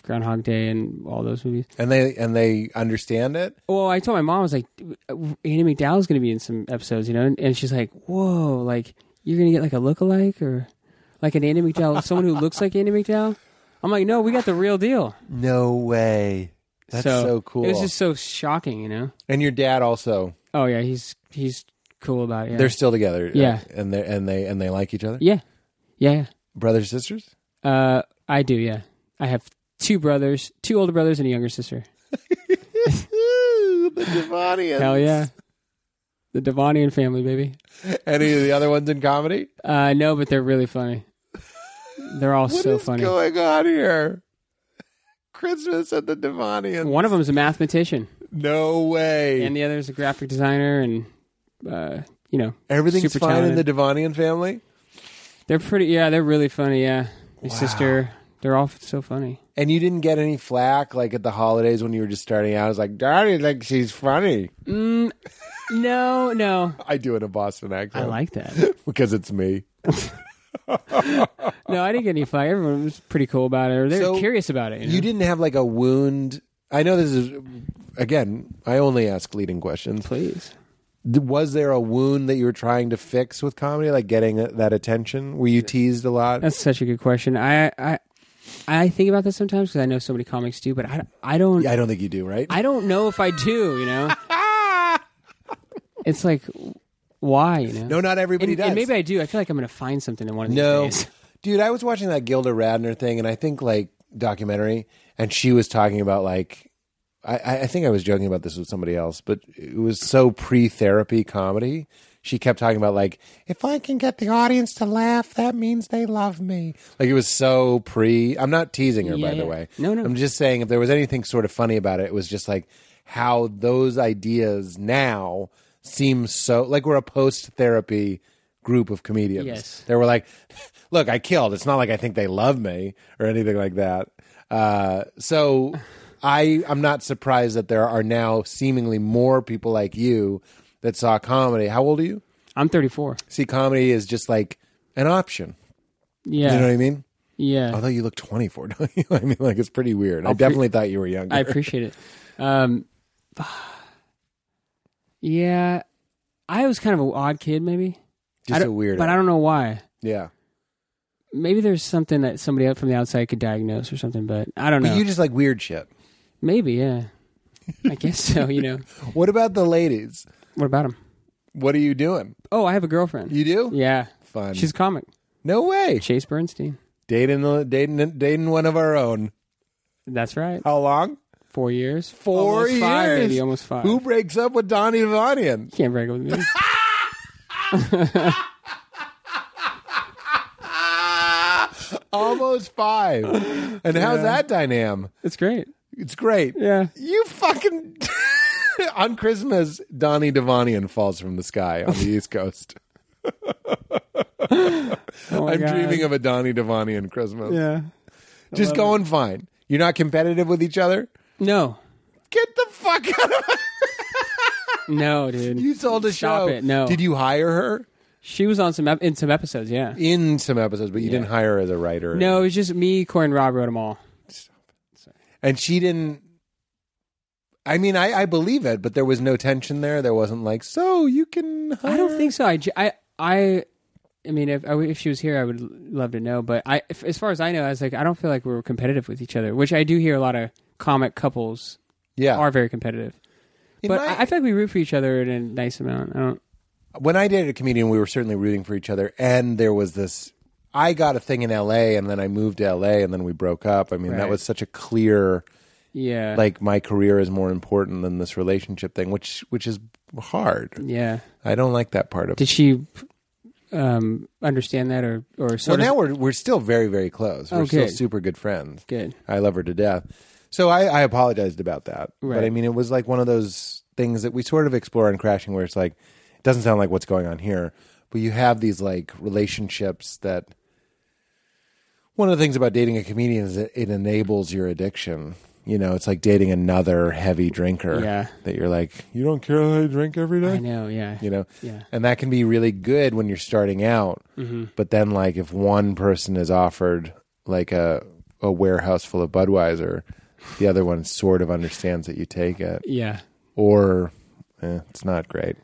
S5: Groundhog Day and all those movies.
S1: And they and they understand it.
S5: Well, I told my mom, I was like, Annie McDowell's going to be in some episodes, you know? And, and she's like, whoa, like, you're going to get like a lookalike or like an Annie McDowell, someone who looks like Annie McDowell? I'm like, no, we got the real deal.
S1: No way. That's so, cool.
S5: It was just so shocking, you know?
S1: and your dad also.
S5: Oh, yeah, he's he's cool about it. Yeah.
S1: They're still together. uh,
S5: Yeah.
S1: and they and they and they like each other.
S5: yeah. Yeah.
S1: Brothers sisters.
S5: yeah. Uh, I do, yeah. I have two brothers, two older brothers, and a younger sister.
S1: the Devonians.
S5: Hell yeah. The Devonian family, baby.
S1: Any of the other ones in comedy?
S5: Uh, no, but they're really funny. They're all
S1: What
S5: so
S1: is
S5: funny.
S1: going on here? Christmas at the Devonians.
S5: One of them's a mathematician,
S1: No way.
S5: and the other's a graphic designer, and uh, you know,
S1: Everything's
S5: super
S1: fine in the
S5: talented.
S1: Devonian family.
S5: They're pretty. Yeah, they're really funny. Yeah, my sister. They're all f- so funny.
S1: And you didn't get any flack like at the holidays when you were just starting out. It's like, Daddy thinks she's funny.
S5: No, no,
S1: I do in a Boston accent.
S5: I like that.
S1: because it's me.
S5: No, I didn't get any flack. Everyone was pretty cool about it. Or they're
S1: So,
S5: curious about it. You, know?
S1: You didn't have like a wound. I know this is again. I only ask leading questions.
S5: please.
S1: Th- Was there a wound that you were trying to fix with comedy, like getting that- that attention? Were you teased a lot?
S5: That's such a good question. I, I, I think about this sometimes because I know so many comics do, but I, I don't.
S1: Yeah, I don't think you do, right?
S5: I don't know if I do. You know, it's like, why? You know,
S1: no, not everybody
S5: and,
S1: does.
S5: and maybe I do. I feel like I'm going to find something in one of these
S1: no,
S5: days.
S1: dude. I was watching that Gilda Radner thing, and I think like documentary, and she was talking about like. I- I, I think I was joking about this with somebody else, but it was so pre-therapy comedy. She kept talking about like, if I can get the audience to laugh, that means they love me. Like it was so pre. I'm not teasing her, by
S5: Yeah,
S1: the
S5: yeah.
S1: way.
S5: No, no.
S1: I'm just saying if there was anything sort of funny about it, it was just like how those ideas now seem so like we're a post therapy group of comedians.
S5: Yes.
S1: They were like, look, I killed. It's not like I think they love me or anything like that. Uh, so I I'm not surprised that there are now seemingly more people like you that saw comedy. How old are you?
S5: I'm 34.
S1: See comedy is just like an option.
S5: Yeah.
S1: You know what I mean?
S5: yeah.
S1: Although you look 24, don't you? I mean, like it's pretty weird. I definitely thought you were younger.
S5: I appreciate it. Um, yeah. I was kind of an odd kid, maybe. I
S1: Just a
S5: don't-
S1: weirdo.
S5: But I don't know why.
S1: Yeah.
S5: Maybe there's something that somebody out from the outside could diagnose or something, but I don't know.
S1: But you just like weird shit.
S5: maybe, yeah. I guess so, you know.
S1: What about the ladies?
S5: What about him?
S1: What are you doing?
S5: Oh, I have a girlfriend.
S1: You do?
S5: yeah.
S1: Fun.
S5: She's a comic.
S1: No way.
S5: Chase Bernstein.
S1: Dating, the- dating, dating one of our own.
S5: That's right.
S1: How long?
S5: Four years.
S1: Four
S5: almost
S1: years.
S5: Five, maybe almost five.
S1: Who breaks up with Donnie Vanian?
S5: Can't break up with me.
S1: Almost five. And how's that dynam?
S5: it's great.
S1: It's great.
S5: Yeah.
S1: You fucking. on Christmas, Donnie Devonian falls from the sky on the East Coast.
S5: Oh my
S1: I'm
S5: God.
S1: dreaming of a Donnie Devonian Christmas.
S5: Yeah.
S1: Just going fine. You're not competitive with each other?
S5: No.
S1: Get the fuck out of
S5: No, dude.
S1: You sold a
S5: Stop
S1: show.
S5: it, no.
S1: Did you hire her?
S5: she was on some ep- in some episodes. Yeah.
S1: In some episodes, but you didn't hire her as a writer.
S5: No, it was just me, Corey, and Rob wrote them all.
S1: And she didn't. I mean, I, I believe it, but there was no tension there. There wasn't like, so you can. Hire
S5: I don't think so. I, j- I, I, I mean, if I w if she was here, I would l- love to know. But I, if, as far as I know, I was like, I don't feel like we're competitive with each other, which I do hear a lot of comic couples
S1: Yeah.
S5: are very competitive.
S1: In
S5: but
S1: my-
S5: I, I feel like we root for each other in a nice amount. I don't.
S1: when I dated a comedian, we were certainly rooting for each other, and there was this. I got a thing in L.A., and then I moved to L.A., and then we broke up. I mean, that
S5: Right.
S1: was such a clear,
S5: Yeah.
S1: like my career is more important than this relationship thing, which which is hard.
S5: Yeah.
S1: I don't like that part of
S5: Did
S1: it.
S5: she um, understand that or or
S1: Well,
S5: sort
S1: now
S5: of
S1: we're we're still very very close. We're still
S5: Okay.
S1: super good friends.
S5: good?
S1: I love her to death. So I, I apologized about that. But
S5: Right.
S1: I mean, it was like one of those things that we sort of explore in Crashing where it's like, it doesn't sound like what's going on here, but you have these like relationships that. One of the things about dating a comedian is that it enables your addiction. You know, it's like dating another heavy drinker.
S5: Yeah.
S1: That you're like, you don't care that I drink every
S5: I
S1: day?
S5: know. Yeah.
S1: you know
S5: Yeah. Mm-hmm.
S1: and that can be really good when you're starting out but then like if one person is offered like a a warehouse full of budweiser the other one sort of understands that you take it
S5: Yeah.
S1: or eh, it's not great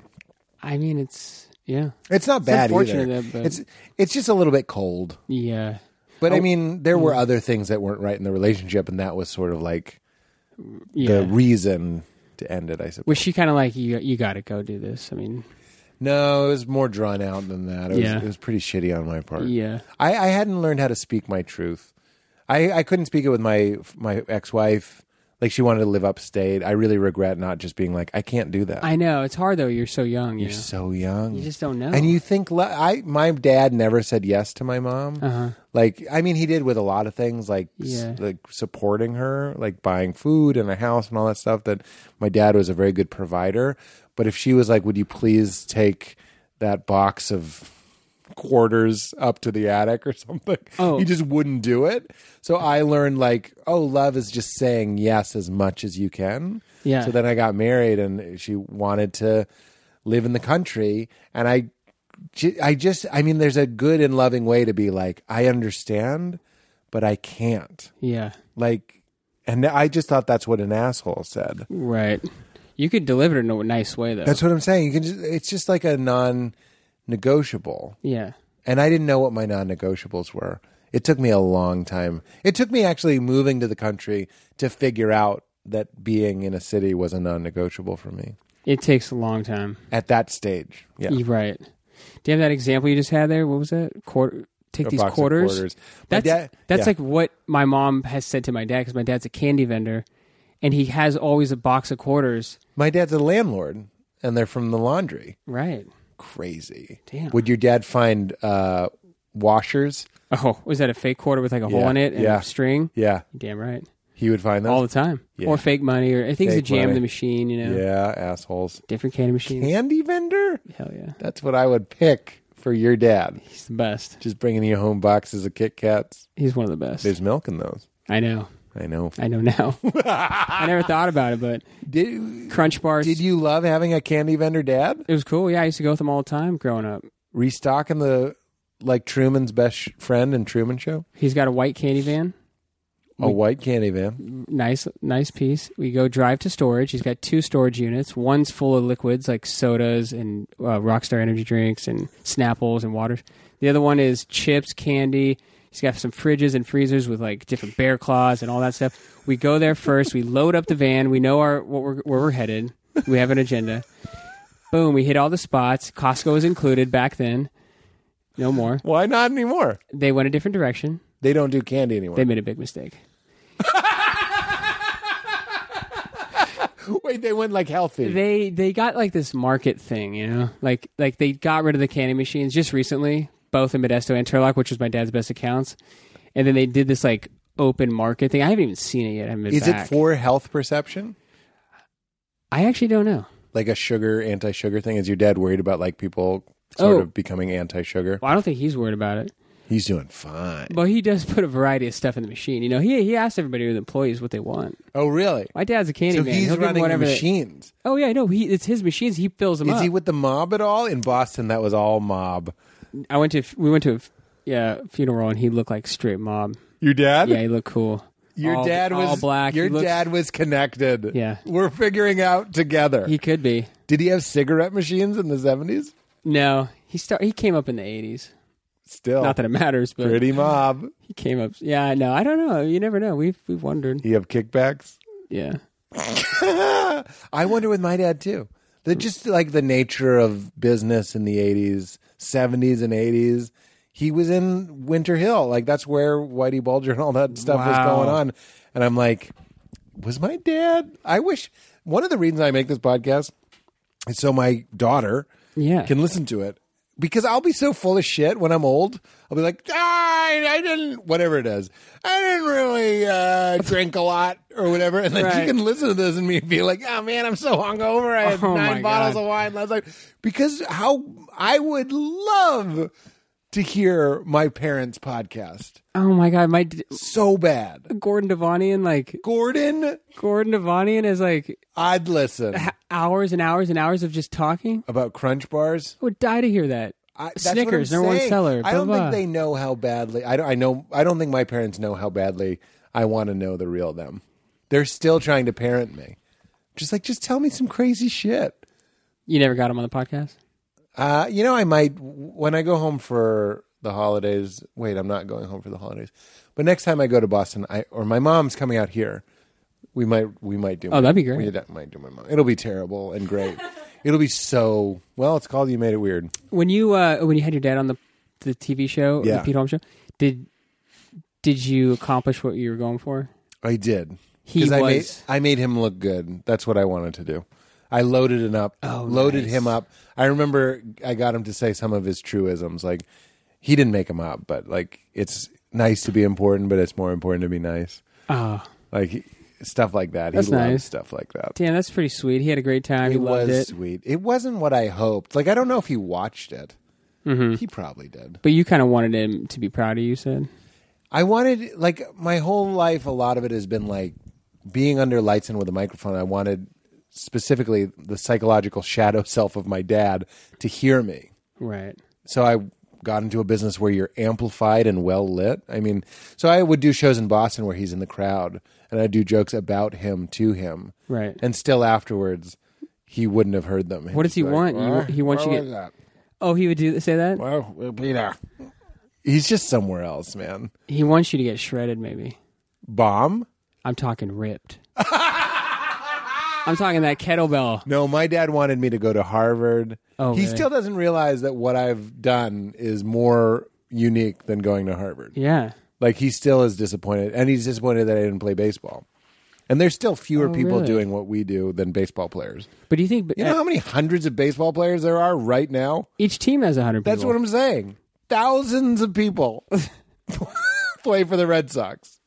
S5: I mean, it's yeah.
S1: it's not bad
S5: unfortunate
S1: either
S5: that- but- Oh,
S1: it's it's just a little bit cold
S5: Yeah.
S1: but i mean there
S5: mm.
S1: were other things that weren't right in the relationship and that was sort of like
S5: Yeah.
S1: the reason to end it i suppose
S5: was she kind of like you? You got to go do this. I mean,
S1: no it was more drawn out than that it was,
S5: Yeah.
S1: it was pretty shitty on my part
S5: yeah.
S1: I, I hadn't learned how to speak my truth. I, I couldn't speak it with my my ex wife. Like she wanted to live upstate. I really regret not just being like, I can't do that.
S5: I know it's hard though. You're so young. You
S1: You're
S5: know?
S1: so young.
S5: You just don't know.
S1: And you think le- I? My dad never said yes to my mom.
S5: Uh-huh.
S1: Like I mean, he did with a lot of things, like s-
S5: Yeah.
S1: like supporting her, like buying food and a house and all that stuff. That my dad was a very good provider. But if she was like, "Would you please take that box of quarters up to the attic or something?"
S5: Oh.
S1: he just wouldn't do it. So I learned like, oh, love is just saying yes as much as you can.
S5: Yeah.
S1: So then I got married, and she wanted to live in the country, and I, ju- I just, I mean, there's a good and loving way to be like, I understand, but I can't.
S5: yeah.
S1: Like, and I just thought that's what an asshole said.
S5: Right. You could deliver it in a nice way though.
S1: That's what I'm saying. You can just, it's just like a non-negotiable,
S5: yeah.
S1: and I didn't know what my non-negotiables were. It took me a long time. It took me actually moving to the country to figure out that being in a city was a non-negotiable for me.
S5: It takes a long time.
S1: at that stage. Yeah.
S5: You're right. Do you have that example you just had there? What was that? Quarter. Take
S1: A
S5: these
S1: box of
S5: quarters.
S1: quarters. My
S5: That's
S1: dad-
S5: that's
S1: yeah.
S5: like what my mom has said to my dad because my dad's a candy vendor, and he has always a box of quarters.
S1: My dad's a landlord and they're from the laundry.
S5: Right.
S1: Crazy.
S5: Damn.
S1: Would your dad find uh, washers?
S5: Oh, was that a fake quarter with like a hole
S1: Yeah,
S5: in it and
S1: yeah.
S5: a string?
S1: Yeah.
S5: Damn right.
S1: He would find those.
S5: All the time.
S1: Yeah.
S5: Or fake money or things that
S1: Fake
S5: jam
S1: money.
S5: the machine. You know.
S1: yeah, assholes.
S5: Different candy machines.
S1: Candy vendor?
S5: Hell yeah.
S1: That's what I would pick for your dad.
S5: He's the best.
S1: Just bringing you home boxes of Kit Kats.
S5: He's one of the best.
S1: There's milk in those.
S5: I know.
S1: I know.
S5: I know now. I never thought about it, but
S1: Did
S5: Crunch bars.
S1: did you love having a candy vendor dad?
S5: It was cool. Yeah, I used to go with them all the time growing up.
S1: Restocking the like Truman's best sh- friend and Truman Show?
S5: He's got a white candy van.
S1: A white candy van.
S5: Nice, nice piece. We go drive to storage. He's got two storage units. One's full of liquids like sodas and uh, Rockstar energy drinks and Snapples and waters. The other one is chips, candy. He's got some fridges and freezers with like different bear claws and all that stuff. We go there first. We load up the van. We know our what we're, where we're headed. We have an agenda. Boom. We hit all the spots. Costco was included back then. No more.
S1: Why not anymore?
S5: They went a different direction.
S1: They don't do candy anymore.
S5: They made a big mistake.
S1: Wait, they went like healthy.
S5: They they got like this market thing, you know, like like they got rid of the candy machines just recently, both in Modesto and Turlock, which was my dad's best accounts, and then they did this like open market thing. I haven't even seen it yet. I haven't been
S1: Is
S5: back.
S1: it for health perception?
S5: I actually don't know.
S1: Like a sugar anti sugar thing? Is your dad worried about like people sort
S5: Oh.
S1: of becoming anti sugar?
S5: Well, I don't think he's worried about it.
S1: He's doing fine.
S5: But he does put a variety of stuff in the machine. You know, he he asks everybody, the employees, what they want.
S1: Oh, really?
S5: My dad's a candy
S1: So
S5: man.
S1: he's
S5: He'll give 'em
S1: running the
S5: whatever they-
S1: machines.
S5: oh yeah, I know. He it's his machines. He fills them
S1: Is
S5: up.
S1: he with the mob at all? In Boston, that was all mob.
S5: I went to we went to a, yeah funeral and he looked like straight mob.
S1: Your dad?
S5: Yeah, he looked cool.
S1: Your
S5: All-
S1: dad was
S5: all black.
S1: Your
S5: He looks-
S1: dad was connected.
S5: Yeah.
S1: we're figuring out together.
S5: He could be.
S1: Did he have cigarette machines in the seventies?
S5: No, he start. He came up in the eighties.
S1: Still,
S5: Not that it matters, but
S1: pretty mob.
S5: he came up. Yeah, no, I don't know. You never know. We've we've wondered.
S1: You have kickbacks.
S5: Yeah,
S1: I wonder with my dad too. The just like the nature of business in the eighties, seventies, and eighties. He was in Winter Hill, like that's where Whitey Bulger and all that stuff was
S5: Wow.
S1: going on. And I'm like, was my dad? I wish one of the reasons I make this podcast is so my daughter
S5: Yeah.
S1: can listen to it because I'll be so full of shit when I'm old. I'll be like, ah, I, I didn't, whatever it is, I didn't really uh, drink a lot or whatever. And then she
S5: Right.
S1: can listen to this and me be like, oh man, I'm so hungover. I had
S5: Oh,
S1: nine
S5: my
S1: bottles
S5: God.
S1: of wine last night. Because how I would love to hear my parents' podcast
S5: Oh my god, my d-
S1: so bad.
S5: Gordon Devonian like
S1: Gordon,
S5: Gordon Devonian is like
S1: I'd listen
S5: h- hours and hours and hours of just talking.
S1: about Crunch Bars.
S5: I would die to hear that.
S1: I, that's what
S5: Snickers,
S1: I'm
S5: number one
S1: saying.
S5: seller.
S1: I don't
S5: blah,
S1: think
S5: blah.
S1: they know how badly. I don't. I know. I don't think my parents know how badly I want to know the real them. They're still trying to parent me. Just like, just tell me some crazy shit.
S5: You never got him on the podcast.
S1: Uh, you know, I might when I go home for the holidays. Wait, I'm not going home for the holidays. But next time I go to Boston, I or my mom's coming out here. We might we might do.
S5: Oh, that'd be great.
S1: We d- might do my mom. It'll be terrible and great. It'll be so well. It's called you made it weird.
S5: when you uh, when you had your dad on the the TV show,
S1: Yeah.
S5: the Pete Holmes show, did did you accomplish what you were going for?
S1: I did.
S5: He
S1: 'Cause I made,
S5: was-
S1: I made him look good. That's what I wanted to do. I loaded it up. loaded
S5: Oh, nice.
S1: him up. I remember I got him to say some of his truisms. Like he didn't make him up, but like it's nice to be important, but it's more important to be nice.
S5: Oh,
S1: Like he- stuff like that.
S5: That's
S1: he loves
S5: nice.
S1: stuff like that.
S5: damn, that's pretty sweet. He had a great time. He
S1: it
S5: loved
S1: was
S5: it.
S1: sweet. It wasn't what I hoped. Like I don't know if he watched it.
S5: Mm-hmm.
S1: He probably did.
S5: But you kind of wanted him to be proud of you, you said.
S1: I wanted like my whole life. A lot of it has been like being under lights and with a microphone. I wanted specifically the psychological shadow self of my dad to hear me.
S5: Right.
S1: So I got into a business where you're amplified and well lit. I mean, so I would do shows in Boston where he's in the crowd, and I do jokes about him to him,
S5: Right.
S1: And still afterwards, he wouldn't have heard them.
S5: What does he
S1: He's
S5: want? You- he wants you
S1: what
S5: to-
S1: was that?
S5: Oh, he would do say that.
S1: Well, we'll be there. He's just somewhere else, man.
S5: He wants you to get shredded. Maybe
S1: Bomb.
S5: I'm talking ripped. I'm talking that kettlebell.
S1: No, my dad wanted me to go to Harvard.
S5: Oh,
S1: he
S5: really?
S1: still doesn't realize that what I've done is more unique than going to Harvard.
S5: Yeah.
S1: Like he still is disappointed, and he's disappointed that I didn't play baseball. And there's still fewer
S5: Oh,
S1: people
S5: really? Eh.
S1: doing what we do than baseball players.
S5: But do you think e-,
S1: You know how many hundreds of baseball players there are right now?
S5: each team has a hundred?
S1: That's what I'm saying. Thousands of people play for the Red Sox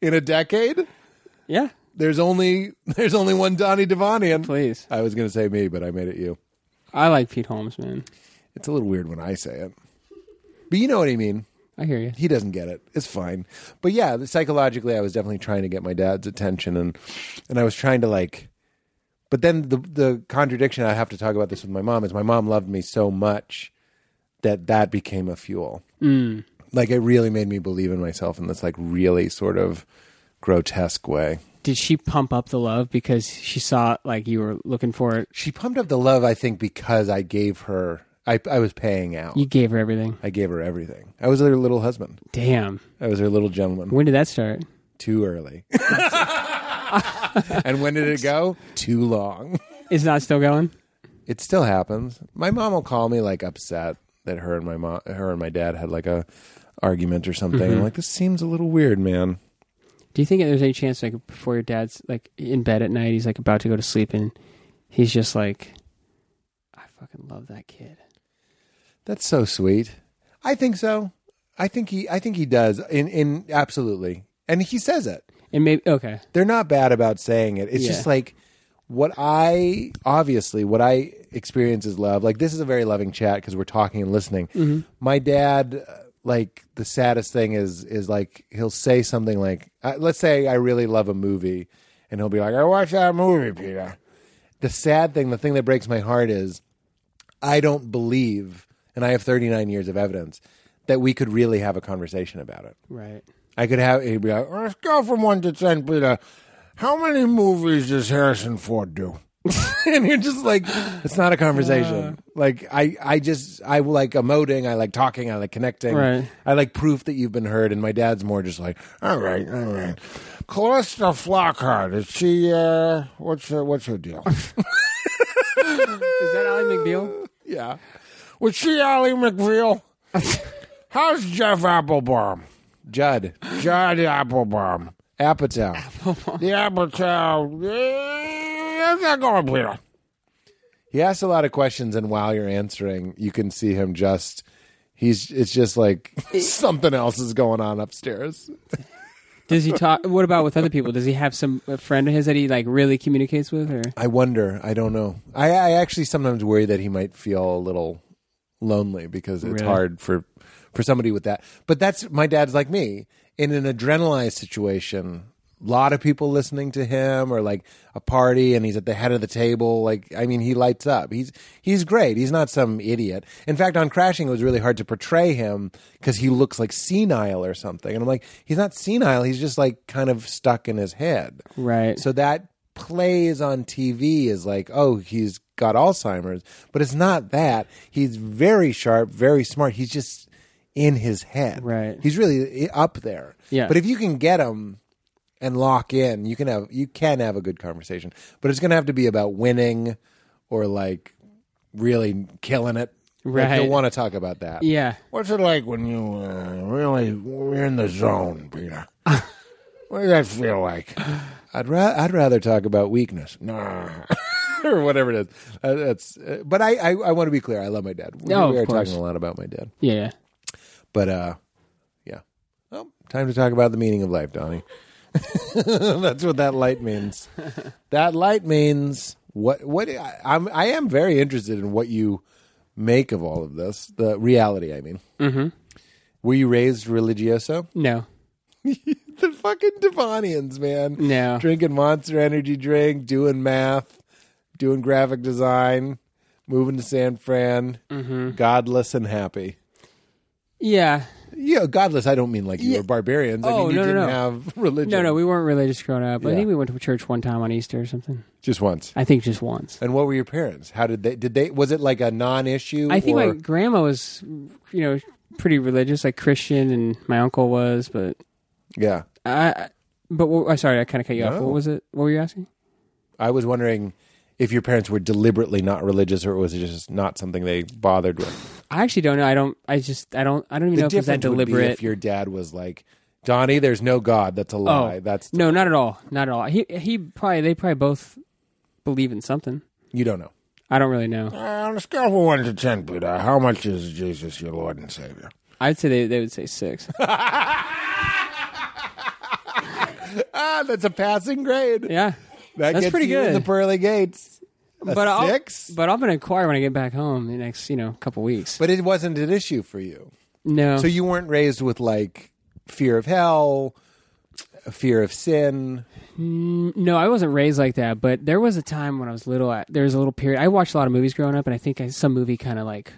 S1: in a decade.
S5: Yeah.
S1: There's only there's only one Donnie Devonian.
S5: Please.
S1: I was going to say me, but I made it you.
S5: I like Pete Holmes, man.
S1: It's a little weird when I say it. But you know what I mean.
S5: I hear you.
S1: He doesn't get it. It's fine. But yeah, psychologically I was definitely trying to get my dad's attention and and I was trying to like but then the the contradiction I have to talk about this with my mom is my mom loved me so much that that became a fuel. Like it really made me believe in myself in this like really sort of grotesque way.
S5: Did she pump up the love because she saw like you were looking for it?
S1: She pumped up the love I think because I gave her I I was paying out.
S5: You gave her everything.
S1: I gave her everything. I was her little husband.
S5: Damn.
S1: I was her little gentleman.
S5: When did that start?
S1: too early. and when did it go? Too long.
S5: Is not still going?
S1: It still happens. My mom will call me like upset that her and my mom, her and my dad had like a argument or something. I'm like, this seems a little weird, man.
S5: Do you think there's any chance, like, before your dad's like in bed at night, he's like about to go to sleep, and he's just like, "I fucking love that kid."
S1: That's so sweet. I think so. I think he. I think he does. In in absolutely, and he says it.
S5: And maybe okay,
S1: they're not bad about saying it. It's
S5: Yeah.
S1: just like what I obviously what I experience is love. Like this is a very loving chat because we're talking and listening. My dad, uh, like the saddest thing is is like he'll say something like, uh, let's say I really love a movie, and he'll be like, I watched that movie, Peter. The sad thing, the thing that breaks my heart is I don't believe, and I have 39 years of evidence that we could really have a conversation about it.
S5: right?
S1: I could have. He'd be like, "Oh, "Let's go from one to ten, Peter. How many movies does Harrison Ford do?" and you're just like, it's not a conversation. like I, I just, I like emoting. I like talking. I like connecting.
S5: Right.
S1: I like proof that you've been heard. And my dad's more just like, all right, all right. Callista Flockhart. Is she? Uh, what's her, what's her deal?
S5: Is that Ally McBeal?
S1: yeah. Was she Ally McVeal? How's Jeff Applebaum? Judd. Judd Applebaum. Apatow. The Apatow. eh, How's that going, Peter? He asks a lot of questions, and while you're answering, you can see him just. He's. It's just like something else is going on upstairs.
S5: Does he talk? What about with other people? Does he have some a friend of his that he like really communicates with, or
S1: I wonder. I don't know. I, I actually sometimes worry that he might feel a little lonely because it's
S5: Really?
S1: hard for for somebody with that. But that's my dad's like me in an adrenalized situation. A lot of people listening to him, or like a party, and he's at the head of the table. Like, I mean, he lights up. He's he's great. He's not some idiot. In fact, on Crashing, it was really hard to portray him because he looks like senile or something. And I'm like, he's not senile. He's just like kind of stuck in his head.
S5: right?
S1: So that plays on TV is like, oh, he's got Alzheimer's, but it's not that. He's very sharp, very smart. He's just in his head.
S5: Right.
S1: He's really i- up there.
S5: Yeah.
S1: But if you can get him and lock in, you can have you can have a good conversation. But it's going to have to be about winning or like really killing it. Like,
S5: Right.
S1: you'll want to talk about that.
S5: yeah,
S7: What's it like when you uh, really we're in the zone, Peter? what does that feel like?
S1: I'd ra- I'd rather talk about weakness.
S7: Nah.
S1: or whatever it is. Uh, that's, uh, but I, I, I want to be clear. I love my dad. We,
S5: No,
S1: we
S5: of
S1: are
S5: course.
S1: talking a lot about my dad.
S5: yeah.
S1: But uh, yeah. Well, time to talk about the meaning of life, Donnie. that's what that light means. that light means what? What I, I'm I am very interested in what you make of all of this. The reality, I mean. Mm-hmm. Were you raised religioso?
S5: No,
S1: the fucking Devonians, man.
S5: No.
S1: Drinking Monster Energy drink, doing math, doing graphic design, moving to San Fran, godless and happy.
S5: yeah.
S1: Yeah, godless. I don't mean like you were barbarians. I
S5: Oh,
S1: mean you
S5: no, no,
S1: didn't
S5: no.
S1: have religion.
S5: No, no, we weren't religious growing up. I
S1: Yeah.
S5: think we went to church one time on Easter or something.
S1: just once.
S5: I think just once.
S1: And what were your parents? How did they? Did they? Was it like a non-issue?
S5: I think
S1: or,
S5: my grandma was, you know, pretty religious, like Christian, and my uncle was, but
S1: yeah.
S5: I. But what, I'm sorry, I kind of cut you off.
S1: No.
S5: What was it? What were you asking?
S1: I was wondering if your parents were deliberately not religious, or was it just not something they bothered with?
S5: I actually don't know. I don't. I just. I don't. I don't even know if it was that
S1: would be
S5: deliberate. Oh,
S1: if your dad was like, "Donnie, there's no God. That's a lie. That's
S5: no, not at all. Not at all. He he probably they probably both believe in something.
S1: you don't know."
S5: I don't really know.
S7: Uh, on a scale from one to ten, Peter, how much is Jesus your Lord and Savior?
S5: I'd say they they would say six.
S1: Ah, that's a passing grade.
S5: Yeah,
S1: that
S5: that's
S1: gets
S5: pretty
S1: you in
S5: good.
S1: the pearly gates. A
S5: but I'll,
S1: six.
S5: But I'm gonna inquire when I get back home the next you know couple weeks.
S1: but it wasn't an issue for you.
S5: no,
S1: So you weren't raised with like fear of hell, fear of sin.
S5: No, I wasn't raised like that, but there was a time when I was little. I, there was a little period. I watched a lot of movies growing up, and I think I, some movie kind of like,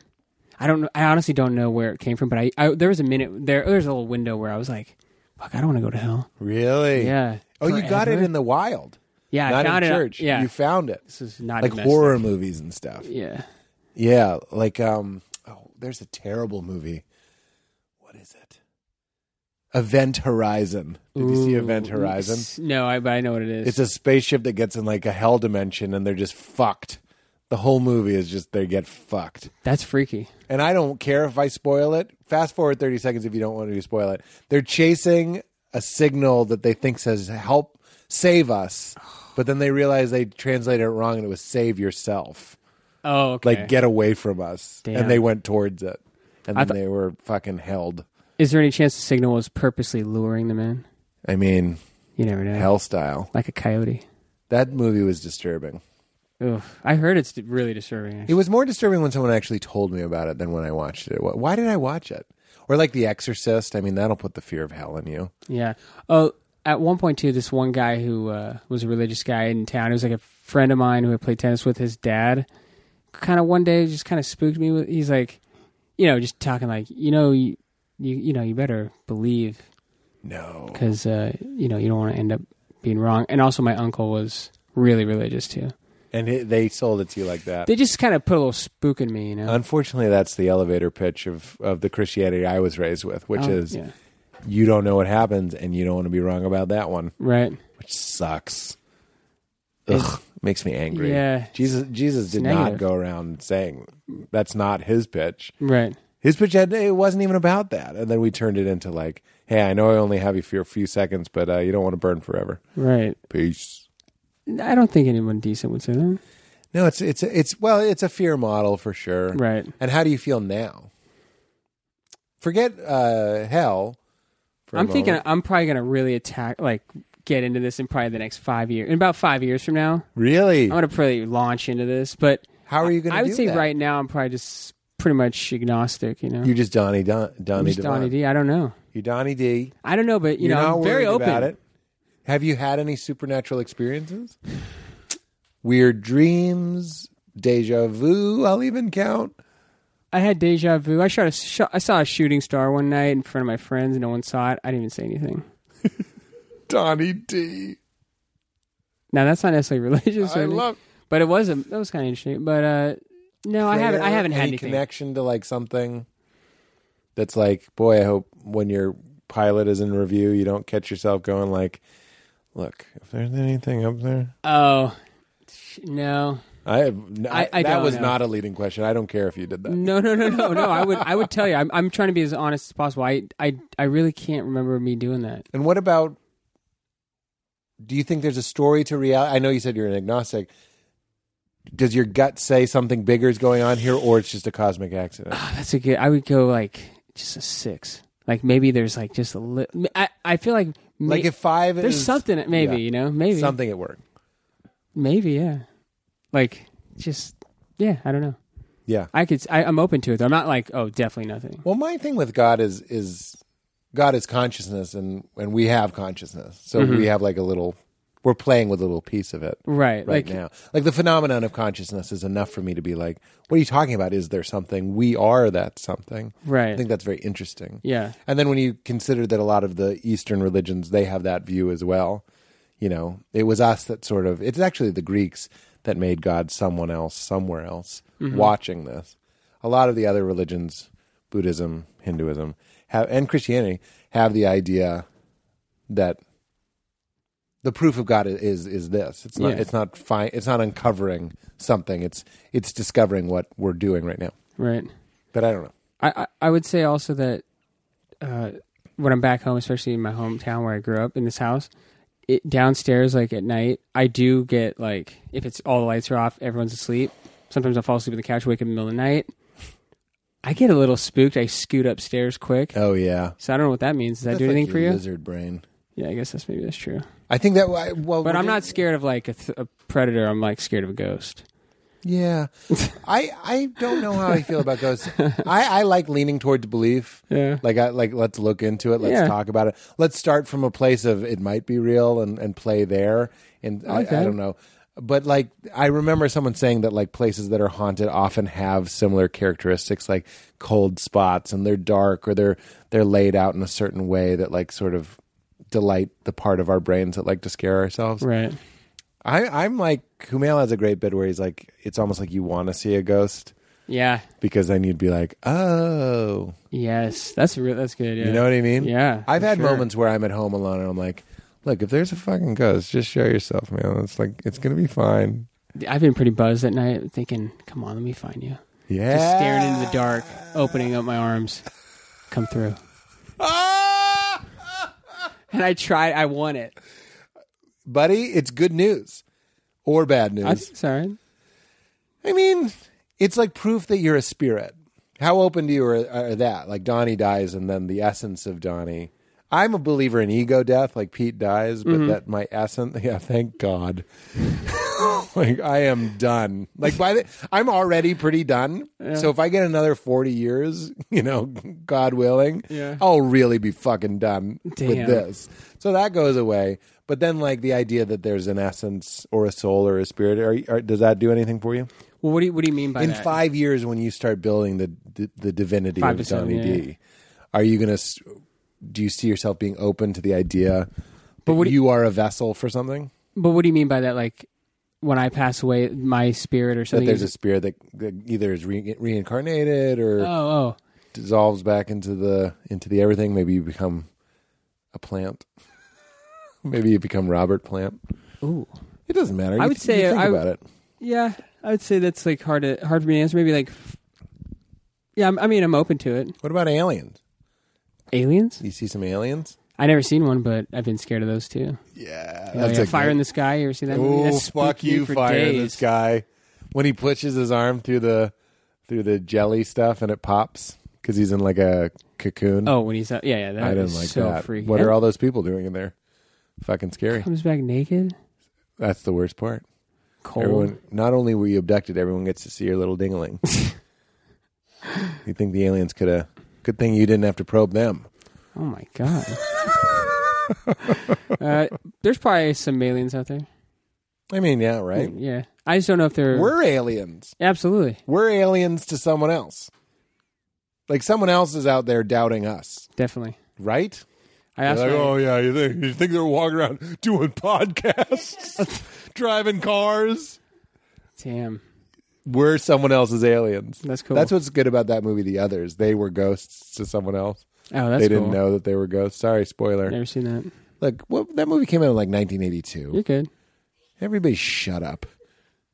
S5: I don't, know- I honestly don't know where it came from, but I, I there was a minute there, there was a little window where I was like, "Fuck, I don't want to go to hell."
S1: Really?
S5: Yeah.
S1: Oh, you got it
S5: Forever.
S1: in the wild.
S5: Yeah,
S1: not
S5: I found
S1: in
S5: it.
S1: church.
S5: Yeah,
S1: you found it.
S5: this is not
S1: like
S5: domestic.
S1: horror movies and stuff.
S5: Yeah,
S1: Yeah, like um oh, there's a terrible movie. What is it? Event Horizon. Did you see
S5: Ooh,
S1: Event Horizon?
S5: s- No, I, but I know what it is.
S1: It's a spaceship that gets in like a hell dimension and they're just fucked. The whole movie is just they get fucked.
S5: That's freaky.
S1: And I don't care if I spoil it. Fast forward 30 seconds if you don't want to spoil it. They're chasing a signal that they think says help save us, but then they realize they translated it wrong and it was save yourself.
S5: Oh, okay.
S1: Like get away from us.
S5: Damn.
S1: And they went towards it. And
S5: I
S1: then
S5: thought-
S1: they were fucking held.
S5: Is there any chance the signal was purposely luring them in?
S1: I mean,
S5: You never know.
S1: hell style.
S5: Like a coyote.
S1: That movie was disturbing.
S5: Oof. I heard it's really disturbing.
S1: It
S5: actually.
S1: was more disturbing when someone actually told me about it than when I watched it. Wh- Why did I watch it? Or like The Exorcist. I mean, that'll put the fear of hell in you.
S5: Yeah. Oh, at one point too, this one guy who uh, was a religious guy in town, he was like a friend of mine who I played tennis with. His dad, kind of one day, just kind of spooked me. With he's like, you know, just talking like, you know, you you, you know, you better believe
S1: No.
S5: because uh, you know you don't want to end up being wrong. And also, my uncle was really religious too.
S1: And it, they sold it to you like that.
S5: They just kind of put a little spook in me, you know.
S1: Unfortunately, that's the elevator pitch of, of the Christianity I was raised with, which
S5: Oh,
S1: is
S5: yeah.
S1: you don't know what happens and you don't want to be wrong about that one,
S5: right.
S1: which sucks. Ugh, makes me angry.
S5: Yeah.
S1: Jesus Jesus did not
S5: negative.
S1: go around saying that's not his pitch.
S5: Right.
S1: His pitch had, it wasn't even about that. And then we turned it into like, hey, I know I only have you for a few seconds, but uh, you don't want to burn forever.
S5: Right.
S1: Peace.
S5: I don't think anyone decent would say that.
S1: No, it's it's it's well, it's a fear model for sure.
S5: Right.
S1: And how do you feel now? Forget uh, hell. for a
S5: I'm thinking
S1: moment.
S5: I'm probably gonna really attack, like get into this in probably the next five years. In about five years from now,
S1: Really?
S5: I'm gonna probably launch into this. But
S1: How are you going to?
S5: I would
S1: do
S5: say
S1: that?
S5: right now I'm probably just pretty much agnostic. You know,
S1: You're just Donnie Don,
S5: I'm
S1: Donnie
S5: just
S1: Devon.
S5: Donnie D. I don't know.
S1: You're Donnie D.
S5: I don't know, but you
S1: You're
S5: know,
S1: not
S5: I'm very
S1: worried
S5: open.
S1: about it. Have you had any supernatural experiences? Weird dreams, deja vu. I'll even count.
S5: I had deja vu. I shot a sh- I saw a shooting star one night in front of my friends, and no one saw it. I didn't even say anything.
S1: Donnie D.
S5: Now that's not necessarily religious, or
S1: I
S5: anything,
S1: love.
S5: but it was a, that was kind of interesting. But uh, no, I haven't. I
S1: prayer,
S5: haven't had
S1: uh, any
S5: anything.
S1: connection to like something that's like, boy, I hope when your pilot is in review, you don't catch yourself going like, look, if there's anything up there,
S5: Oh sh- no,
S1: I have. n-
S5: I- I
S1: that
S5: don't
S1: was
S5: know.
S1: not a leading question. I don't care if you did that.
S5: No, no, no, no, no. I would, I would tell you. I'm, I'm trying to be as honest as possible. I, I, I really can't remember me doing that.
S1: And what about? Do you think there's a story to reality? I know you said you're an agnostic. Does your gut say something bigger is going on here, or it's just a cosmic accident?
S5: Oh, that's a good. I would go like just a six. Like maybe there's like just a little. I, I feel like ma-
S1: like if five,
S5: there's
S1: is,
S5: something. that Maybe
S1: yeah,
S5: you know. Maybe
S1: something at work.
S5: Maybe yeah. Like just yeah. I don't know.
S1: Yeah.
S5: I could. I, I'm open to it. though. I'm not like oh definitely nothing.
S1: Well, my thing with God is is God is consciousness, and and we have consciousness, so we have like a little. We're playing with a little piece of it
S5: Right.
S1: right
S5: like
S1: now. Like the phenomenon of consciousness is enough for me to be like, "What are you talking about? Is there something? We are that something." I
S5: right.
S1: think that's very interesting.
S5: yeah.
S1: And then when you consider that a lot of the Eastern religions they have that view as well. You know, it was us that sort of. It's actually the Greeks that made God someone else, somewhere else,
S5: Mm-hmm.
S1: watching this. A lot of the other religions, Buddhism, Hinduism, have, and Christianity have the idea that the proof of God i- is is this. It's not.
S5: Yeah.
S1: It's not. Fi- it's not uncovering something. It's it's discovering what we're doing right now.
S5: Right.
S1: But I don't know.
S5: I, I I would say also that uh, when I'm back home, especially in my hometown where I grew up in this house, it, downstairs, like at night, I do get like if it's all the lights are off, everyone's asleep. Sometimes I fall asleep on the couch, wake up in the middle of the night. I get a little spooked. I scoot upstairs quick.
S1: Oh yeah.
S5: So I don't know what that means. Does that
S1: That's
S5: do
S1: like
S5: anything
S1: your
S5: for you?
S1: Lizard brain.
S5: Yeah, I guess that's maybe that's true.
S1: I think that I- well,
S5: But
S1: we're
S5: I'm not
S1: just-
S5: scared of like a, th- a predator. I'm like scared of a ghost.
S1: Yeah, I I don't know how I feel about ghosts. I I like leaning towards belief.
S5: Yeah.
S1: like I like let's look into it. Let's
S5: Yeah.
S1: talk about it. Let's start from a place of it might be real and and play there. And I,
S5: like
S1: I
S5: that.
S1: don't know. But like I remember someone saying that like places that are haunted often have similar characteristics like cold spots and they're dark or they're they're laid out in a certain way that like sort of delight the part of our brains that like to scare ourselves.
S5: Right.
S1: I, I'm like Kumail has a great bit where he's like, it's almost like you want to see a ghost
S5: Yeah.
S1: because then you'd be like, oh,
S5: Yes. That's real. That's good. Yeah.
S1: you know what I mean?
S5: Yeah.
S1: I've
S5: for
S1: had
S5: sure.
S1: moments where I'm at home alone and I'm like, look, if there's a fucking ghost, just show yourself, man. It's like it's gonna be fine.
S5: I've been pretty buzzed at night, thinking, "Come on, let me find you."
S1: Yeah.
S5: Just staring into the dark, opening up my arms, come through.
S1: Ah!
S5: And I tried. I won it.
S1: Buddy, it's good news or bad news.
S5: I think sorry.
S1: I mean, it's like proof that you're a spirit. How open to you are, are that? Like Donnie dies, and then the essence of Donnie. I'm a believer in ego death, like Pete dies, but
S5: Mm-hmm.
S1: that my essence. Yeah, thank God. like I am done. Like by the, I'm already pretty done. So if I get another 40 years, you know, God willing,
S5: Yeah.
S1: I'll really be fucking done with
S5: Damn.
S1: this. So that goes away. But then, like the idea that there's an essence or a soul or a spirit, are, are, does that do anything for you?
S5: Well, what do you, what do you mean by
S1: in
S5: that?
S1: five years when you start building the the, the divinity
S5: Five
S1: of
S5: to seven,
S1: Johnny
S5: yeah,
S1: D, are you gonna s- do you see yourself being open to the idea but
S5: what do
S1: you are a vessel for something
S5: But what do you mean by that? Like when I pass away, my spirit or
S1: that
S5: something.
S1: there's a
S5: is-
S1: spirit that, that either is re- reincarnated or
S5: oh, oh,
S1: dissolves back into the into the everything maybe you become a plant maybe you become Robert Plant
S5: Ooh.
S1: it doesn't matter
S5: I
S1: You
S5: would
S1: th-
S5: say
S1: you think
S5: I-
S1: about it
S5: yeah. I would say that's like hard to hard for me to answer. Maybe like, yeah. I'm- I mean, I'm open to it.
S1: what about aliens
S5: Aliens?
S1: you see some aliens
S5: I never seen one, but I've been scared of those too.
S1: yeah
S5: Oh, yeah,
S1: a
S5: Fire
S1: great-
S5: in the Sky. You ever seen that movie?
S1: Oh
S5: That spooked
S1: fuck
S5: me
S1: you,
S5: for
S1: fire
S5: days.
S1: this guy! When he pushes his arm through the through the jelly stuff and it pops because he's in like a cocoon.
S5: Oh, when he's up. Yeah, yeah. That
S1: I didn't
S5: was
S1: like
S5: so
S1: that.
S5: freaky.
S1: What
S5: And
S1: are all those people doing in there? Fucking scary.
S5: comes back naked,
S1: That's the worst part.
S5: cold.
S1: Everyone, not only were you abducted, everyone gets to see your little dingling. you think the aliens could have? Good thing you didn't have to probe them.
S5: Oh my god. uh, there's probably some aliens out there.
S1: I mean, yeah, right.
S5: Yeah, I just don't know if they're
S1: We're aliens.
S5: absolutely
S1: We're aliens to someone else. Like someone else is out there doubting us,
S5: definitely.
S1: right?
S5: I asked.
S1: They're
S5: my-
S1: like, oh yeah, you think you think they're walking around doing podcasts, driving cars?
S5: Damn.
S1: We're someone else's aliens.
S5: That's cool.
S1: That's what's good about that movie, The Others. They were ghosts to someone else.
S5: Oh, that's
S1: they didn't
S5: cool.
S1: know that they were ghosts. Sorry, spoiler.
S5: Never seen that.
S1: Look, what, that movie came out in like
S5: You're
S1: 1982.
S5: good.
S1: Everybody, shut up.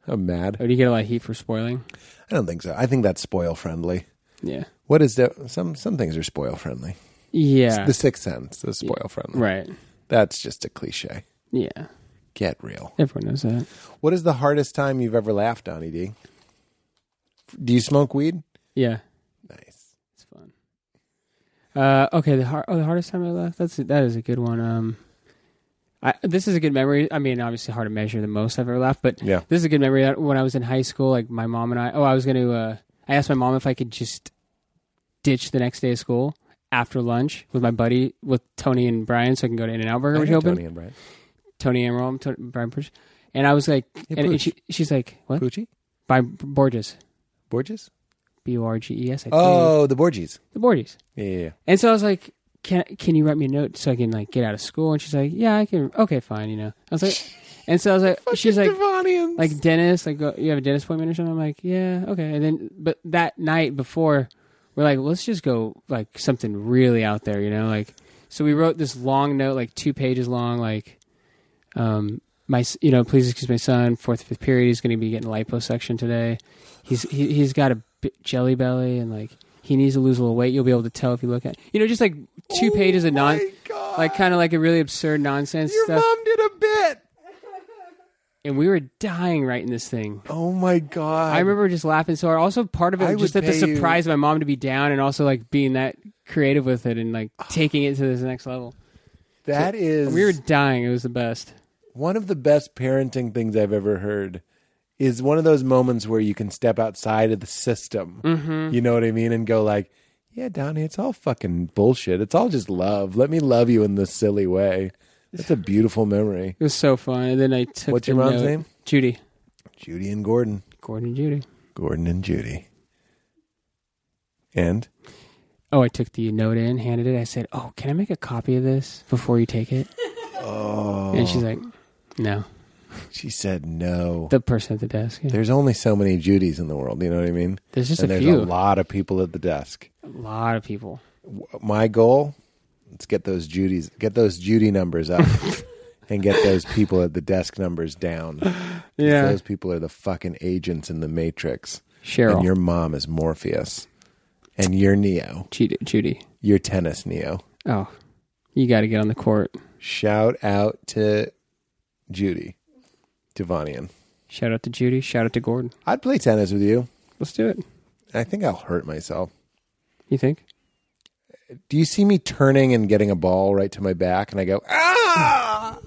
S1: I'm mad.
S5: Oh, do you get a lot of heat for spoiling?
S1: I don't think so. I think that's spoil friendly.
S5: Yeah.
S1: What is that? Some some things are spoil friendly.
S5: Yeah.
S1: The Sixth Sense is spoil friendly.
S5: right.
S1: That's just a cliche.
S5: Yeah.
S1: Get real.
S5: Everyone knows that.
S1: What is the hardest time you've ever laughed, Donnie D? Do you smoke weed?
S5: Yeah.
S1: Nice.
S5: It's fun. Uh, okay, the har- oh, the hardest time I left. That's that is a good one. Um, I, this is a good memory. I mean, obviously hard to measure the most I've ever laughed, but
S1: Yeah.
S5: this is a good memory. That when I was in high school, like my mom and I. Oh, I was gonna. Uh, I asked my mom if I could just ditch the next day of school after lunch with my buddy with Tony and Brian, so I can go to In and Out Burger, which opened.
S1: and Brian.
S5: Tony and Rome, Tony, Brian Purge. And I was like,
S1: Hey,
S5: and
S1: Pooch.
S5: she, she's like, what?
S1: Poochie?
S5: By Borges,
S1: Borges?
S5: B O R G E S. I think.
S1: Oh, the Borges.
S5: the Borges.
S1: Yeah, yeah, yeah.
S5: And so I was like, "Can can you write me a note so I can like get out of school?" And she's like, "Yeah, I can." Okay, fine. You know. I was like, and so I was like, she's like,
S1: Devonians.
S5: like dentist, like go, you have a dentist appointment or something. I'm like, yeah, okay. And then, but that night before, we're like, let's just go like something really out there, you know, like. So we wrote this long note, like two pages long, like, um, my, s- you know, please excuse my son, fourth, fifth period, he's going to be getting liposuction today. He's he, he's got a b- jelly belly and like he needs to lose a little weight. You'll be able to tell if you look at, you know, just like two
S1: Oh
S5: pages of non,
S1: God.
S5: like kind of like a really absurd nonsense
S1: Your
S5: stuff.
S1: mom did a bit.
S5: And we were dying writing this thing.
S1: Oh my god.
S5: I remember just laughing so hard. Also, part of it
S1: I
S5: was just
S1: would
S5: that the
S1: pay you-
S5: surprise of my mom to be down, and also like being that creative with it and like taking it to this next level.
S1: that is
S5: We were dying. It was the best.
S1: one of the best parenting things I've ever heard. Is one of those moments where you can step outside of the system.
S5: Mm-hmm.
S1: You know what I mean? And go like, yeah, Donnie, it's all fucking bullshit. It's all just love. Let me love you in this silly way. That's a beautiful memory.
S5: It was so fun. And then I took.
S1: What's
S5: the
S1: your mom's
S5: note.
S1: name?
S5: Judy.
S1: Judy and Gordon.
S5: Gordon and Judy.
S1: Gordon and Judy. And
S5: Oh, I took the note in, handed it. I said, "Oh, can I make a copy of this before you take it?" Oh. And she's like, "No."
S1: she said no.
S5: The person at the desk. Yeah.
S1: There's only so many Judys in the world, you know what I mean?
S5: There's just
S1: and
S5: a
S1: there's
S5: few.
S1: a lot of people at the desk.
S5: A lot of people.
S1: My goal, let's get those Judys, get those Judy numbers up and get those people at the desk numbers down.
S5: Yeah.
S1: Those people are the fucking agents in the Matrix.
S5: Cheryl.
S1: And your mom is Morpheus. And you're Neo.
S5: Judy, Judy.
S1: You're tennis Neo.
S5: Oh, you got to get on the court.
S1: Shout out to Judy Devonian.
S5: Shout out to Judy. Shout out to Gordon.
S1: I'd play tennis with you.
S5: Let's do it.
S1: I think I'll hurt myself.
S5: You think?
S1: Do you see me turning and getting a ball right to my back and I go, ah!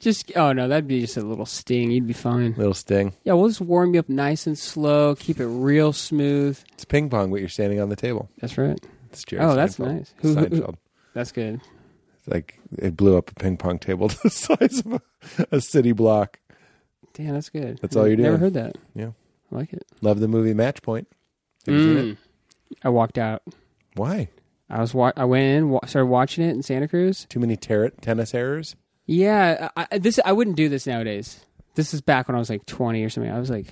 S5: Just oh no, that'd be just a little sting. You'd be fine.
S1: Little sting.
S5: Yeah, we'll just warm you up nice and slow. Keep it real smooth.
S1: It's ping pong, but you're standing on the table.
S5: That's right.
S1: It's Jerry
S5: Oh, that's
S1: Seinfeld.
S5: nice. Who- who- who-
S1: Seinfeld.
S5: That's good.
S1: It's like it blew up a ping pong table to the size of a, a city block.
S5: Damn, that's good.
S1: That's all you're
S5: Never
S1: doing.
S5: heard that.
S1: Yeah.
S5: I like it.
S1: Love the movie Match Point. Have you
S5: Mm.
S1: seen it?
S5: I walked out.
S1: Why?
S5: I was wa- I went in, wa- started watching it in Santa Cruz.
S1: Too many ter- tennis errors?
S5: Yeah, I, I- this I wouldn't do this nowadays. This is back when I was like 20 or something. I was like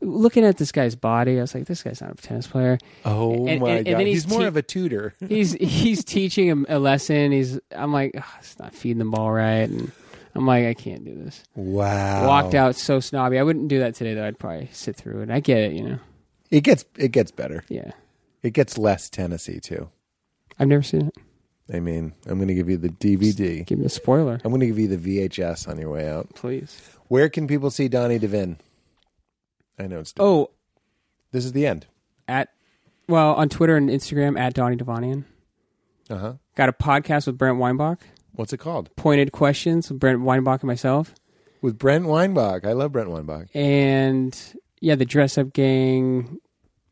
S5: looking at this guy's body. I was like, this guy's not a tennis player.
S1: Oh
S5: And-
S1: my
S5: and- and
S1: god!
S5: then
S1: he's,
S5: he's
S1: more
S5: te-
S1: of a tutor.
S5: He's he's teaching him a lesson. He's I'm like, "Ugh, it's not feeding the ball right. And I'm like, I can't do this.
S1: Wow.
S5: Walked out so snobby. I wouldn't do that today though. I'd probably sit through it. I get it, you know.
S1: It gets it gets better.
S5: Yeah,
S1: It gets less Tennessee too.
S5: I've never seen it.
S1: I mean, I'm going to give you the DVD.
S5: Give me a spoiler,
S1: I'm going to give you the VHS on your way out.
S5: please.
S1: Where can people see Donnie Devin? I know it's
S5: Oh,
S1: this is the end.
S5: at well on Twitter and Instagram at Donnie Devonian.
S1: Uh huh.
S5: Got a podcast with Brent Weinbach.
S1: What's it called?
S5: Pointed questions with Brent Weinbach and myself.
S1: With Brent Weinbach. I love Brent Weinbach.
S5: And yeah, the dress up gang.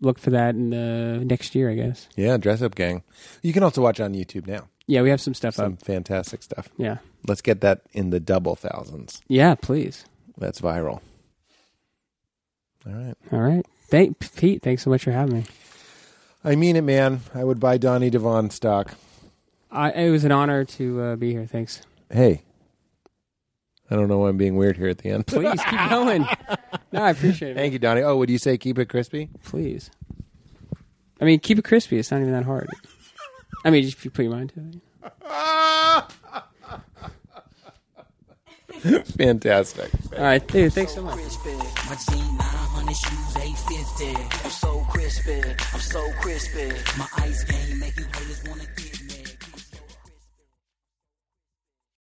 S5: Look for that in the next year, I guess.
S1: Yeah, Dress Up Gang. You can also watch it on YouTube now.
S5: Yeah, we have some stuff
S1: Some
S5: up.
S1: fantastic stuff.
S5: Yeah.
S1: Let's get that in the double thousands.
S5: Yeah, please.
S1: That's viral. All right.
S5: All right. Thank Pete, thanks so much for having me.
S1: I mean it, man. I would buy Donnie Devon stock.
S5: I, it was an honor to uh, be here. Thanks.
S1: Hey. I don't know why I'm being weird here at the end.
S5: Please keep going. No, I appreciate it.
S1: Thank you, Donnie. Oh, would you say keep it crispy?
S5: Please. I mean, keep it crispy. It's not even that hard. I mean, just if you put your mind to it.
S1: Fantastic.
S5: All right, dude. Thanks so much.
S8: crispy. My G900 shoes 850. I'm so crispy. I'm so crispy. My ice game make you haters wanna.